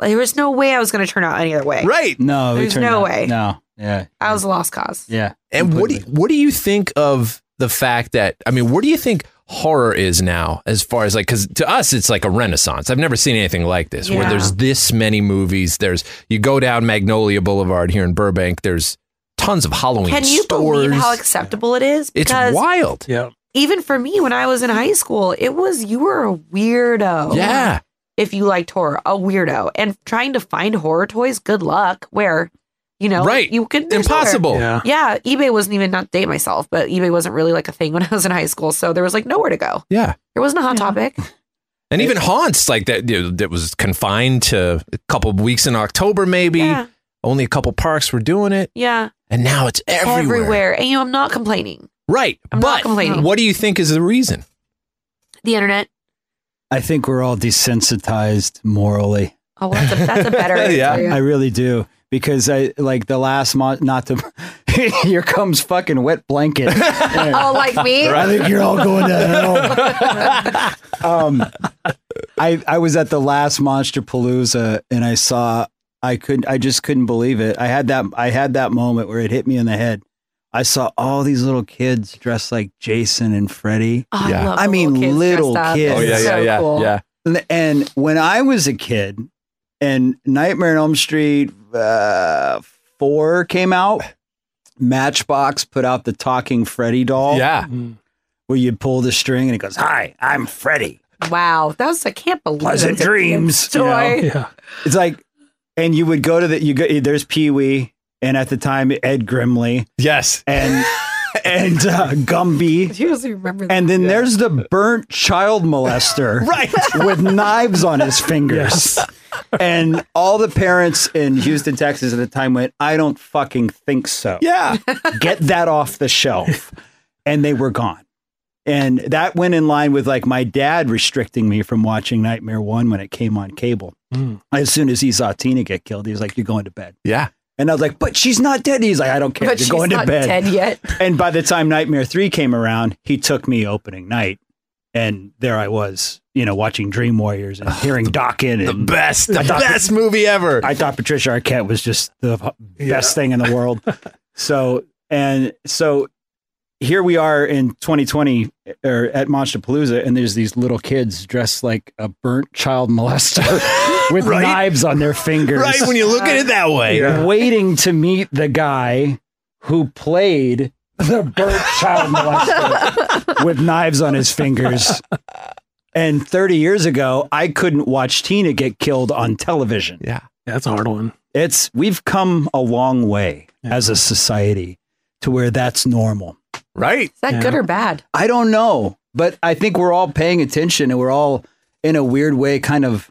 Speaker 4: Mm-hmm.
Speaker 9: there was no way I was going to turn out any other way.
Speaker 4: Right?
Speaker 6: No, it
Speaker 9: There's
Speaker 6: turned
Speaker 9: no
Speaker 6: out-
Speaker 9: way.
Speaker 6: No, yeah,
Speaker 9: I was a lost cause.
Speaker 6: yeah.
Speaker 4: And what do you, what do you think of the fact that I mean, what do you think horror is now as far as like because to us it's like a renaissance. I've never seen anything like this where
Speaker 12: Yeah.
Speaker 4: there's this many movies. There's you go down Magnolia Boulevard here in Burbank. There's tons of Halloween.
Speaker 9: Can you
Speaker 4: stores.
Speaker 9: believe how acceptable it is?
Speaker 4: it's
Speaker 9: Because
Speaker 4: wild?
Speaker 8: Yeah.
Speaker 9: Even for me, when I was in high school, it was you were a weirdo.
Speaker 4: Yeah.
Speaker 9: If you liked horror, a weirdo, and trying to find horror toys, good luck. Where, you know,
Speaker 4: Right.
Speaker 9: You could there's
Speaker 4: Impossible.
Speaker 9: nowhere. Yeah. eBay wasn't even not to date myself, but eBay wasn't really like a thing when I was in high school, so there was like nowhere to go.
Speaker 4: Yeah.
Speaker 9: There wasn't a hot topic.
Speaker 4: And even haunts like that you know, that was confined to a couple of weeks in October maybe.
Speaker 9: Yeah.
Speaker 4: Only a couple parks were doing it,
Speaker 9: Yeah.
Speaker 4: and now it's everywhere.
Speaker 9: everywhere. And you know, I'm not complaining.
Speaker 4: Right.
Speaker 9: I'm not
Speaker 4: but
Speaker 9: complaining.
Speaker 4: what do you think is the reason?
Speaker 9: The internet.
Speaker 6: I think we're all desensitized morally.
Speaker 9: Oh, that's
Speaker 4: *laughs*
Speaker 9: a, that's a better. answer.
Speaker 6: I really do because I like the last month. Not to *laughs* here comes fucking
Speaker 4: *laughs*
Speaker 6: wet blanket.
Speaker 9: Oh, like me?
Speaker 6: I think you're all going to hell. *laughs* um, I I was at the last Monster Palooza and I saw I couldn't I just couldn't believe it. I had that I had that moment where it hit me in the head. I saw all these little kids dressed like Jason and Freddy.
Speaker 9: Oh, I Yeah. love
Speaker 6: I
Speaker 9: the
Speaker 6: mean
Speaker 9: little kids
Speaker 6: little
Speaker 9: dressed up.
Speaker 6: kids.
Speaker 9: Oh, yeah, It's yeah, so yeah, cool. yeah.
Speaker 6: And, and when I was a kid, and Nightmare on Elm Street uh, four came out, Matchbox put out the talking Freddy doll.
Speaker 4: Yeah.
Speaker 6: Where you pull the string and it goes, Hi, I'm Freddy.
Speaker 9: Wow, that was I can't believe
Speaker 10: *laughs*
Speaker 6: Pleasant
Speaker 9: that's a
Speaker 6: dreams.
Speaker 9: kid's toy. *laughs*
Speaker 6: It's like, and you would go to the, you go, there's Pee Wee, and at the time, Ed Grimley.
Speaker 4: Yes.
Speaker 6: And, *laughs* and uh, Gumby.
Speaker 9: *laughs* He doesn't remember that.
Speaker 6: And then there's the burnt child
Speaker 9: *laughs*
Speaker 6: molester.
Speaker 4: right.
Speaker 6: With knives on his fingers. And all the parents in Houston, Texas at the time went, I don't fucking think so.
Speaker 4: Yeah.
Speaker 6: *laughs* Get that off the shelf. And they were gone. And that went in line with like my dad restricting me from watching Nightmare One when it came on cable.
Speaker 8: Mm.
Speaker 6: As soon as he saw Tina get killed, he was like, You're going to bed.
Speaker 4: Yeah.
Speaker 6: And I was like, But she's not dead. He's like, I don't care.
Speaker 9: But
Speaker 6: You're
Speaker 9: she's
Speaker 6: going
Speaker 9: not
Speaker 6: to bed.
Speaker 9: dead yet.
Speaker 6: And by the time Nightmare 3 came around, he took me opening night. And there I was, you know, watching Dream
Speaker 4: *sighs*
Speaker 6: Warriors and hearing Dawkins. The
Speaker 4: best, the best movie ever.
Speaker 6: I thought Patricia Arquette was just the best thing in the world. so, and so here we are in 2020 or at Monster Palooza, and there's these little kids dressed like a burnt child molester *laughs* with
Speaker 4: Right?
Speaker 6: knives on their fingers.
Speaker 4: Right, when you look at it that way. Yeah.
Speaker 6: *laughs* Waiting to meet the guy who played the burnt child molester with knives on his fingers. And 30 years ago, I couldn't watch Tina get killed on television.
Speaker 4: Yeah.
Speaker 8: that's a hard one.
Speaker 6: It's we've come a long way as a society to where that's normal.
Speaker 4: Right?
Speaker 9: Is that good or bad?
Speaker 6: I don't know, but I think we're all paying attention and we're all in a weird way kind of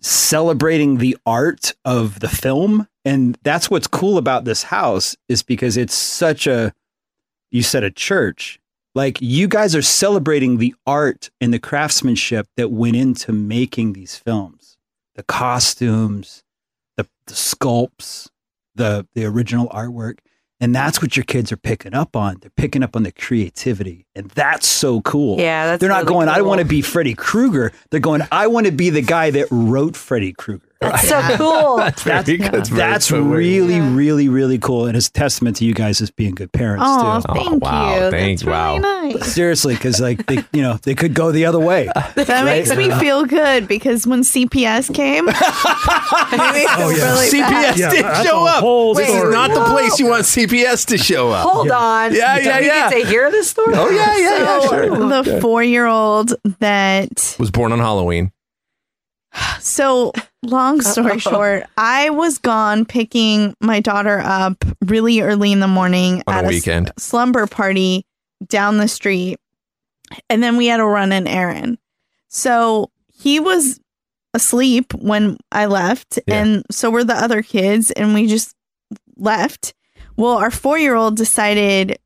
Speaker 6: celebrating the art of the film and that's what's cool about this house is because it's such a you said a church like you guys are celebrating the art and the craftsmanship that went into making these films the costumes the, the sculpts the the original artwork and that's what your kids are picking up on they're picking up on the creativity and that's so cool
Speaker 9: Yeah, that's
Speaker 6: they're not
Speaker 9: really
Speaker 6: going i
Speaker 9: cool.
Speaker 6: want to be freddy krueger they're going i want to be the guy that wrote freddy krueger
Speaker 9: That's so
Speaker 4: *laughs*
Speaker 9: cool.
Speaker 4: That's very good. That's very
Speaker 6: that's
Speaker 4: cool.
Speaker 6: really, really, really cool, and it's testament to you guys as being good parents
Speaker 10: Oh,
Speaker 6: too.
Speaker 10: thank you.
Speaker 4: thank-
Speaker 10: That's really nice.
Speaker 6: Seriously, because like they, you know, they could go the other way.
Speaker 10: That makes me feel good because when CPS
Speaker 9: *laughs*
Speaker 10: came, oh,
Speaker 6: yeah.
Speaker 10: bad.
Speaker 12: CPS didn't show up. This is not the place you want CPS to show
Speaker 4: *laughs*
Speaker 12: up.
Speaker 9: Hold on.
Speaker 12: Yeah, yeah,
Speaker 9: Do
Speaker 12: yeah.
Speaker 9: We get to hear this story.
Speaker 12: Oh, yeah, yeah, yeah,
Speaker 10: So,
Speaker 12: sure.
Speaker 10: the
Speaker 12: Okay.
Speaker 10: four-year-old that
Speaker 4: was born on Halloween.
Speaker 10: So, long story short, I was gone picking my daughter up really early in the morning
Speaker 4: On a
Speaker 10: at s-
Speaker 4: weekend.
Speaker 10: slumber party down the street. And then we had to run an errand. So, he was asleep when I left. And so were the other kids. And we just left. Well, our four year old decided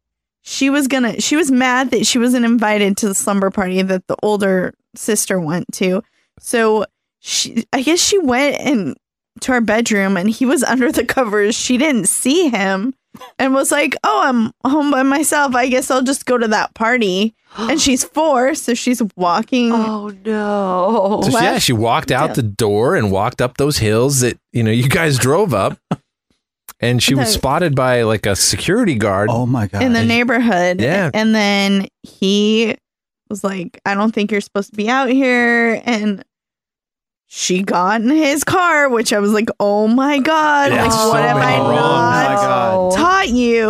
Speaker 10: she was gonna she was mad that she wasn't invited to the slumber party that the older sister went to so she i guess she went and to our bedroom and he was *laughs* under the covers she didn't see him and was like oh i'm home by myself i guess i'll just go to that party and she's four so she's walking oh
Speaker 9: no
Speaker 4: So yeah, she walked out the door and walked up those hills that you know you guys drove up, and she was
Speaker 10: Okay.
Speaker 4: spotted by like a security guard. Oh
Speaker 6: my
Speaker 10: in the neighborhood.
Speaker 4: Yeah.
Speaker 10: And then he was like, I don't think you're supposed to be out here. And she got in his car, which I was like, oh my God.
Speaker 4: Yeah,
Speaker 10: like,
Speaker 4: so
Speaker 10: what have I
Speaker 4: many wrongs.
Speaker 10: not
Speaker 4: Oh my God.
Speaker 10: taught you?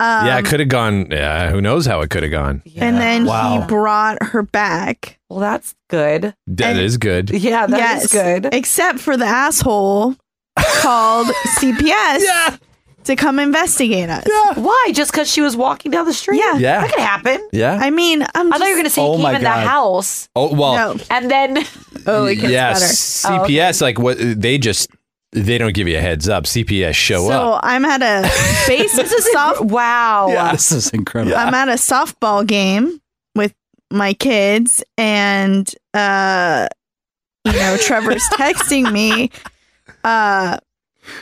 Speaker 10: Um,
Speaker 4: yeah, it could have gone. Yeah, who knows how it could have gone?
Speaker 10: And then
Speaker 4: wow,
Speaker 10: he brought her back.
Speaker 9: Well, that's good.
Speaker 4: that is good. *laughs*
Speaker 9: Yeah, that is good.
Speaker 10: Except for the asshole
Speaker 4: *laughs*
Speaker 10: called CPS to come investigate us.
Speaker 9: Why? Just because she was walking down the street?
Speaker 10: Yeah.
Speaker 4: Yeah.
Speaker 9: That could happen.
Speaker 4: Yeah.
Speaker 10: I mean, I'm
Speaker 9: I thought you were going to say
Speaker 4: Oh
Speaker 9: he
Speaker 4: my
Speaker 9: came in
Speaker 4: God.
Speaker 9: the house.
Speaker 4: Oh well,
Speaker 9: And then.
Speaker 10: Oh,
Speaker 4: yes.
Speaker 10: better. Oh, okay.
Speaker 4: CPS like what they just they don't give you a heads up. CPS show
Speaker 10: so
Speaker 4: up.
Speaker 10: I'm at
Speaker 9: *laughs*
Speaker 10: a base soft.
Speaker 9: Wow.
Speaker 6: this is incredible.
Speaker 10: I'm at a softball game with my kids, and uh, you know,
Speaker 9: *laughs*
Speaker 10: Trevor's texting me, uh,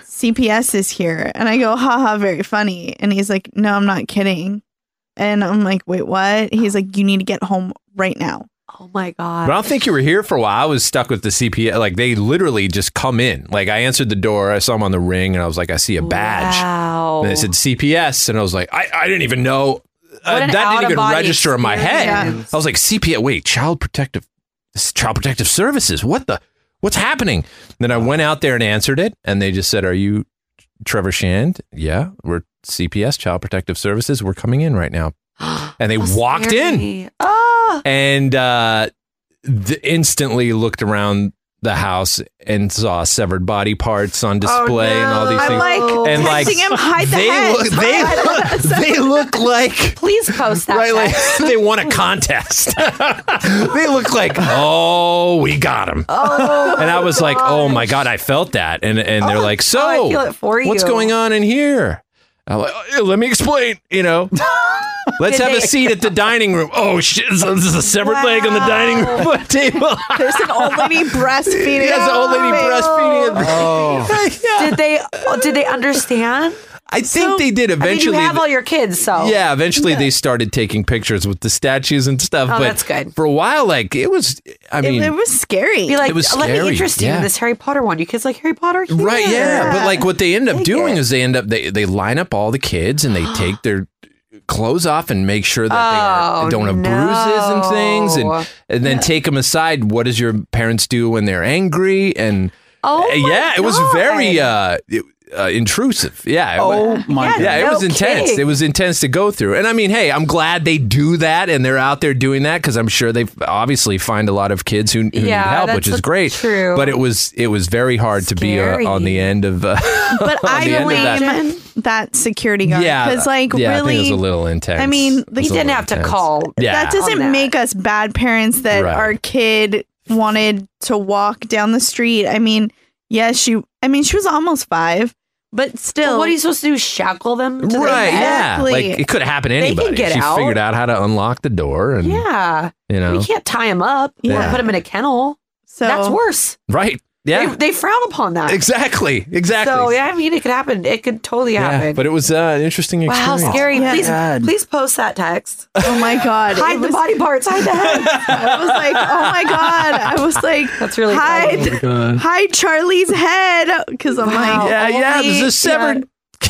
Speaker 10: CPS is here, and I go, haha, very funny, and he's like, no, I'm not kidding, and I'm like, wait, what? He's like, you need to get home right now.
Speaker 9: Oh my god!
Speaker 4: But I don't think you were here for a while. I was stuck with the CPS. Like they literally just come in. Like I answered the door, I saw them on the ring, and I was like, I see a badge.
Speaker 10: Ah.
Speaker 9: Wow.
Speaker 4: And they said CPS, and I was like, I, I didn't even know. uh,
Speaker 9: What an
Speaker 4: that didn't even
Speaker 9: out-of-body
Speaker 4: register in my head.
Speaker 9: experience.
Speaker 4: I was like, CPS. Wait, Child Protective, this is Child Protective Services. What the? What's happening? And then I went out there and answered it, and they just said, Are you Trevor Shand? Yeah, we're CPS, Child Protective Services. We're coming in right
Speaker 9: *gasps*
Speaker 4: now. And they walked in
Speaker 9: Ah.
Speaker 4: and uh, th- instantly looked around the house and saw severed body parts on display and all these
Speaker 10: I'm
Speaker 4: things.
Speaker 10: Oh, like,
Speaker 4: and
Speaker 10: texting him, hide the
Speaker 4: they
Speaker 10: heads,
Speaker 4: look, they
Speaker 10: hide
Speaker 4: look, they look like
Speaker 9: please post that.
Speaker 4: Right, like *laughs* they won a contest. *laughs* they look like oh, we got him.
Speaker 9: Oh,
Speaker 4: and I was like, oh my god, I felt that. And and they're like, so
Speaker 9: oh, I feel it for
Speaker 4: what's
Speaker 9: you."
Speaker 4: going on in here? I'm like, "Oh, let me explain. You
Speaker 9: *laughs*
Speaker 4: know. Let's
Speaker 9: Did
Speaker 4: have a
Speaker 9: they-
Speaker 4: seat at the dining room. Oh shit! So this is a severed leg on the dining room *laughs* table. *laughs*
Speaker 10: There's an old lady
Speaker 9: *laughs*
Speaker 10: breastfeeding.
Speaker 4: Yes, old lady breastfeeding.
Speaker 9: Did they? oh, Did they understand?
Speaker 4: I think they did eventually.
Speaker 9: I mean, you have all your kids, so
Speaker 4: Yeah, eventually they started taking pictures with the statues and stuff.
Speaker 9: Oh,
Speaker 4: but
Speaker 9: that's good.
Speaker 4: For a while, like it was. I mean,
Speaker 10: scary.
Speaker 9: Be like,
Speaker 4: It was
Speaker 9: let me
Speaker 4: scary,
Speaker 9: interest you
Speaker 4: yeah.
Speaker 9: in this Harry Potter one. You kids like Harry Potter?
Speaker 4: right? Yeah.
Speaker 9: Here.
Speaker 4: but like what they end up doing is they end up they they line up all the kids and they
Speaker 9: *gasps*
Speaker 4: take their clothes off and make sure that they are,
Speaker 9: Oh,
Speaker 4: don't have bruises and things
Speaker 9: no.
Speaker 4: and and then take them aside. What does your parents do when they're angry? And
Speaker 9: Oh,
Speaker 4: Uh,
Speaker 9: my
Speaker 4: yeah, it was very
Speaker 9: God.
Speaker 4: uh, it- uh, intrusive. Yeah.
Speaker 6: Oh my *laughs*
Speaker 4: Yeah,
Speaker 6: God.
Speaker 4: it
Speaker 6: no
Speaker 4: was intense.
Speaker 6: kidding.
Speaker 4: It was intense to go through. And I mean, hey, I'm glad they do that and they're out there doing that because I'm sure they obviously find a lot of kids who, who
Speaker 9: Yeah,
Speaker 4: need help,
Speaker 9: that's
Speaker 4: which is
Speaker 9: a-
Speaker 4: great.
Speaker 9: true.
Speaker 4: But it was it was very hard to be
Speaker 10: Scary.
Speaker 4: uh, on the end of. Uh, *laughs* on
Speaker 10: But
Speaker 4: the
Speaker 10: I
Speaker 4: end of that.
Speaker 10: blame that security guard
Speaker 4: Yeah,
Speaker 10: because, like,
Speaker 4: yeah, I think it was
Speaker 10: really,
Speaker 4: a little intense.
Speaker 10: I mean,
Speaker 4: It was a little intense. Yeah.
Speaker 9: Oh,
Speaker 10: That doesn't make us bad parents that
Speaker 4: Right.
Speaker 10: our kid wanted to walk down the street. I mean, yes, she. I mean, she was almost five, but still.
Speaker 9: what are you supposed to do? Shackle them? To their
Speaker 4: Right,
Speaker 9: bed?
Speaker 4: yeah. Like it could happen to
Speaker 9: They can
Speaker 4: anybody.
Speaker 9: get
Speaker 4: she
Speaker 9: out.
Speaker 4: figured out how to unlock the door and
Speaker 9: Yeah.
Speaker 4: you know.
Speaker 9: You can't tie them up
Speaker 4: Yeah.
Speaker 9: or put them in a kennel. So that's worse.
Speaker 4: Right. Yeah.
Speaker 9: They, they frown upon that.
Speaker 4: exactly. Exactly.
Speaker 9: So yeah, I mean, it could happen. It could totally
Speaker 4: yeah,
Speaker 9: happen.
Speaker 4: but it was uh, an interesting
Speaker 9: wow,
Speaker 4: experience.
Speaker 9: scary! Please, please post that text.
Speaker 10: Oh my god!
Speaker 9: hide the body parts. Hide the head.
Speaker 10: I was like, oh my god! I was like,
Speaker 9: *laughs* that's really
Speaker 10: hide,
Speaker 9: funny.
Speaker 8: uh,
Speaker 9: Oh my God.
Speaker 10: hide Charlie's head because I'm
Speaker 9: Oh,
Speaker 10: like,
Speaker 4: Yeah, yeah, there's a severed- *laughs*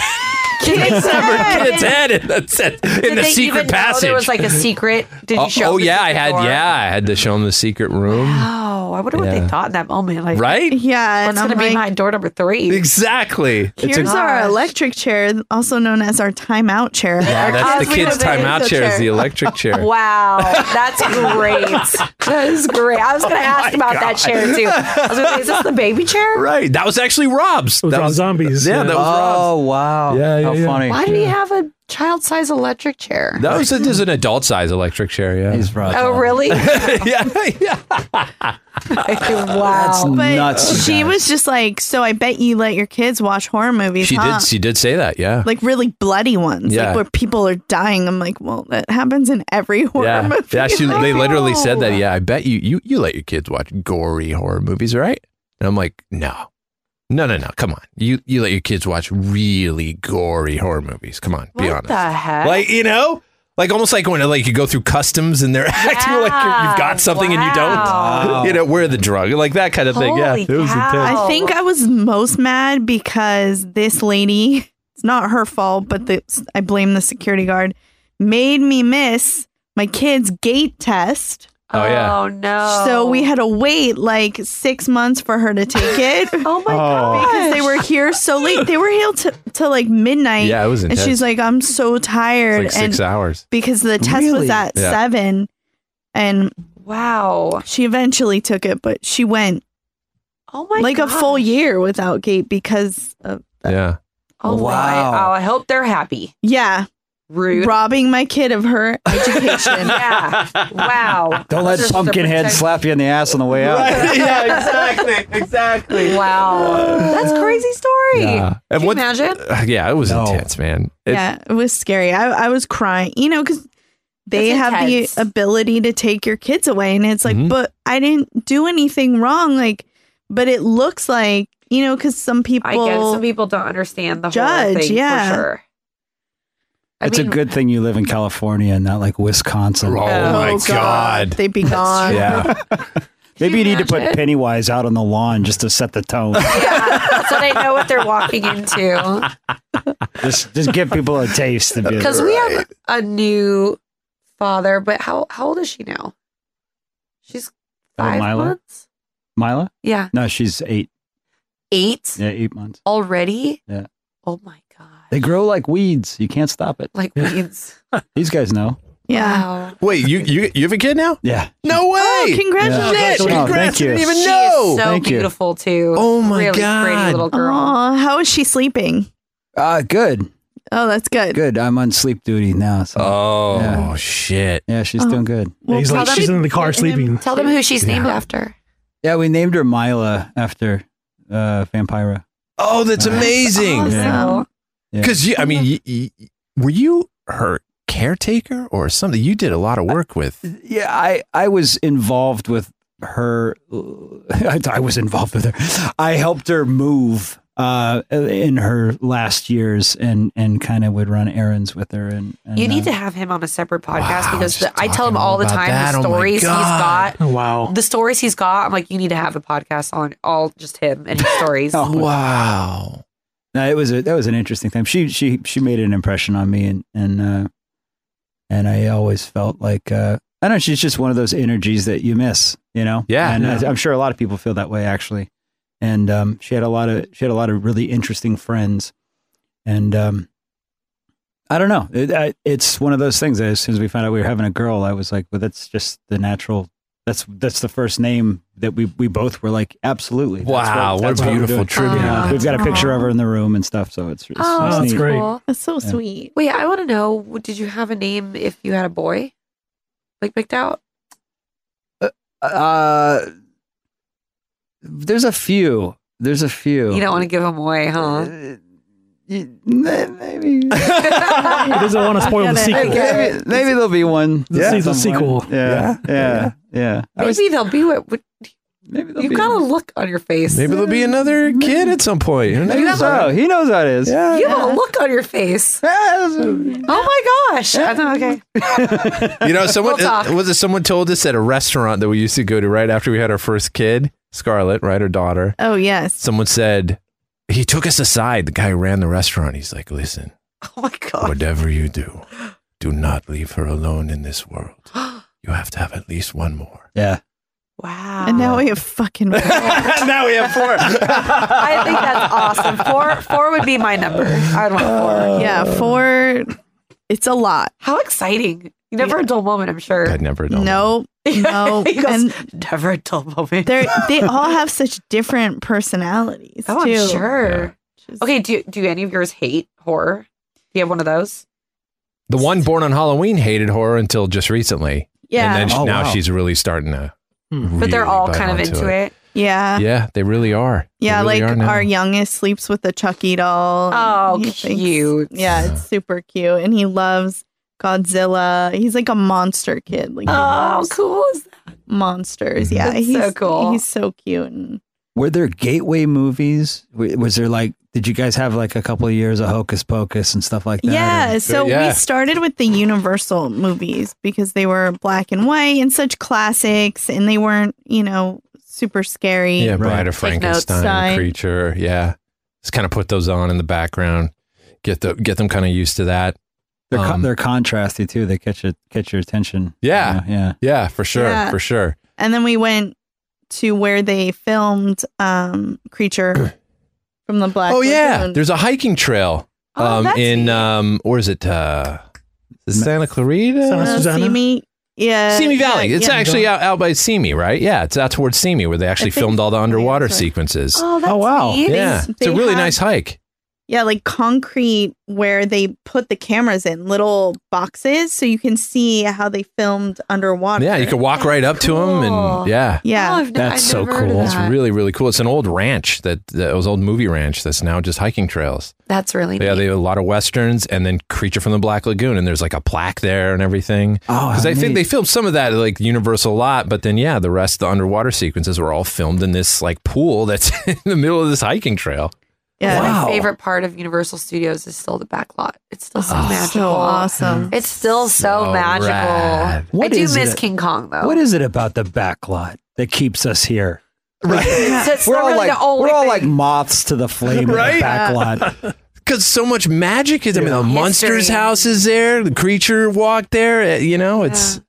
Speaker 10: Kid's head.
Speaker 4: It's head in the, set- in
Speaker 9: Did
Speaker 4: the
Speaker 9: they
Speaker 4: secret
Speaker 9: even know
Speaker 4: passage.
Speaker 9: there was like a secret. Did
Speaker 4: oh,
Speaker 9: you show?
Speaker 4: oh
Speaker 9: them the
Speaker 4: yeah, I
Speaker 9: secret
Speaker 4: had
Speaker 9: door? Oh,
Speaker 4: yeah, I had to show him the secret room.
Speaker 9: Wow, I wonder what
Speaker 4: Yeah.
Speaker 9: they thought in that moment. Like,
Speaker 4: Right?
Speaker 10: Yeah, and
Speaker 9: what's
Speaker 10: I'm
Speaker 9: gonna be my door number three?
Speaker 4: Exactly.
Speaker 10: Here's our electric chair, also known as our timeout chair.
Speaker 4: yeah, that's the kids' timeout chair. Is the
Speaker 9: *laughs*
Speaker 4: electric chair?
Speaker 9: Wow,
Speaker 4: *laughs*
Speaker 9: that's great. that is great. I was
Speaker 4: Oh
Speaker 9: going to ask about that chair
Speaker 4: *laughs*
Speaker 9: too. I was going to say, is this the baby chair?
Speaker 4: Right. That was actually Rob's. that was
Speaker 8: zombies.
Speaker 4: Yeah, that was
Speaker 12: Oh wow!
Speaker 4: Yeah, yeah,
Speaker 12: How
Speaker 4: yeah.
Speaker 12: funny.
Speaker 9: Why did he have a child size electric chair?
Speaker 4: That was a, this is an adult size electric chair. Yeah, he's
Speaker 12: right.
Speaker 9: Oh, *laughs* really?
Speaker 4: yeah, *laughs* yeah.
Speaker 9: wow.
Speaker 10: But
Speaker 4: nuts, you
Speaker 10: she was just like, so I bet you let your kids watch horror movies.
Speaker 4: She
Speaker 10: huh?
Speaker 4: did. She did say that. Yeah.
Speaker 10: like really bloody ones,
Speaker 4: Yeah.
Speaker 10: like where people are dying. I'm like, well, that happens in every horror
Speaker 4: yeah.
Speaker 10: movie.
Speaker 4: Yeah.
Speaker 10: *laughs*
Speaker 4: She,
Speaker 9: *laughs*
Speaker 4: they literally said that. Yeah. I bet you, you you let your kids watch gory horror movies, right? And I'm like, no, no, no, no. Come on. You you let your kids watch really gory horror movies. Come on. be
Speaker 9: What
Speaker 4: honest.
Speaker 9: the heck?
Speaker 4: Like you know. Like almost like when like you go through customs and they're *laughs* acting like you're, you've got something and you don't,
Speaker 12: Wow.
Speaker 4: you know, we're the drug, like that kind of thing. Yeah,
Speaker 9: Holy
Speaker 4: it was
Speaker 9: cow.
Speaker 4: intense.
Speaker 10: I think I was most mad because this lady, it's not her fault, but the, I blame the security guard, made me miss my kid's gate test.
Speaker 4: Oh yeah,
Speaker 9: Oh no.
Speaker 10: So we had to wait like six months for her to take it.
Speaker 9: *laughs* oh my
Speaker 12: Oh.
Speaker 10: *laughs* Because they were here so late. They were here till, till like midnight.
Speaker 4: Yeah, it was
Speaker 10: And
Speaker 4: intense.
Speaker 10: she's like, I'm so
Speaker 4: It's
Speaker 10: tired.
Speaker 4: like six
Speaker 10: and
Speaker 4: hours.
Speaker 10: because the test was
Speaker 4: Really?
Speaker 10: at
Speaker 4: Yeah.
Speaker 10: seven and
Speaker 9: wow.
Speaker 10: she eventually took it but she went
Speaker 9: Oh my
Speaker 10: like a full year without gate because of
Speaker 4: Yeah,
Speaker 9: Oh wow.
Speaker 10: Wow.
Speaker 9: I, I hope they're happy.
Speaker 10: yeah
Speaker 9: Rude.
Speaker 10: robbing my kid of
Speaker 8: *laughs*
Speaker 10: her education
Speaker 9: *laughs* yeah. Wow.
Speaker 6: Don't let
Speaker 9: Just to
Speaker 6: Pumpkinhead
Speaker 9: protect-
Speaker 6: slap you in the ass on the way out.
Speaker 12: yeah, exactly, exactly.
Speaker 9: Wow. That's a crazy story.
Speaker 4: Yeah.
Speaker 9: Can
Speaker 4: And
Speaker 9: you
Speaker 4: what-
Speaker 9: imagine?
Speaker 4: Uh, yeah, it was intense, man. It-
Speaker 10: yeah it was scary i, I was crying you know because they
Speaker 9: That's
Speaker 10: have
Speaker 9: intense.
Speaker 10: the ability to take your kids away and it's like
Speaker 8: Mm-hmm.
Speaker 10: but i didn't do anything wrong like but it looks like you know because some people
Speaker 9: I get it. some people don't understand the whole
Speaker 10: Judge,
Speaker 9: thing
Speaker 10: yeah. *laughs*
Speaker 9: for sure. I
Speaker 6: it's
Speaker 9: mean-
Speaker 6: a good thing you live in California and not like Wisconsin.
Speaker 4: Oh, my god.
Speaker 10: they'd be gone
Speaker 6: Yeah. *laughs* Maybe you need to put
Speaker 9: imagine?
Speaker 6: Pennywise out on the lawn just to set the tone.
Speaker 9: Yeah, so they know what they're walking into.
Speaker 6: just just give people a taste.
Speaker 9: *laughs*
Speaker 6: of it.
Speaker 9: Because we have a new father, but how how old is she now? She's
Speaker 6: Oh,
Speaker 9: five
Speaker 6: Mila?
Speaker 9: months.
Speaker 6: Mila.
Speaker 9: Yeah,
Speaker 6: No, she's eight.
Speaker 9: eight
Speaker 6: Yeah, eight months.
Speaker 9: already.
Speaker 6: Yeah,
Speaker 9: Oh my,
Speaker 6: they grow like weeds. You can't stop it.
Speaker 9: like weeds.
Speaker 6: These guys know.
Speaker 10: yeah
Speaker 9: Wow.
Speaker 4: Wait, you you you have a kid now?
Speaker 6: Yeah.
Speaker 4: No way!
Speaker 10: congratulations.
Speaker 4: Shit,
Speaker 6: Oh,
Speaker 4: congrats!
Speaker 6: thank you.
Speaker 4: I didn't even
Speaker 9: Oh, she
Speaker 4: know.
Speaker 9: is so
Speaker 6: Thank you.
Speaker 9: beautiful too.
Speaker 4: Oh my
Speaker 9: really
Speaker 4: God.
Speaker 9: pretty little girl.
Speaker 10: Aw, how is she sleeping?
Speaker 6: Uh, good.
Speaker 10: Oh, that's good.
Speaker 6: Good. I'm on sleep duty now. So
Speaker 4: Oh
Speaker 6: Yeah.
Speaker 4: shit!
Speaker 6: yeah, she's doing good.
Speaker 10: Well,
Speaker 8: He's
Speaker 10: tell
Speaker 8: like,
Speaker 10: them-
Speaker 8: she's in the car sleeping.
Speaker 9: Tell them who she's named after.
Speaker 6: Yeah, we named her Mila after uh, Vampira.
Speaker 4: Oh, that's amazing.
Speaker 9: Awesome.
Speaker 6: Yeah.
Speaker 4: Because you, I mean, you, you- were you her caretaker or something? You did a lot of work with.
Speaker 6: yeah i i was involved with her *laughs* I, I was involved with her i helped her move uh in her last years and and kind of would run errands with her and, and,
Speaker 9: You need
Speaker 6: uh,
Speaker 9: to have him on a separate podcast
Speaker 4: Wow,
Speaker 9: because
Speaker 4: just
Speaker 9: the, I tell him
Speaker 4: talking
Speaker 9: all the
Speaker 4: about
Speaker 9: time
Speaker 4: that. Oh
Speaker 9: the
Speaker 4: my
Speaker 9: stories he's
Speaker 4: God.
Speaker 9: got.
Speaker 8: Oh, wow.
Speaker 9: The stories he's got, I'm like, you need to have a podcast on all just him and his stories.
Speaker 4: Oh, Wow.
Speaker 6: no, it was a, that was an interesting time she she she made an impression on me and and uh and i always felt like uh i don't know she's just one of those energies that you miss you know
Speaker 4: Yeah.
Speaker 6: and
Speaker 8: Yeah.
Speaker 6: I, i'm sure a lot of people feel that way actually and um she had a lot of she had a lot of really interesting friends and um I don't know. It, I, it's one of those things. That as soon as we found out we were having a girl, I was like, "Well, that's just the natural. That's that's the first name that we we both were like, absolutely. That's
Speaker 4: Wow, what a
Speaker 6: that's we're
Speaker 4: beautiful
Speaker 6: doing."
Speaker 4: tribute.
Speaker 6: Yeah. We've got a picture of her in the room and stuff, so it's, it's,
Speaker 9: Oh,
Speaker 6: it's
Speaker 8: that's
Speaker 6: neat.
Speaker 8: great.
Speaker 9: Cool.
Speaker 10: That's so sweet.
Speaker 9: Wait, I want to know w- did you have a name if you had a boy? Like picked out?
Speaker 6: Uh, There's a few. There's a few. Uh,
Speaker 9: You don't want to give them away, huh?
Speaker 6: Maybe.
Speaker 8: He doesn't want to spoil the sequel.
Speaker 6: Maybe, maybe there'll be one.
Speaker 8: The
Speaker 6: yeah,
Speaker 8: season
Speaker 6: somewhere.
Speaker 8: sequel.
Speaker 6: Yeah. Yeah. Yeah. I
Speaker 9: Maybe
Speaker 6: was-
Speaker 9: they'll be what. what you got a look on your face.
Speaker 4: Maybe there'll be
Speaker 9: *laughs*
Speaker 4: another kid at some point. Who
Speaker 6: Maybe
Speaker 4: knows?
Speaker 6: so. He knows how it is. Yeah.
Speaker 9: You have a look on
Speaker 10: *laughs*
Speaker 9: your face.
Speaker 6: oh
Speaker 9: my gosh. I thought, *laughs* okay.
Speaker 4: You know, someone
Speaker 9: We'll talk.
Speaker 4: was it someone told us at a restaurant that we used to go to right after we had our first kid, Scarlett, right, her daughter.
Speaker 10: Oh, yes.
Speaker 4: Someone said he took us aside. The guy who ran the restaurant. He's like, "Listen,
Speaker 9: oh my god,
Speaker 4: whatever you do, do not leave her alone in this world.
Speaker 9: *gasps*
Speaker 4: You have to have at least one more."
Speaker 6: Yeah.
Speaker 9: Wow.
Speaker 10: And now we have fucking.
Speaker 4: now we have four.
Speaker 9: I think that's awesome. Four, four would be my number. I'd want four.
Speaker 10: yeah, four. It's a lot.
Speaker 9: How exciting! You never a dull moment, I'm sure.
Speaker 4: I never know.
Speaker 10: No, no,
Speaker 9: *laughs* He goes,
Speaker 10: and
Speaker 9: never a dull moment.
Speaker 10: they they all have such different personalities.
Speaker 9: Oh, I'm
Speaker 10: too.
Speaker 9: sure. Okay, do do any of yours hate horror? Do you have one of those?
Speaker 4: The one born on Halloween hated horror until just recently.
Speaker 9: Yeah.
Speaker 4: And then she-
Speaker 9: Oh,
Speaker 4: now
Speaker 9: wow.
Speaker 4: she's really starting to.
Speaker 9: but they're
Speaker 4: really
Speaker 9: all
Speaker 4: bite
Speaker 9: kind of
Speaker 4: onto
Speaker 9: into it.
Speaker 10: Yeah.
Speaker 4: Yeah, they really are. They
Speaker 10: Yeah,
Speaker 4: really are
Speaker 10: like
Speaker 4: now.
Speaker 10: our youngest sleeps with a Chucky doll. Oh,
Speaker 9: cute.
Speaker 10: yeah, it's super cute. And he loves Godzilla. He's like a monster kid. Like
Speaker 9: Oh, cool is
Speaker 10: that? Monsters. Yeah,
Speaker 9: That's so
Speaker 10: he's
Speaker 9: cool.
Speaker 10: He's so cute. And
Speaker 6: Were there gateway movies? W- Was there like, did you guys have like a couple of years of Hocus Pocus and stuff like that?
Speaker 10: yeah,
Speaker 6: Or-
Speaker 10: so we started with the Universal movies because they were black and white and such classics, and they weren't, you know, super scary.
Speaker 4: Yeah, Bride of Frankenstein, creature. Yeah, just kind of put those on in the background. Get the get them kind of used to that.
Speaker 6: They're, con-
Speaker 4: Um,
Speaker 6: they're contrasty too. They catch your, catch your attention.
Speaker 4: yeah,
Speaker 6: yeah,
Speaker 4: yeah, for sure,
Speaker 10: Yeah.
Speaker 4: for sure.
Speaker 10: And then we went to where they filmed um
Speaker 4: *clears throat*
Speaker 10: Creature from the Black.
Speaker 4: oh yeah,
Speaker 10: Lagoon.
Speaker 4: there's a hiking trail um,
Speaker 10: that's
Speaker 4: in um, or is it uh, Santa Clarita?
Speaker 10: Uh, Simi. Uh, Yeah.
Speaker 4: Simi Valley.
Speaker 10: yeah,
Speaker 4: It's
Speaker 10: yeah.
Speaker 4: actually out, out by Simi, right? Yeah, it's out towards Simi where they actually
Speaker 10: think-
Speaker 4: filmed all the underwater sequences.
Speaker 10: Oh, that's
Speaker 6: wow.
Speaker 10: neat.
Speaker 4: yeah,
Speaker 10: They-
Speaker 4: it's a
Speaker 10: they
Speaker 4: really
Speaker 10: have-
Speaker 4: nice hike.
Speaker 10: Yeah, like concrete where they put the cameras in little boxes so you can see how they filmed underwater.
Speaker 4: Yeah, you could walk right up to them
Speaker 10: cool.
Speaker 4: and yeah. *clears throat*
Speaker 10: Yeah. Oh, I've n-
Speaker 4: that's
Speaker 10: I've
Speaker 4: so
Speaker 10: never heard of
Speaker 4: cool. It's
Speaker 10: that.
Speaker 4: really really cool. It's an old ranch that that was old movie ranch that's now just hiking trails.
Speaker 9: That's really
Speaker 4: Yeah,
Speaker 9: neat.
Speaker 4: they have a lot of westerns and then Creature from the Black Lagoon and there's like a plaque there and everything.
Speaker 6: Oh,
Speaker 4: cuz
Speaker 6: how
Speaker 4: I think
Speaker 6: neat.
Speaker 4: they filmed some of that at like Universal lot, but then yeah, the rest the underwater sequences were all filmed in this like pool that's *laughs* in the middle of this hiking trail.
Speaker 10: Yeah.
Speaker 9: My favorite part of Universal Studios is still the back lot. It's still so
Speaker 10: Oh.
Speaker 9: magical.
Speaker 10: So awesome.
Speaker 9: It's still so,
Speaker 4: So
Speaker 9: magical.
Speaker 4: rad.
Speaker 9: I
Speaker 6: What
Speaker 9: do
Speaker 6: is
Speaker 9: miss
Speaker 6: it?
Speaker 9: King Kong though.
Speaker 6: What is it about the backlot that keeps us here?
Speaker 9: That's
Speaker 6: we're
Speaker 9: not
Speaker 6: all
Speaker 9: really
Speaker 6: like
Speaker 9: the only
Speaker 6: we're all like moths to
Speaker 4: *laughs*
Speaker 6: the flame in
Speaker 4: Right?
Speaker 6: the backlot.
Speaker 4: Because so much magic is. I mean, the monster's
Speaker 9: History.
Speaker 4: house is there. The creature walked there. eh, You know, it's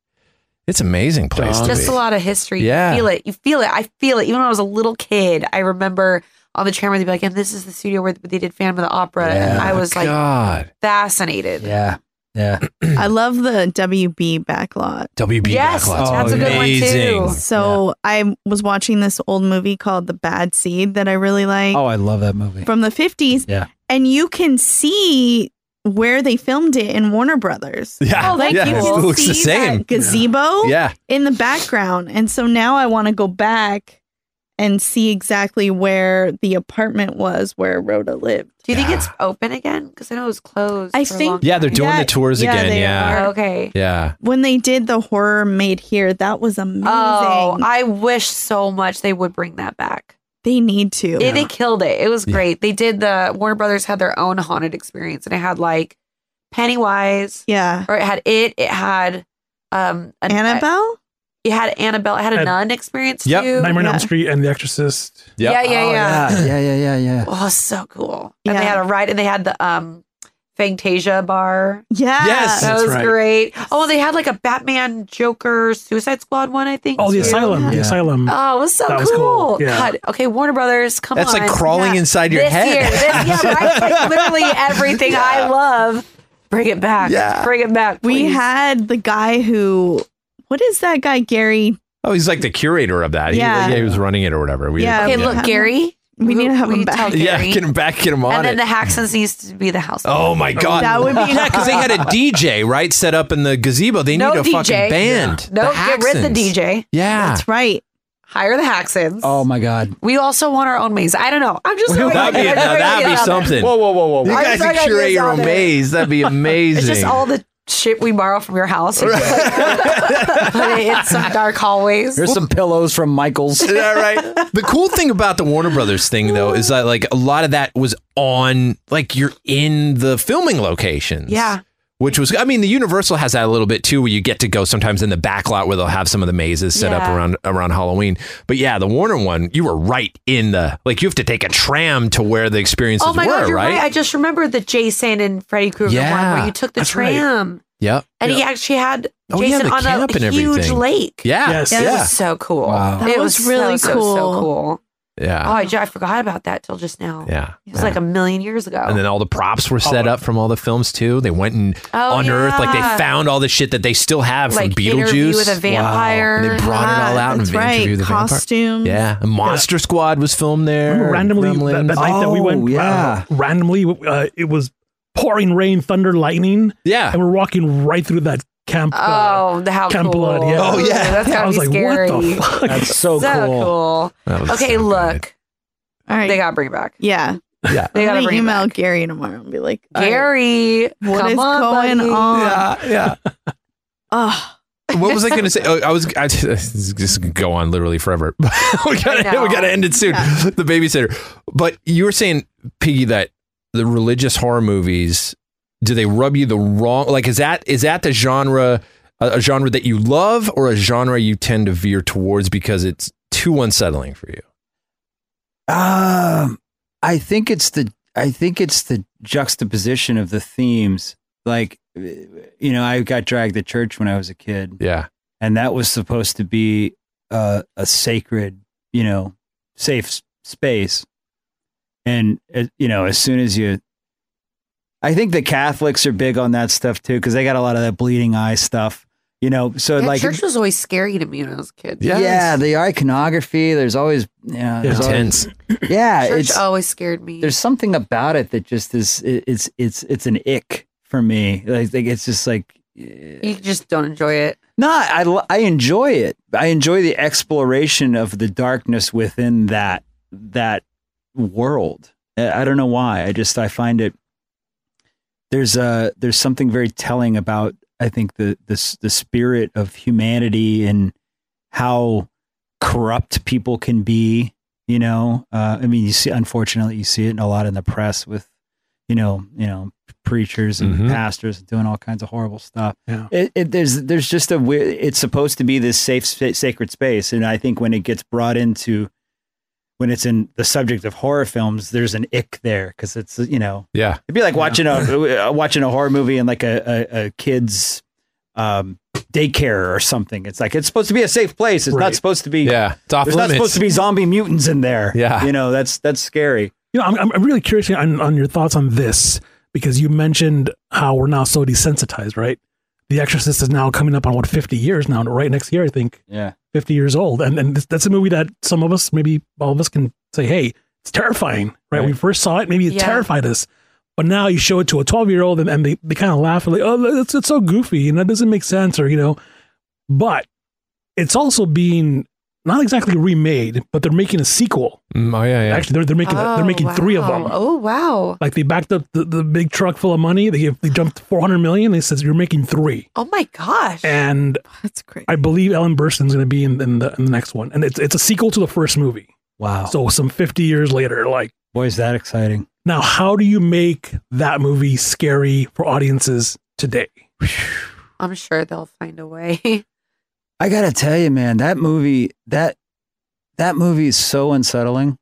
Speaker 4: it's amazing place. To
Speaker 9: just
Speaker 4: be.
Speaker 9: a lot of history.
Speaker 4: Yeah.
Speaker 9: You feel it. You feel it. I feel it. Even when I was a little kid, I remember on the train they'd be like, and this is the studio where they did Phantom of the Opera. and I was like
Speaker 4: God.
Speaker 9: fascinated.
Speaker 6: Yeah. Yeah.
Speaker 10: I love the WB backlot.
Speaker 4: WB
Speaker 9: Yes,
Speaker 4: Backlot's
Speaker 9: that's a good one,
Speaker 4: amazing.
Speaker 9: too.
Speaker 10: So I was watching this old movie called The Bad Seed that I really like
Speaker 6: Oh, I love that movie.
Speaker 10: from the 50s.
Speaker 6: Yeah.
Speaker 10: And you can see where they filmed it in Warner Brothers.
Speaker 9: Oh,
Speaker 4: Yeah.
Speaker 10: like
Speaker 4: Yeah,
Speaker 10: you
Speaker 4: it
Speaker 10: can
Speaker 4: still looks
Speaker 10: see
Speaker 4: the same.
Speaker 10: that gazebo
Speaker 4: Yeah.
Speaker 10: in the background. And so now I want to go back and see exactly where the apartment was where Rhoda lived.
Speaker 9: Do you think it's open again? Because I know it was closed.
Speaker 10: I
Speaker 9: for a
Speaker 10: think-
Speaker 9: long
Speaker 4: Yeah, they're doing
Speaker 10: Yeah,
Speaker 4: the tours
Speaker 10: yeah,
Speaker 4: again.
Speaker 10: they
Speaker 4: Yeah.
Speaker 10: are.
Speaker 9: time. Okay.
Speaker 4: Yeah.
Speaker 10: When they did the horror made here, that was amazing.
Speaker 9: Oh, I wish so much they would bring that back.
Speaker 10: they need to.
Speaker 9: Yeah, they killed it. It was great. They did the Warner Brothers had their own haunted experience, and it had like Pennywise.
Speaker 10: Yeah.
Speaker 9: or it had it. It had um an-
Speaker 10: Annabelle.
Speaker 9: It had Annabelle. It had a
Speaker 8: Had-
Speaker 9: nun experience
Speaker 8: Yep.
Speaker 9: too.
Speaker 8: Nightmare on Elm Street and The Exorcist.
Speaker 9: Yeah, yeah,
Speaker 6: Oh,
Speaker 9: yeah.
Speaker 6: yeah. Yeah. Yeah. Yeah. Yeah.
Speaker 9: Oh, so cool. And they had a ride, and they had the um Fantasia bar.
Speaker 10: Yeah.
Speaker 9: Yes, Uh, that
Speaker 8: That's
Speaker 9: was
Speaker 8: right.
Speaker 9: great. Oh, they had like a Batman, Joker, Suicide Squad one. I think.
Speaker 8: Oh, the
Speaker 9: too.
Speaker 8: asylum. The asylum.
Speaker 9: Oh, it was so cool.
Speaker 8: That was cool. Yeah.
Speaker 9: God. Okay, Warner Brothers, come
Speaker 4: That's
Speaker 9: on.
Speaker 4: like crawling inside your
Speaker 9: This
Speaker 4: head.
Speaker 9: year, this- yeah,
Speaker 4: *laughs*
Speaker 9: right? Like, literally everything I love. Bring it back.
Speaker 4: Yeah.
Speaker 9: Bring it back.
Speaker 10: We
Speaker 9: please.
Speaker 10: had the guy who, what is that guy, Gary?
Speaker 4: Oh, he's like the curator of that. He-
Speaker 10: Yeah.
Speaker 4: Yeah. He, was running it or whatever. We,
Speaker 10: Yeah.
Speaker 9: Okay,
Speaker 10: Yeah.
Speaker 9: look, Gary.
Speaker 10: We need to have
Speaker 9: will
Speaker 10: him
Speaker 9: you tell
Speaker 10: back.
Speaker 9: Gary?
Speaker 4: *laughs* Yeah. Get him back. Get him on
Speaker 9: and then
Speaker 4: it.
Speaker 9: the Haxons used to be the house.
Speaker 4: Oh my God!
Speaker 10: That would *laughs* be-
Speaker 4: *laughs* yeah, because they had a
Speaker 9: *laughs*
Speaker 4: DJ right set up in the gazebo. They
Speaker 9: no
Speaker 4: need a
Speaker 9: DJ.
Speaker 4: fucking band.
Speaker 9: No,
Speaker 4: The
Speaker 9: get rid of the
Speaker 4: Haxons.
Speaker 9: DJ.
Speaker 4: Yeah,
Speaker 10: That's right.
Speaker 5: Hire the Haxons.
Speaker 6: Oh my God.
Speaker 5: We also want our own maze. I don't know. I'm just throwing
Speaker 4: that'd be,
Speaker 5: ideas-
Speaker 4: now,
Speaker 5: throwing
Speaker 4: that'd be
Speaker 5: ideas out there.
Speaker 4: something.
Speaker 12: whoa, whoa, whoa.
Speaker 4: You
Speaker 5: I'm
Speaker 4: guys
Speaker 5: throwing
Speaker 4: can curate
Speaker 5: ideas
Speaker 4: your
Speaker 5: out
Speaker 4: own
Speaker 5: there.
Speaker 4: maze. That'd be
Speaker 5: *laughs*
Speaker 4: amazing.
Speaker 5: It's just all the shit we borrow from your house. and just, like, put it in
Speaker 4: *laughs*
Speaker 5: some dark hallways.
Speaker 6: Here's some pillows from
Speaker 4: *laughs*
Speaker 6: Michael's.
Speaker 4: Is that right? The cool thing about the Warner Brothers thing, though, is that like a lot of that was on, like you're in the filming locations.
Speaker 5: Yeah.
Speaker 4: Which was, I mean, the Universal has that a little bit too, where you get to go sometimes in the back lot where they'll have some of the mazes set up
Speaker 5: Yeah.
Speaker 4: around around Halloween. But yeah, the Warner one, you were right in the, like you have to take a tram to where the experiences
Speaker 5: Oh my
Speaker 4: were,
Speaker 5: god, you're right?
Speaker 4: right?
Speaker 5: I just remembered the Jason and Freddy Krueger one
Speaker 4: Yeah,
Speaker 5: where you took the
Speaker 4: that's right.
Speaker 5: tram.
Speaker 4: Yep.
Speaker 5: And he actually had
Speaker 4: Oh, yeah,
Speaker 5: Jason
Speaker 4: the
Speaker 5: on
Speaker 4: camp
Speaker 5: a
Speaker 4: and
Speaker 5: huge
Speaker 4: everything.
Speaker 5: lake.
Speaker 4: Yeah. *laughs* Yes.
Speaker 5: That
Speaker 4: Yeah.
Speaker 5: was so cool.
Speaker 4: Wow.
Speaker 10: That
Speaker 5: it
Speaker 10: was
Speaker 5: was,
Speaker 10: really
Speaker 5: so, so,
Speaker 10: cool.
Speaker 5: So cool.
Speaker 4: Yeah.
Speaker 5: Oh, I, ju- I forgot about that till just now.
Speaker 4: Yeah.
Speaker 5: It was like a million years ago.
Speaker 4: And then all the props were
Speaker 8: Oh.
Speaker 4: set up from all the films too. They went and
Speaker 5: Oh,
Speaker 4: unearthed, like
Speaker 5: yeah.
Speaker 4: they found all the shit that they still have
Speaker 5: Like,
Speaker 4: from
Speaker 5: Interview
Speaker 4: Beetlejuice
Speaker 5: with a Vampire.
Speaker 4: And they brought it all
Speaker 5: Yeah,
Speaker 4: out and
Speaker 5: that's
Speaker 4: interviewed
Speaker 5: right.
Speaker 4: the vampire.
Speaker 10: Costumes.
Speaker 4: Yeah, And Monster Squad was filmed there.
Speaker 8: Remember randomly that,
Speaker 4: Gremlins.
Speaker 8: that night that we went
Speaker 4: Oh,
Speaker 8: uh, randomly uh, it was pouring rain thunder lightning
Speaker 4: yeah
Speaker 8: and we're walking right through that camp uh,
Speaker 5: Oh, the how
Speaker 8: camp
Speaker 5: cool.
Speaker 8: blood yeah
Speaker 4: Oh,
Speaker 5: Ooh, That's
Speaker 8: I
Speaker 5: gotta
Speaker 8: was
Speaker 5: be
Speaker 8: like
Speaker 5: scary.
Speaker 8: what the fuck
Speaker 6: That's so,
Speaker 5: cool.
Speaker 4: That was
Speaker 5: Okay,
Speaker 4: so
Speaker 5: look.
Speaker 10: All right.
Speaker 5: They gotta bring it back.
Speaker 10: yeah.
Speaker 4: Yeah.
Speaker 5: They gotta
Speaker 10: I'm gonna
Speaker 5: bring it
Speaker 10: email
Speaker 5: back.
Speaker 10: Gary tomorrow and be like, all right,
Speaker 5: Gary,
Speaker 10: what
Speaker 5: come
Speaker 10: is
Speaker 5: on,
Speaker 10: going
Speaker 5: buddy.
Speaker 10: on?
Speaker 4: yeah.
Speaker 10: Ugh.
Speaker 4: What was I going to say? Oh, I was I, *laughs* this just go on literally forever. *laughs* we got
Speaker 5: I
Speaker 4: to
Speaker 5: know.
Speaker 4: we got to end it soon. The babysitter. But you were saying Piggy that the religious horror movies do they rub you the wrong like is that is that the genre a, a genre that you love or a genre you tend to veer towards because it's too unsettling for you?
Speaker 6: Um, I think it's the I think it's the juxtaposition of the themes. Like, you know, I got dragged to church when I was a kid,
Speaker 4: Yeah.
Speaker 6: and that was supposed to be a, a sacred, you know, safe s- space. And uh, you know, as soon as you, I think the Catholics are big on that stuff too because they got a lot of that bleeding eye stuff. You know, so
Speaker 5: Yeah,
Speaker 6: like,
Speaker 5: church was always scary to me when I was a kid.
Speaker 6: yeah, the iconography. There's always, yeah, there's always-
Speaker 4: Intense.
Speaker 6: yeah,
Speaker 5: Church
Speaker 6: it's
Speaker 5: always scared me.
Speaker 6: there's something about it that just is it- it's it's it's an ick for me like, like it's just like eh,
Speaker 5: You just don't enjoy it.
Speaker 6: no I, l- I enjoy it i enjoy the exploration of the darkness within that that world i I don't know why i just i find it there's a there's something very telling about i think the the, s- the spirit of humanity and how corrupt people can be you know uh, i mean you see unfortunately you see it in a lot in the press with you know you know preachers and
Speaker 4: Mhm.
Speaker 6: pastors doing all kinds of horrible stuff
Speaker 8: Yeah.
Speaker 6: it, it, there's there's just a weird it's supposed to be this safe sp- sacred space and i think when it gets brought into when it's in the subject of horror films there's an ick there because it's you know
Speaker 4: Yeah.
Speaker 6: It'd be like watching
Speaker 4: *laughs*
Speaker 6: a uh, watching a horror movie in like a a, a kids um, daycare or something. It's like it's supposed to be a safe place. It's
Speaker 8: Right.
Speaker 6: not supposed to be.
Speaker 4: Yeah. It's off
Speaker 6: There's not supposed
Speaker 4: limits.
Speaker 6: to be zombie mutants in there.
Speaker 4: Yeah.
Speaker 6: You know that's that's scary.
Speaker 8: You know, I'm- I'm, I'm really curious on, on your thoughts on this because you mentioned how we're now so desensitized, right? The Exorcist is now coming up on what 50 years now, right next year, I think,
Speaker 6: Yeah.
Speaker 8: 50 years old, and and this, that's a movie that some of us, maybe all of us, can say, hey, it's terrifying, right? We first saw it, maybe it
Speaker 5: Yeah.
Speaker 8: terrified us, but now you show it to a 12 year old, and, and they, they kind of laugh like, oh, it's it's so goofy, and that doesn't make sense, or you know, but it's also being not exactly remade, but they're making a sequel.
Speaker 4: Mm, oh yeah, yeah.
Speaker 8: Actually, they're they're making
Speaker 5: oh,
Speaker 8: they're making three of
Speaker 5: wow.
Speaker 8: them.
Speaker 5: Oh wow!
Speaker 8: Like they backed up the, the big truck full of money. They gave, they jumped 400 million. They says you're making three,
Speaker 5: Oh my gosh!
Speaker 8: and
Speaker 10: *laughs* That's crazy.
Speaker 8: I believe Ellen Burstyn's going to be in, in the in the next one, and it's it's a sequel to the first movie.
Speaker 6: Wow.
Speaker 8: So some 50 years later, like
Speaker 6: Boy, is that exciting.
Speaker 8: now, how do you make that movie scary for audiences today?
Speaker 5: I'm sure they'll find a way. *laughs*
Speaker 6: I gotta tell you, man, that movie that that movie is so unsettling.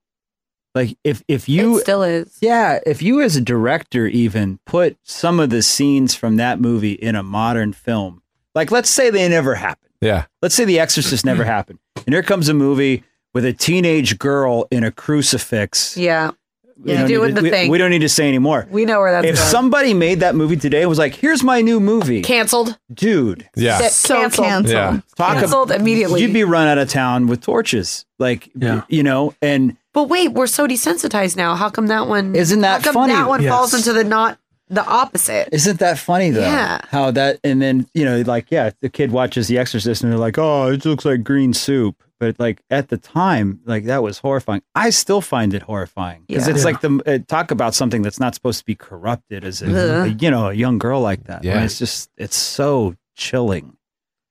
Speaker 6: Like if if you
Speaker 5: it still is.
Speaker 6: Yeah, if you as a director even put some of the scenes from that movie in a modern film, like let's say they never happened.
Speaker 4: Yeah.
Speaker 6: Let's say The
Speaker 5: *clears throat*
Speaker 6: Exorcist never happened. And here comes a movie with a teenage girl in a crucifix.
Speaker 5: Yeah,
Speaker 6: We
Speaker 5: Yeah.
Speaker 6: don't
Speaker 5: Doing
Speaker 6: need
Speaker 5: the
Speaker 6: to, we-
Speaker 5: thing.
Speaker 6: we don't need to say anymore.
Speaker 5: we know where that's
Speaker 6: If
Speaker 5: going.
Speaker 6: somebody made that movie today and was like, here's my new movie,
Speaker 5: canceled.
Speaker 6: dude,
Speaker 4: Yeah.
Speaker 5: Sit-
Speaker 10: So
Speaker 5: canceled.
Speaker 10: canceled.
Speaker 4: Yeah.
Speaker 6: talk about
Speaker 5: Canceled immediately.
Speaker 6: you'd be run out of town with torches. Like,
Speaker 8: Yeah.
Speaker 6: you know, and
Speaker 5: but wait, we're so desensitized now. How come that one?
Speaker 6: Isn't
Speaker 5: how
Speaker 6: that
Speaker 5: come
Speaker 6: funny?
Speaker 5: That one
Speaker 8: Yes.
Speaker 5: falls into the not the opposite.
Speaker 6: Isn't that funny though?
Speaker 5: Yeah.
Speaker 6: How that and then you know, like yeah, the kid watches The Exorcist and they're like, oh, it looks like green soup, but but like at the time, like that was horrifying. I still find it horrifying because
Speaker 8: Yeah.
Speaker 6: it's
Speaker 8: Yeah.
Speaker 6: like the uh, talk about something that's not supposed to be corrupted as a,
Speaker 8: Ugh.
Speaker 6: a, you know a young girl like that.
Speaker 8: Yeah.
Speaker 6: Yeah, it's just it's so chilling,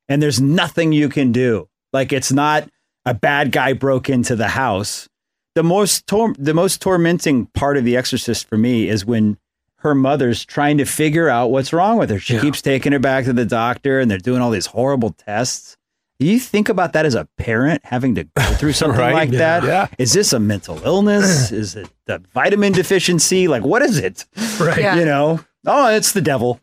Speaker 6: and there's nothing you can do. Like it's not a bad guy broke into the house. The most tor- the most tormenting part of The Exorcist for me is when her mother's trying to figure out what's wrong with her. She keeps taking her back to the doctor, and they're doing all these horrible tests. You think about that as a parent having to go through
Speaker 4: *laughs*
Speaker 6: something
Speaker 8: Right?
Speaker 6: like
Speaker 8: Yeah.
Speaker 6: that?
Speaker 8: Yeah.
Speaker 6: Is this a mental
Speaker 4: *clears throat*
Speaker 6: illness? is it the vitamin deficiency? Like, what is it?
Speaker 8: Right. Yeah.
Speaker 6: You know? Oh, it's
Speaker 4: *laughs*
Speaker 6: the devil.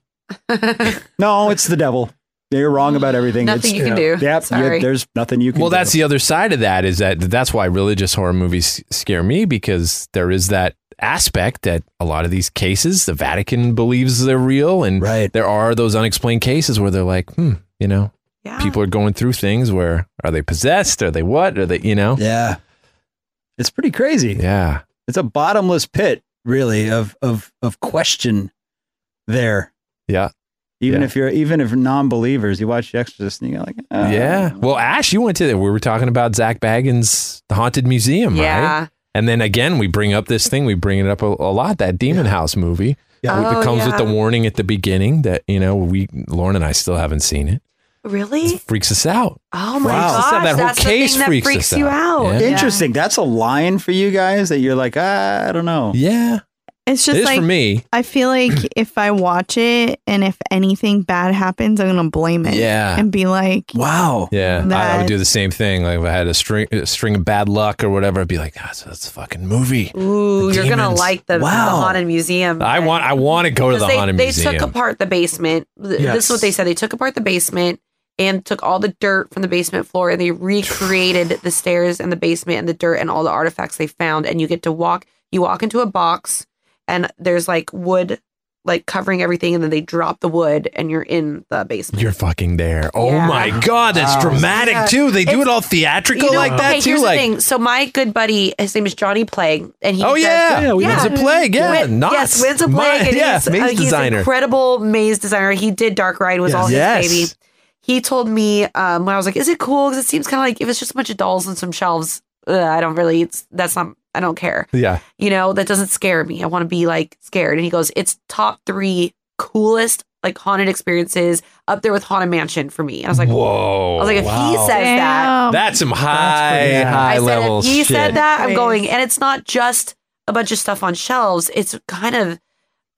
Speaker 6: no, it's the devil. You're wrong about everything.
Speaker 4: Nothing
Speaker 6: it's,
Speaker 4: you can do.
Speaker 6: Yep, yep,
Speaker 4: Sorry.
Speaker 6: there's nothing you can
Speaker 4: well,
Speaker 6: do.
Speaker 4: that's the other side of that is that that's why religious horror movies scare me because there is that aspect that a lot of these cases the Vatican believes they're real, and *laughs* there are those unexplained cases where they're like, hmm, you know, people are going through things where are they possessed? Are they what? Are they you know?
Speaker 6: Yeah, it's pretty crazy.
Speaker 4: Yeah,
Speaker 6: it's a bottomless pit, really, of of of question there.
Speaker 4: Yeah.
Speaker 6: Even
Speaker 4: Yeah.
Speaker 6: if you're even if non-believers, you watch The Exorcist and you're like, "Ah."
Speaker 4: yeah. Well, Ash, you went to that. We were talking about Zach Baggins' The Haunted Museum,
Speaker 6: Yeah.
Speaker 4: right? And then again, we bring up this thing. We bring it up a, a lot. That Demon House movie.
Speaker 9: Yeah.
Speaker 4: With-
Speaker 9: Oh,
Speaker 4: It comes with the
Speaker 9: yeah.
Speaker 4: warning at the beginning that you know we Lauren and I still haven't seen it.
Speaker 9: Really?
Speaker 4: Freaks us out.
Speaker 9: Oh my
Speaker 4: Freaks us out.
Speaker 9: gosh,
Speaker 4: That whole
Speaker 9: that's the
Speaker 4: case
Speaker 9: thing that
Speaker 4: freaks,
Speaker 9: freaks
Speaker 4: us
Speaker 9: you
Speaker 4: out.
Speaker 9: out.
Speaker 4: Yeah.
Speaker 6: Interesting. That's a line for you guys that you're like, ah, I don't know.
Speaker 4: Yeah.
Speaker 10: It's just
Speaker 6: It is
Speaker 10: like
Speaker 6: for me.
Speaker 10: I feel like if I watch it and if anything bad happens, I'm gonna blame it.
Speaker 4: Yeah.
Speaker 10: and be like,
Speaker 6: Wow.
Speaker 4: Yeah, I, I would
Speaker 10: That-
Speaker 4: do the same thing. Like if I had a string, a string of bad luck or whatever, I'd be like, ah, so that's a fucking movie.
Speaker 9: Ooh,
Speaker 4: The
Speaker 9: you're gonna
Speaker 4: demons.
Speaker 9: like the, the haunted museum.
Speaker 4: I want, I want to go to the
Speaker 9: Because they,
Speaker 4: haunted
Speaker 9: they
Speaker 4: museum.
Speaker 9: took apart the basement. Th- This
Speaker 4: Yes.
Speaker 9: is what they said. They took apart the basement and took all the dirt from the basement floor and they recreated the stairs and the basement and the dirt and all the artifacts they found. And you get to walk, you walk into a box and there's like wood like covering everything and then they drop the wood and you're in the basement.
Speaker 4: You're fucking there. Oh
Speaker 9: Yeah.
Speaker 4: my god, that's
Speaker 9: Wow.
Speaker 4: dramatic
Speaker 9: Yeah.
Speaker 4: too. They do it
Speaker 9: It's-
Speaker 4: all theatrical
Speaker 9: You know,
Speaker 4: like that
Speaker 9: okay,
Speaker 4: too.
Speaker 9: here's the
Speaker 4: Like
Speaker 9: thing. So my good buddy, his name is Johnny Plague, and he
Speaker 4: Oh,
Speaker 9: does-
Speaker 4: yeah. Yeah, we- Winds of Plague, yeah,
Speaker 9: Win-
Speaker 4: Knots.
Speaker 9: yes, Winds of
Speaker 4: My-
Speaker 9: Plague, and
Speaker 4: yeah,
Speaker 9: he's,
Speaker 4: maze
Speaker 9: uh, he's
Speaker 4: designer.
Speaker 9: incredible maze designer. He did Dark Ride was all his
Speaker 4: Yes.
Speaker 9: baby. He told me um, when I was like, "Is it cool?" Because it seems kind of like if it's just a bunch of dolls and some shelves, ugh, I don't really. It's that's not. I don't care.
Speaker 4: Yeah.
Speaker 9: You know that doesn't scare me. I want to be like scared. And he goes, "It's top three coolest." Like haunted experiences up there with haunted mansion for me. And I was like,
Speaker 4: Whoa.
Speaker 9: I was like, if he
Speaker 4: Wow.
Speaker 9: says that,
Speaker 4: That's some high,
Speaker 9: pretty
Speaker 4: high
Speaker 9: I said,
Speaker 4: level
Speaker 9: If he
Speaker 4: shit.
Speaker 9: said that, I'm going. And it's not just a bunch of stuff on shelves. It's kind of,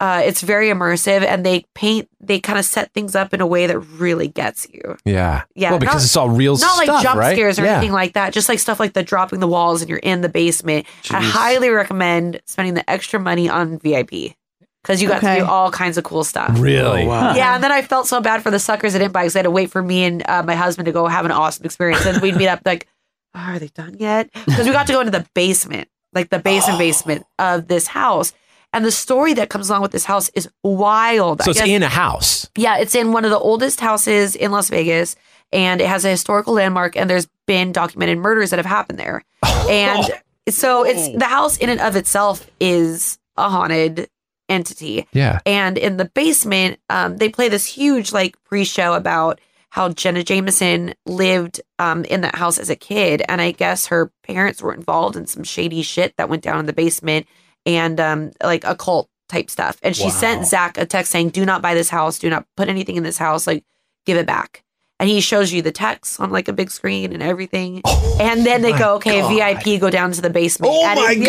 Speaker 9: uh, it's very immersive, and they paint, they kind of set things up in a way that really gets you.
Speaker 4: Yeah.
Speaker 9: Yeah,
Speaker 4: Well, because
Speaker 9: not-
Speaker 4: it's all real
Speaker 9: Not
Speaker 4: stuff,
Speaker 9: like jump
Speaker 4: right?
Speaker 9: scares or
Speaker 4: Yeah.
Speaker 9: anything like that. Just like stuff like the dropping the walls and you're in the basement. I
Speaker 4: Jeez.
Speaker 9: highly recommend spending the extra money on VIP because you got
Speaker 10: Okay.
Speaker 9: to do all kinds of cool stuff.
Speaker 4: Really? Oh, wow.
Speaker 9: Yeah. And then I felt so bad for the suckers that didn't buy because they had to wait for me and uh, my husband to go have an awesome experience. And we'd meet up like, "Oh, are they done yet? Because we got to go into the basement, like the
Speaker 4: Oh.
Speaker 9: basement basement of this house. And the story that comes along with this house is wild.
Speaker 4: So
Speaker 9: I
Speaker 4: it's
Speaker 9: guess-
Speaker 4: in a house.
Speaker 9: yeah, it's in one of the oldest houses in Las Vegas, and it has a historical landmark. And there's been documented murders that have happened
Speaker 4: *laughs*
Speaker 9: there,
Speaker 4: Oh.
Speaker 9: and so it's the house in and of itself is a haunted entity.
Speaker 4: Yeah.
Speaker 9: and in the basement, um, they play this huge like pre-show about how Jenna Jameson lived um, in that house as a kid, and I guess her parents were involved in some shady shit that went down in the basement, and um, like occult type stuff. And she sent Zach a text saying, "Do not buy this house. Do not put anything in this house. Like, give it back." And he shows you the text on like a big screen and everything. and then they
Speaker 4: Oh my
Speaker 9: go, "Okay,
Speaker 4: God.
Speaker 9: VIP, go down to the basement."
Speaker 4: Oh
Speaker 9: And
Speaker 4: my
Speaker 9: it- yeah,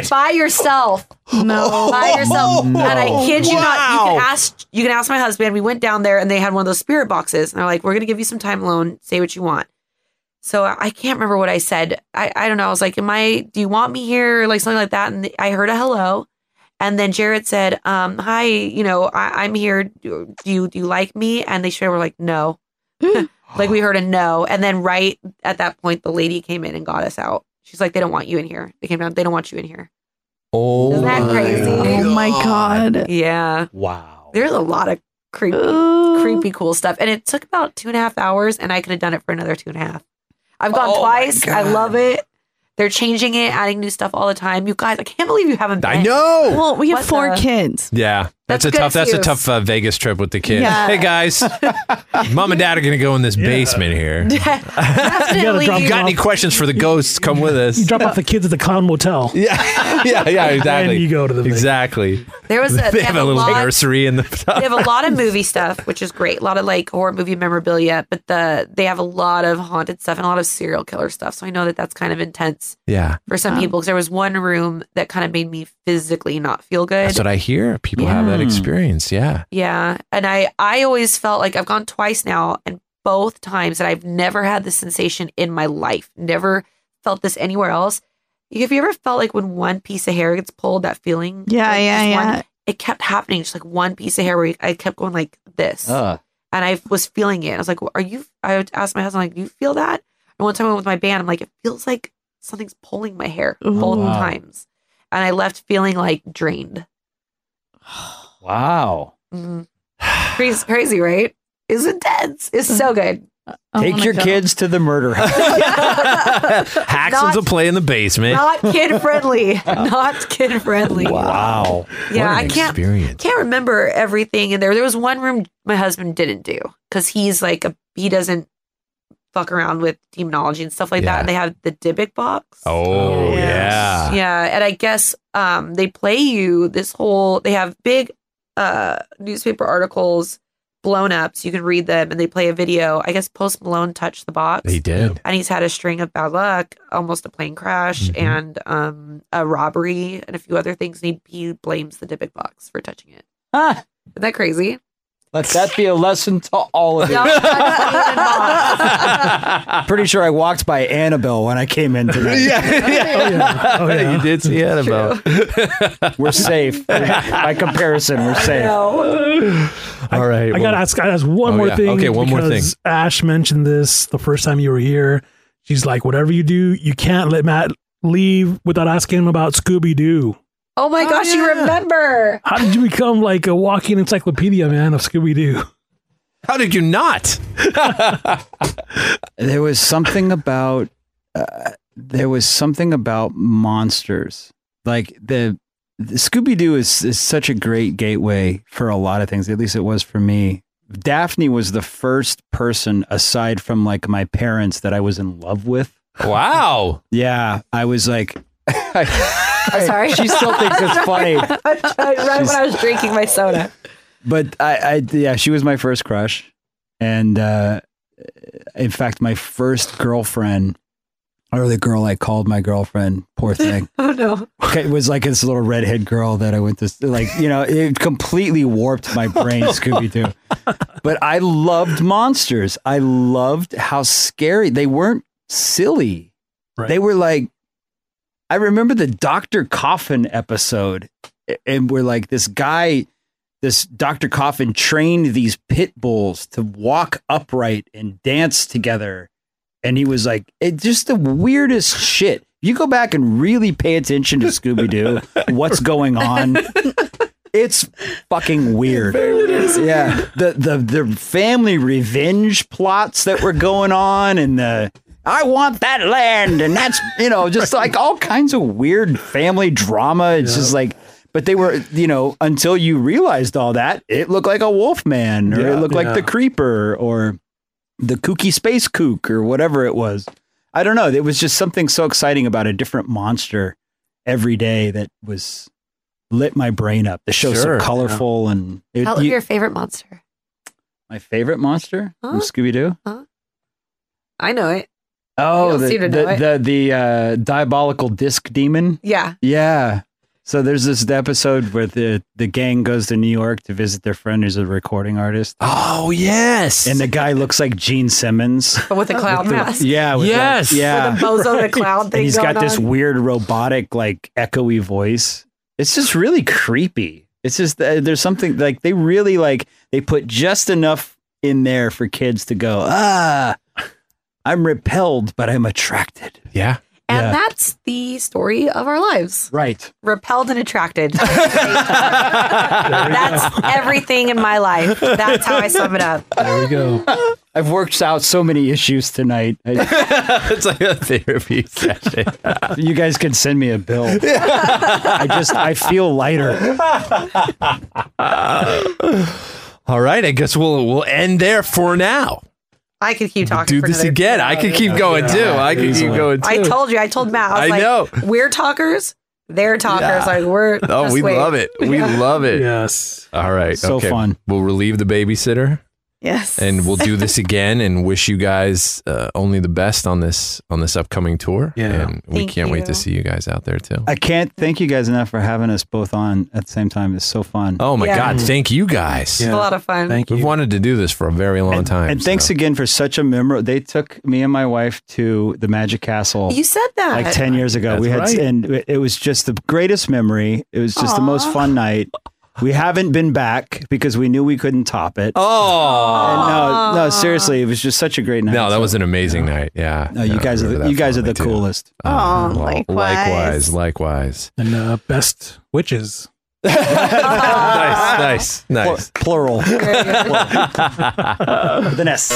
Speaker 4: God.
Speaker 9: by yourself.
Speaker 10: No,
Speaker 4: *laughs*
Speaker 9: by yourself.
Speaker 4: No.
Speaker 9: And I
Speaker 10: Oh,
Speaker 9: kid you not. You
Speaker 4: Wow.
Speaker 9: can ask. You can ask my husband. We went down there and they had one of those spirit boxes, and they're like, "We're gonna give you some time alone. Say what you want." So I I can't remember what I said. I, I don't know. I was like, "Am I? Do you want me here?" Or like something like that. And I heard a hello, and then Jared said, um, "Hi, you know, I, I'm here. Do you do you like me?" And they straight were like, "No." *laughs* like we heard a no, and then right at that point, the lady came in and got us out. She's like, "They don't want you in here." They came down. They don't want you in here.
Speaker 4: Oh,
Speaker 9: Isn't that crazy?
Speaker 10: Oh my god.
Speaker 9: Yeah.
Speaker 6: Wow.
Speaker 9: There's a lot of creepy, creepy, cool stuff. And it took about two and a half hours, and I could have done it for another two and a half. I've gone twice. I love it. They're
Speaker 10: *laughs*
Speaker 9: changing it, adding new stuff all the time. You guys, I can't believe you haven't. Been.
Speaker 4: I know.
Speaker 10: Well, we have
Speaker 9: What
Speaker 10: four
Speaker 9: the-
Speaker 10: kids.
Speaker 4: Yeah. That's, a
Speaker 10: good
Speaker 4: tough. That's a
Speaker 10: excuse.
Speaker 4: tough uh, Vegas trip with the kids.
Speaker 10: Yeah.
Speaker 4: Hey
Speaker 9: *laughs*
Speaker 4: guys, mom and dad are gonna go in this basement here.
Speaker 8: Definitely. drop
Speaker 4: you got any questions for the ghosts? Come with us.
Speaker 8: You drop off the kids at the con motel.
Speaker 4: Yeah, yeah, *laughs* yeah, exactly.
Speaker 8: And you go to the
Speaker 4: exactly.
Speaker 10: There was a-
Speaker 4: *laughs* they,
Speaker 10: they
Speaker 4: have
Speaker 10: have
Speaker 4: a
Speaker 10: a
Speaker 4: little
Speaker 10: lot-
Speaker 4: nursery in the. *laughs*
Speaker 10: they have a lot of movie stuff, which is great. A lot of like horror movie memorabilia, but the they have a lot of haunted stuff and a lot of serial killer stuff. So I know that that's kind of intense
Speaker 4: Yeah,
Speaker 10: for some people because there was one room that kind of made me physically not feel good.
Speaker 4: that's what I hear. People have that
Speaker 10: Yeah.
Speaker 4: experience. Yeah.
Speaker 10: Yeah, and I I always felt like I've gone twice now, and both times that I've never had this sensation in my life. Never felt this anywhere else. Have you ever felt like when one piece of hair gets pulled, that feeling?
Speaker 9: Yeah,
Speaker 10: Like,
Speaker 9: yeah,
Speaker 10: just one-
Speaker 9: yeah.
Speaker 10: it kept happening, just like one piece of hair where I kept going like this, and I was feeling it. I was like, "Are you?" I would ask my husband, "Like, do you feel that?" And one time I went with my band, I'm like, "It feels like something's pulling my hair
Speaker 9: Ooh.
Speaker 10: both
Speaker 9: Oh, Wow.
Speaker 10: times," and I left feeling like drained.
Speaker 13: Wow.
Speaker 10: Mm. crazy, crazy, right? It's intense. It's so good.
Speaker 13: Take your kids to the murder house.
Speaker 4: Haxons
Speaker 10: Not-
Speaker 4: will play in the basement.
Speaker 10: *laughs* Not kid friendly. *laughs* Not kid friendly.
Speaker 4: Wow.
Speaker 10: Yeah,
Speaker 4: What an
Speaker 10: I can't
Speaker 4: Experience.
Speaker 10: can't remember everything in there. There was one room my husband didn't do because he's like a he doesn't fuck around with demonology and stuff like that.
Speaker 4: Yeah.
Speaker 10: And they have the Dybbuk box.
Speaker 4: Oh yeah.
Speaker 10: Yeah, and I guess um, they play you this whole. They have big uh, newspaper articles blown up, so you can read them, and they play a video. I guess Post Malone touched the box.
Speaker 4: He did.
Speaker 10: and he's had a string of bad luck, almost a plane crash,
Speaker 4: Mhm.
Speaker 10: and um, a robbery, and a few other things. And he, he blames the Dybbuk box for touching it.
Speaker 13: Ah.
Speaker 10: Isn't that *laughs* crazy?
Speaker 13: *laughs* Let that be a lesson to all of
Speaker 10: Oh,
Speaker 13: you.
Speaker 6: Pretty sure I walked by Annabelle when I came in today.
Speaker 13: *laughs* yeah.
Speaker 4: Oh, yeah. You did see Annabelle.
Speaker 13: *laughs*
Speaker 6: We're safe. By comparison, we're safe.
Speaker 4: All right.
Speaker 8: I
Speaker 4: well-
Speaker 8: gotta ask. I gotta ask one
Speaker 4: Oh,
Speaker 8: more
Speaker 4: yeah.
Speaker 8: thing.
Speaker 4: Okay, one more thing.
Speaker 8: because Ash mentioned this the first time you were here. She's like, whatever you do, you can't let Matt leave without asking him about Scooby Doo.
Speaker 10: Oh my gosh, you remember? *laughs*
Speaker 8: How did you become like a walking encyclopedia, man, of Scooby Doo?
Speaker 4: How did you not?
Speaker 6: There was something about uh, there was something about monsters. Like the, the Scooby Doo is, is such a great gateway for a lot of things. At least it was for me. Daphne was the first person aside from like my parents that I was in love with.
Speaker 4: Wow.
Speaker 6: Yeah, I was like *laughs*
Speaker 10: I'm sorry.
Speaker 6: She still thinks it's funny.
Speaker 10: right when I was drinking my soda.
Speaker 6: but I, I yeah, she was my first crush, and uh, in fact, my first girlfriend, or the girl I called my girlfriend, poor thing.
Speaker 10: oh no!
Speaker 6: It was like this little redhead girl that I went to, like you know, it completely warped my brain, Scooby Doo. But I loved monsters. I loved how scary they weren't. Silly. They were like I remember the Dr. Coffin episode, a- and we're like, this guy, this Dr. Coffin trained these pit bulls to walk upright and dance together. And he was like, it's just the weirdest shit. You go back and really pay attention to Scooby Doo, what's going on. It's fucking weird. Yeah. *laughs* The the the family revenge plots that were going on and the I want that land and that's you know, just like all kinds of weird family drama. It's just like but they were, you know, until you realized all that, it looked like a wolf man or
Speaker 13: Yeah.
Speaker 6: it looked like the
Speaker 13: Yeah.
Speaker 6: creeper or the kooky space kook or whatever it was. I don't know. It was just something so exciting about a different monster every day that was lit my brain up. The show's
Speaker 4: Sure.
Speaker 6: so colorful and it,
Speaker 10: Tell
Speaker 6: you-
Speaker 10: your favorite monster.
Speaker 6: my favorite monster from
Speaker 10: Huh?
Speaker 6: Scooby Doo.
Speaker 10: I know it.
Speaker 6: Oh,
Speaker 10: don't
Speaker 6: the
Speaker 10: seem
Speaker 6: the,
Speaker 10: to know it.
Speaker 6: the the uh, diabolical disc demon.
Speaker 10: Yeah.
Speaker 6: Yeah. So there's this episode where the the gang goes to New York to visit their friend who's a recording artist.
Speaker 4: Oh yes.
Speaker 6: And the guy looks like
Speaker 10: *laughs*
Speaker 6: Gene Simmons.
Speaker 10: But with a clown
Speaker 6: the-
Speaker 10: mask.
Speaker 6: yeah. with
Speaker 10: Yes.
Speaker 6: That, yeah.
Speaker 10: With a bozo the clown
Speaker 6: And *laughs*
Speaker 10: thing
Speaker 6: he's got
Speaker 10: going
Speaker 6: this
Speaker 10: on.
Speaker 6: weird robotic, like echoey voice. It's just really creepy. It's just uh, there's something like they really like they put just enough in there for kids to go ah. I'm repelled, but I'm attracted.
Speaker 4: Yeah.
Speaker 5: And
Speaker 6: Yeah.
Speaker 5: that's the story of our lives.
Speaker 6: Right.
Speaker 5: Repelled and attracted. that's everything in my life. That's how I sum it up.
Speaker 6: There we go. I've worked out so many issues tonight.
Speaker 4: it's like a *laughs* therapy session.
Speaker 6: *laughs* you guys can send me a *laughs* bill. I just I feel lighter.
Speaker 4: All right, I guess we'll we'll end there for now.
Speaker 5: I could keep talking.
Speaker 4: Do
Speaker 5: for
Speaker 4: this
Speaker 5: another-
Speaker 4: again. I could keep going too. I could keep going too.
Speaker 5: I told you. I told Matt. I, was
Speaker 4: I
Speaker 5: like,
Speaker 4: know.
Speaker 5: We're talkers. They're talkers.
Speaker 4: Yeah.
Speaker 5: Like we're.
Speaker 4: Oh,
Speaker 5: just
Speaker 4: we
Speaker 5: wait.
Speaker 4: love it. We
Speaker 5: Yeah.
Speaker 4: love it. Yes. All right.
Speaker 6: So
Speaker 4: okay.
Speaker 6: fun.
Speaker 4: We'll relieve the babysitter.
Speaker 10: Yes.
Speaker 4: And we'll do this again and wish you guys uh, only the best on this on this upcoming tour. Yeah. And we
Speaker 10: Thank
Speaker 4: can't wait to
Speaker 10: you.
Speaker 4: see you guys out there too.
Speaker 6: I can't thank you guys enough for having us both on at the same time. It's so fun.
Speaker 4: Oh my God. Thank you guys.
Speaker 6: It's a lot
Speaker 5: of fun.
Speaker 4: We've wanted to do this for a very long time.
Speaker 6: And thanks again for such a memorable. They took me and my wife to the Magic Castle.
Speaker 5: You said that.
Speaker 6: like ten years ago. we had,
Speaker 5: That's right.
Speaker 6: and it- it was just the greatest memory. It was just the most fun night. We haven't been back because we knew we couldn't top it.
Speaker 4: Oh.
Speaker 6: And no, no, seriously, it was just such a great night.
Speaker 4: No, that was an amazing night. Yeah.
Speaker 6: No, you guys are the, you guys are the coolest.
Speaker 10: Oh,
Speaker 4: Well, likewise, likewise.
Speaker 8: *laughs* And uh, best witches.
Speaker 4: nice, nice.
Speaker 6: Plural. *laughs* the nest.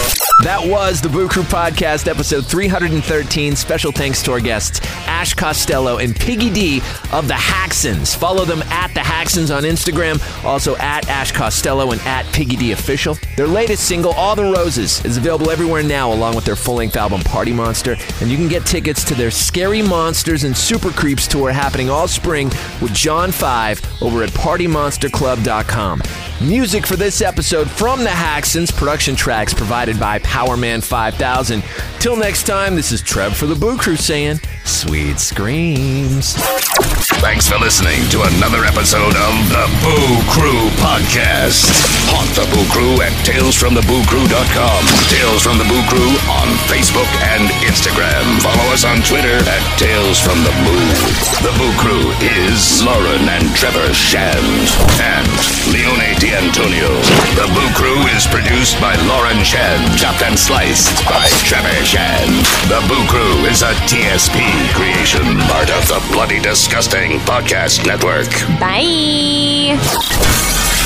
Speaker 12: That was the Boo Crew Podcast, episode 313. Special thanks to our guests, Ash Costello and Piggy D of the Haxons. Follow them at the Haxons on Instagram, also at Ash Costello and at Piggy D Official. Their latest single, All the Roses, is available everywhere now, along with their full length album, Party Monster. And you can get tickets to their Scary Monsters and Super Creeps tour happening all spring with John Five over at PartyMonsterClub.com. Music for this episode from the Haxons, production tracks provided by Powerman 5000. Till next time, this is Trev for the Boo Crew saying, Sweet Screams.
Speaker 3: Thanks for listening to another episode of the Boo Crew Podcast. Haunt the Boo Crew at talesfromthebooCrew.com. Tales from the Boo Crew on Facebook and Instagram. Follow us on Twitter at Tales from the Boo. The Boo Crew is Lauren and Trevor Shand and Leone D'Antonio. The Boo Crew is produced by Lauren Shand, chopped and sliced by Trevor Shand. The Boo Crew is a TSP creation, part of the Bloody Disgusting Podcast Network.
Speaker 1: Bye.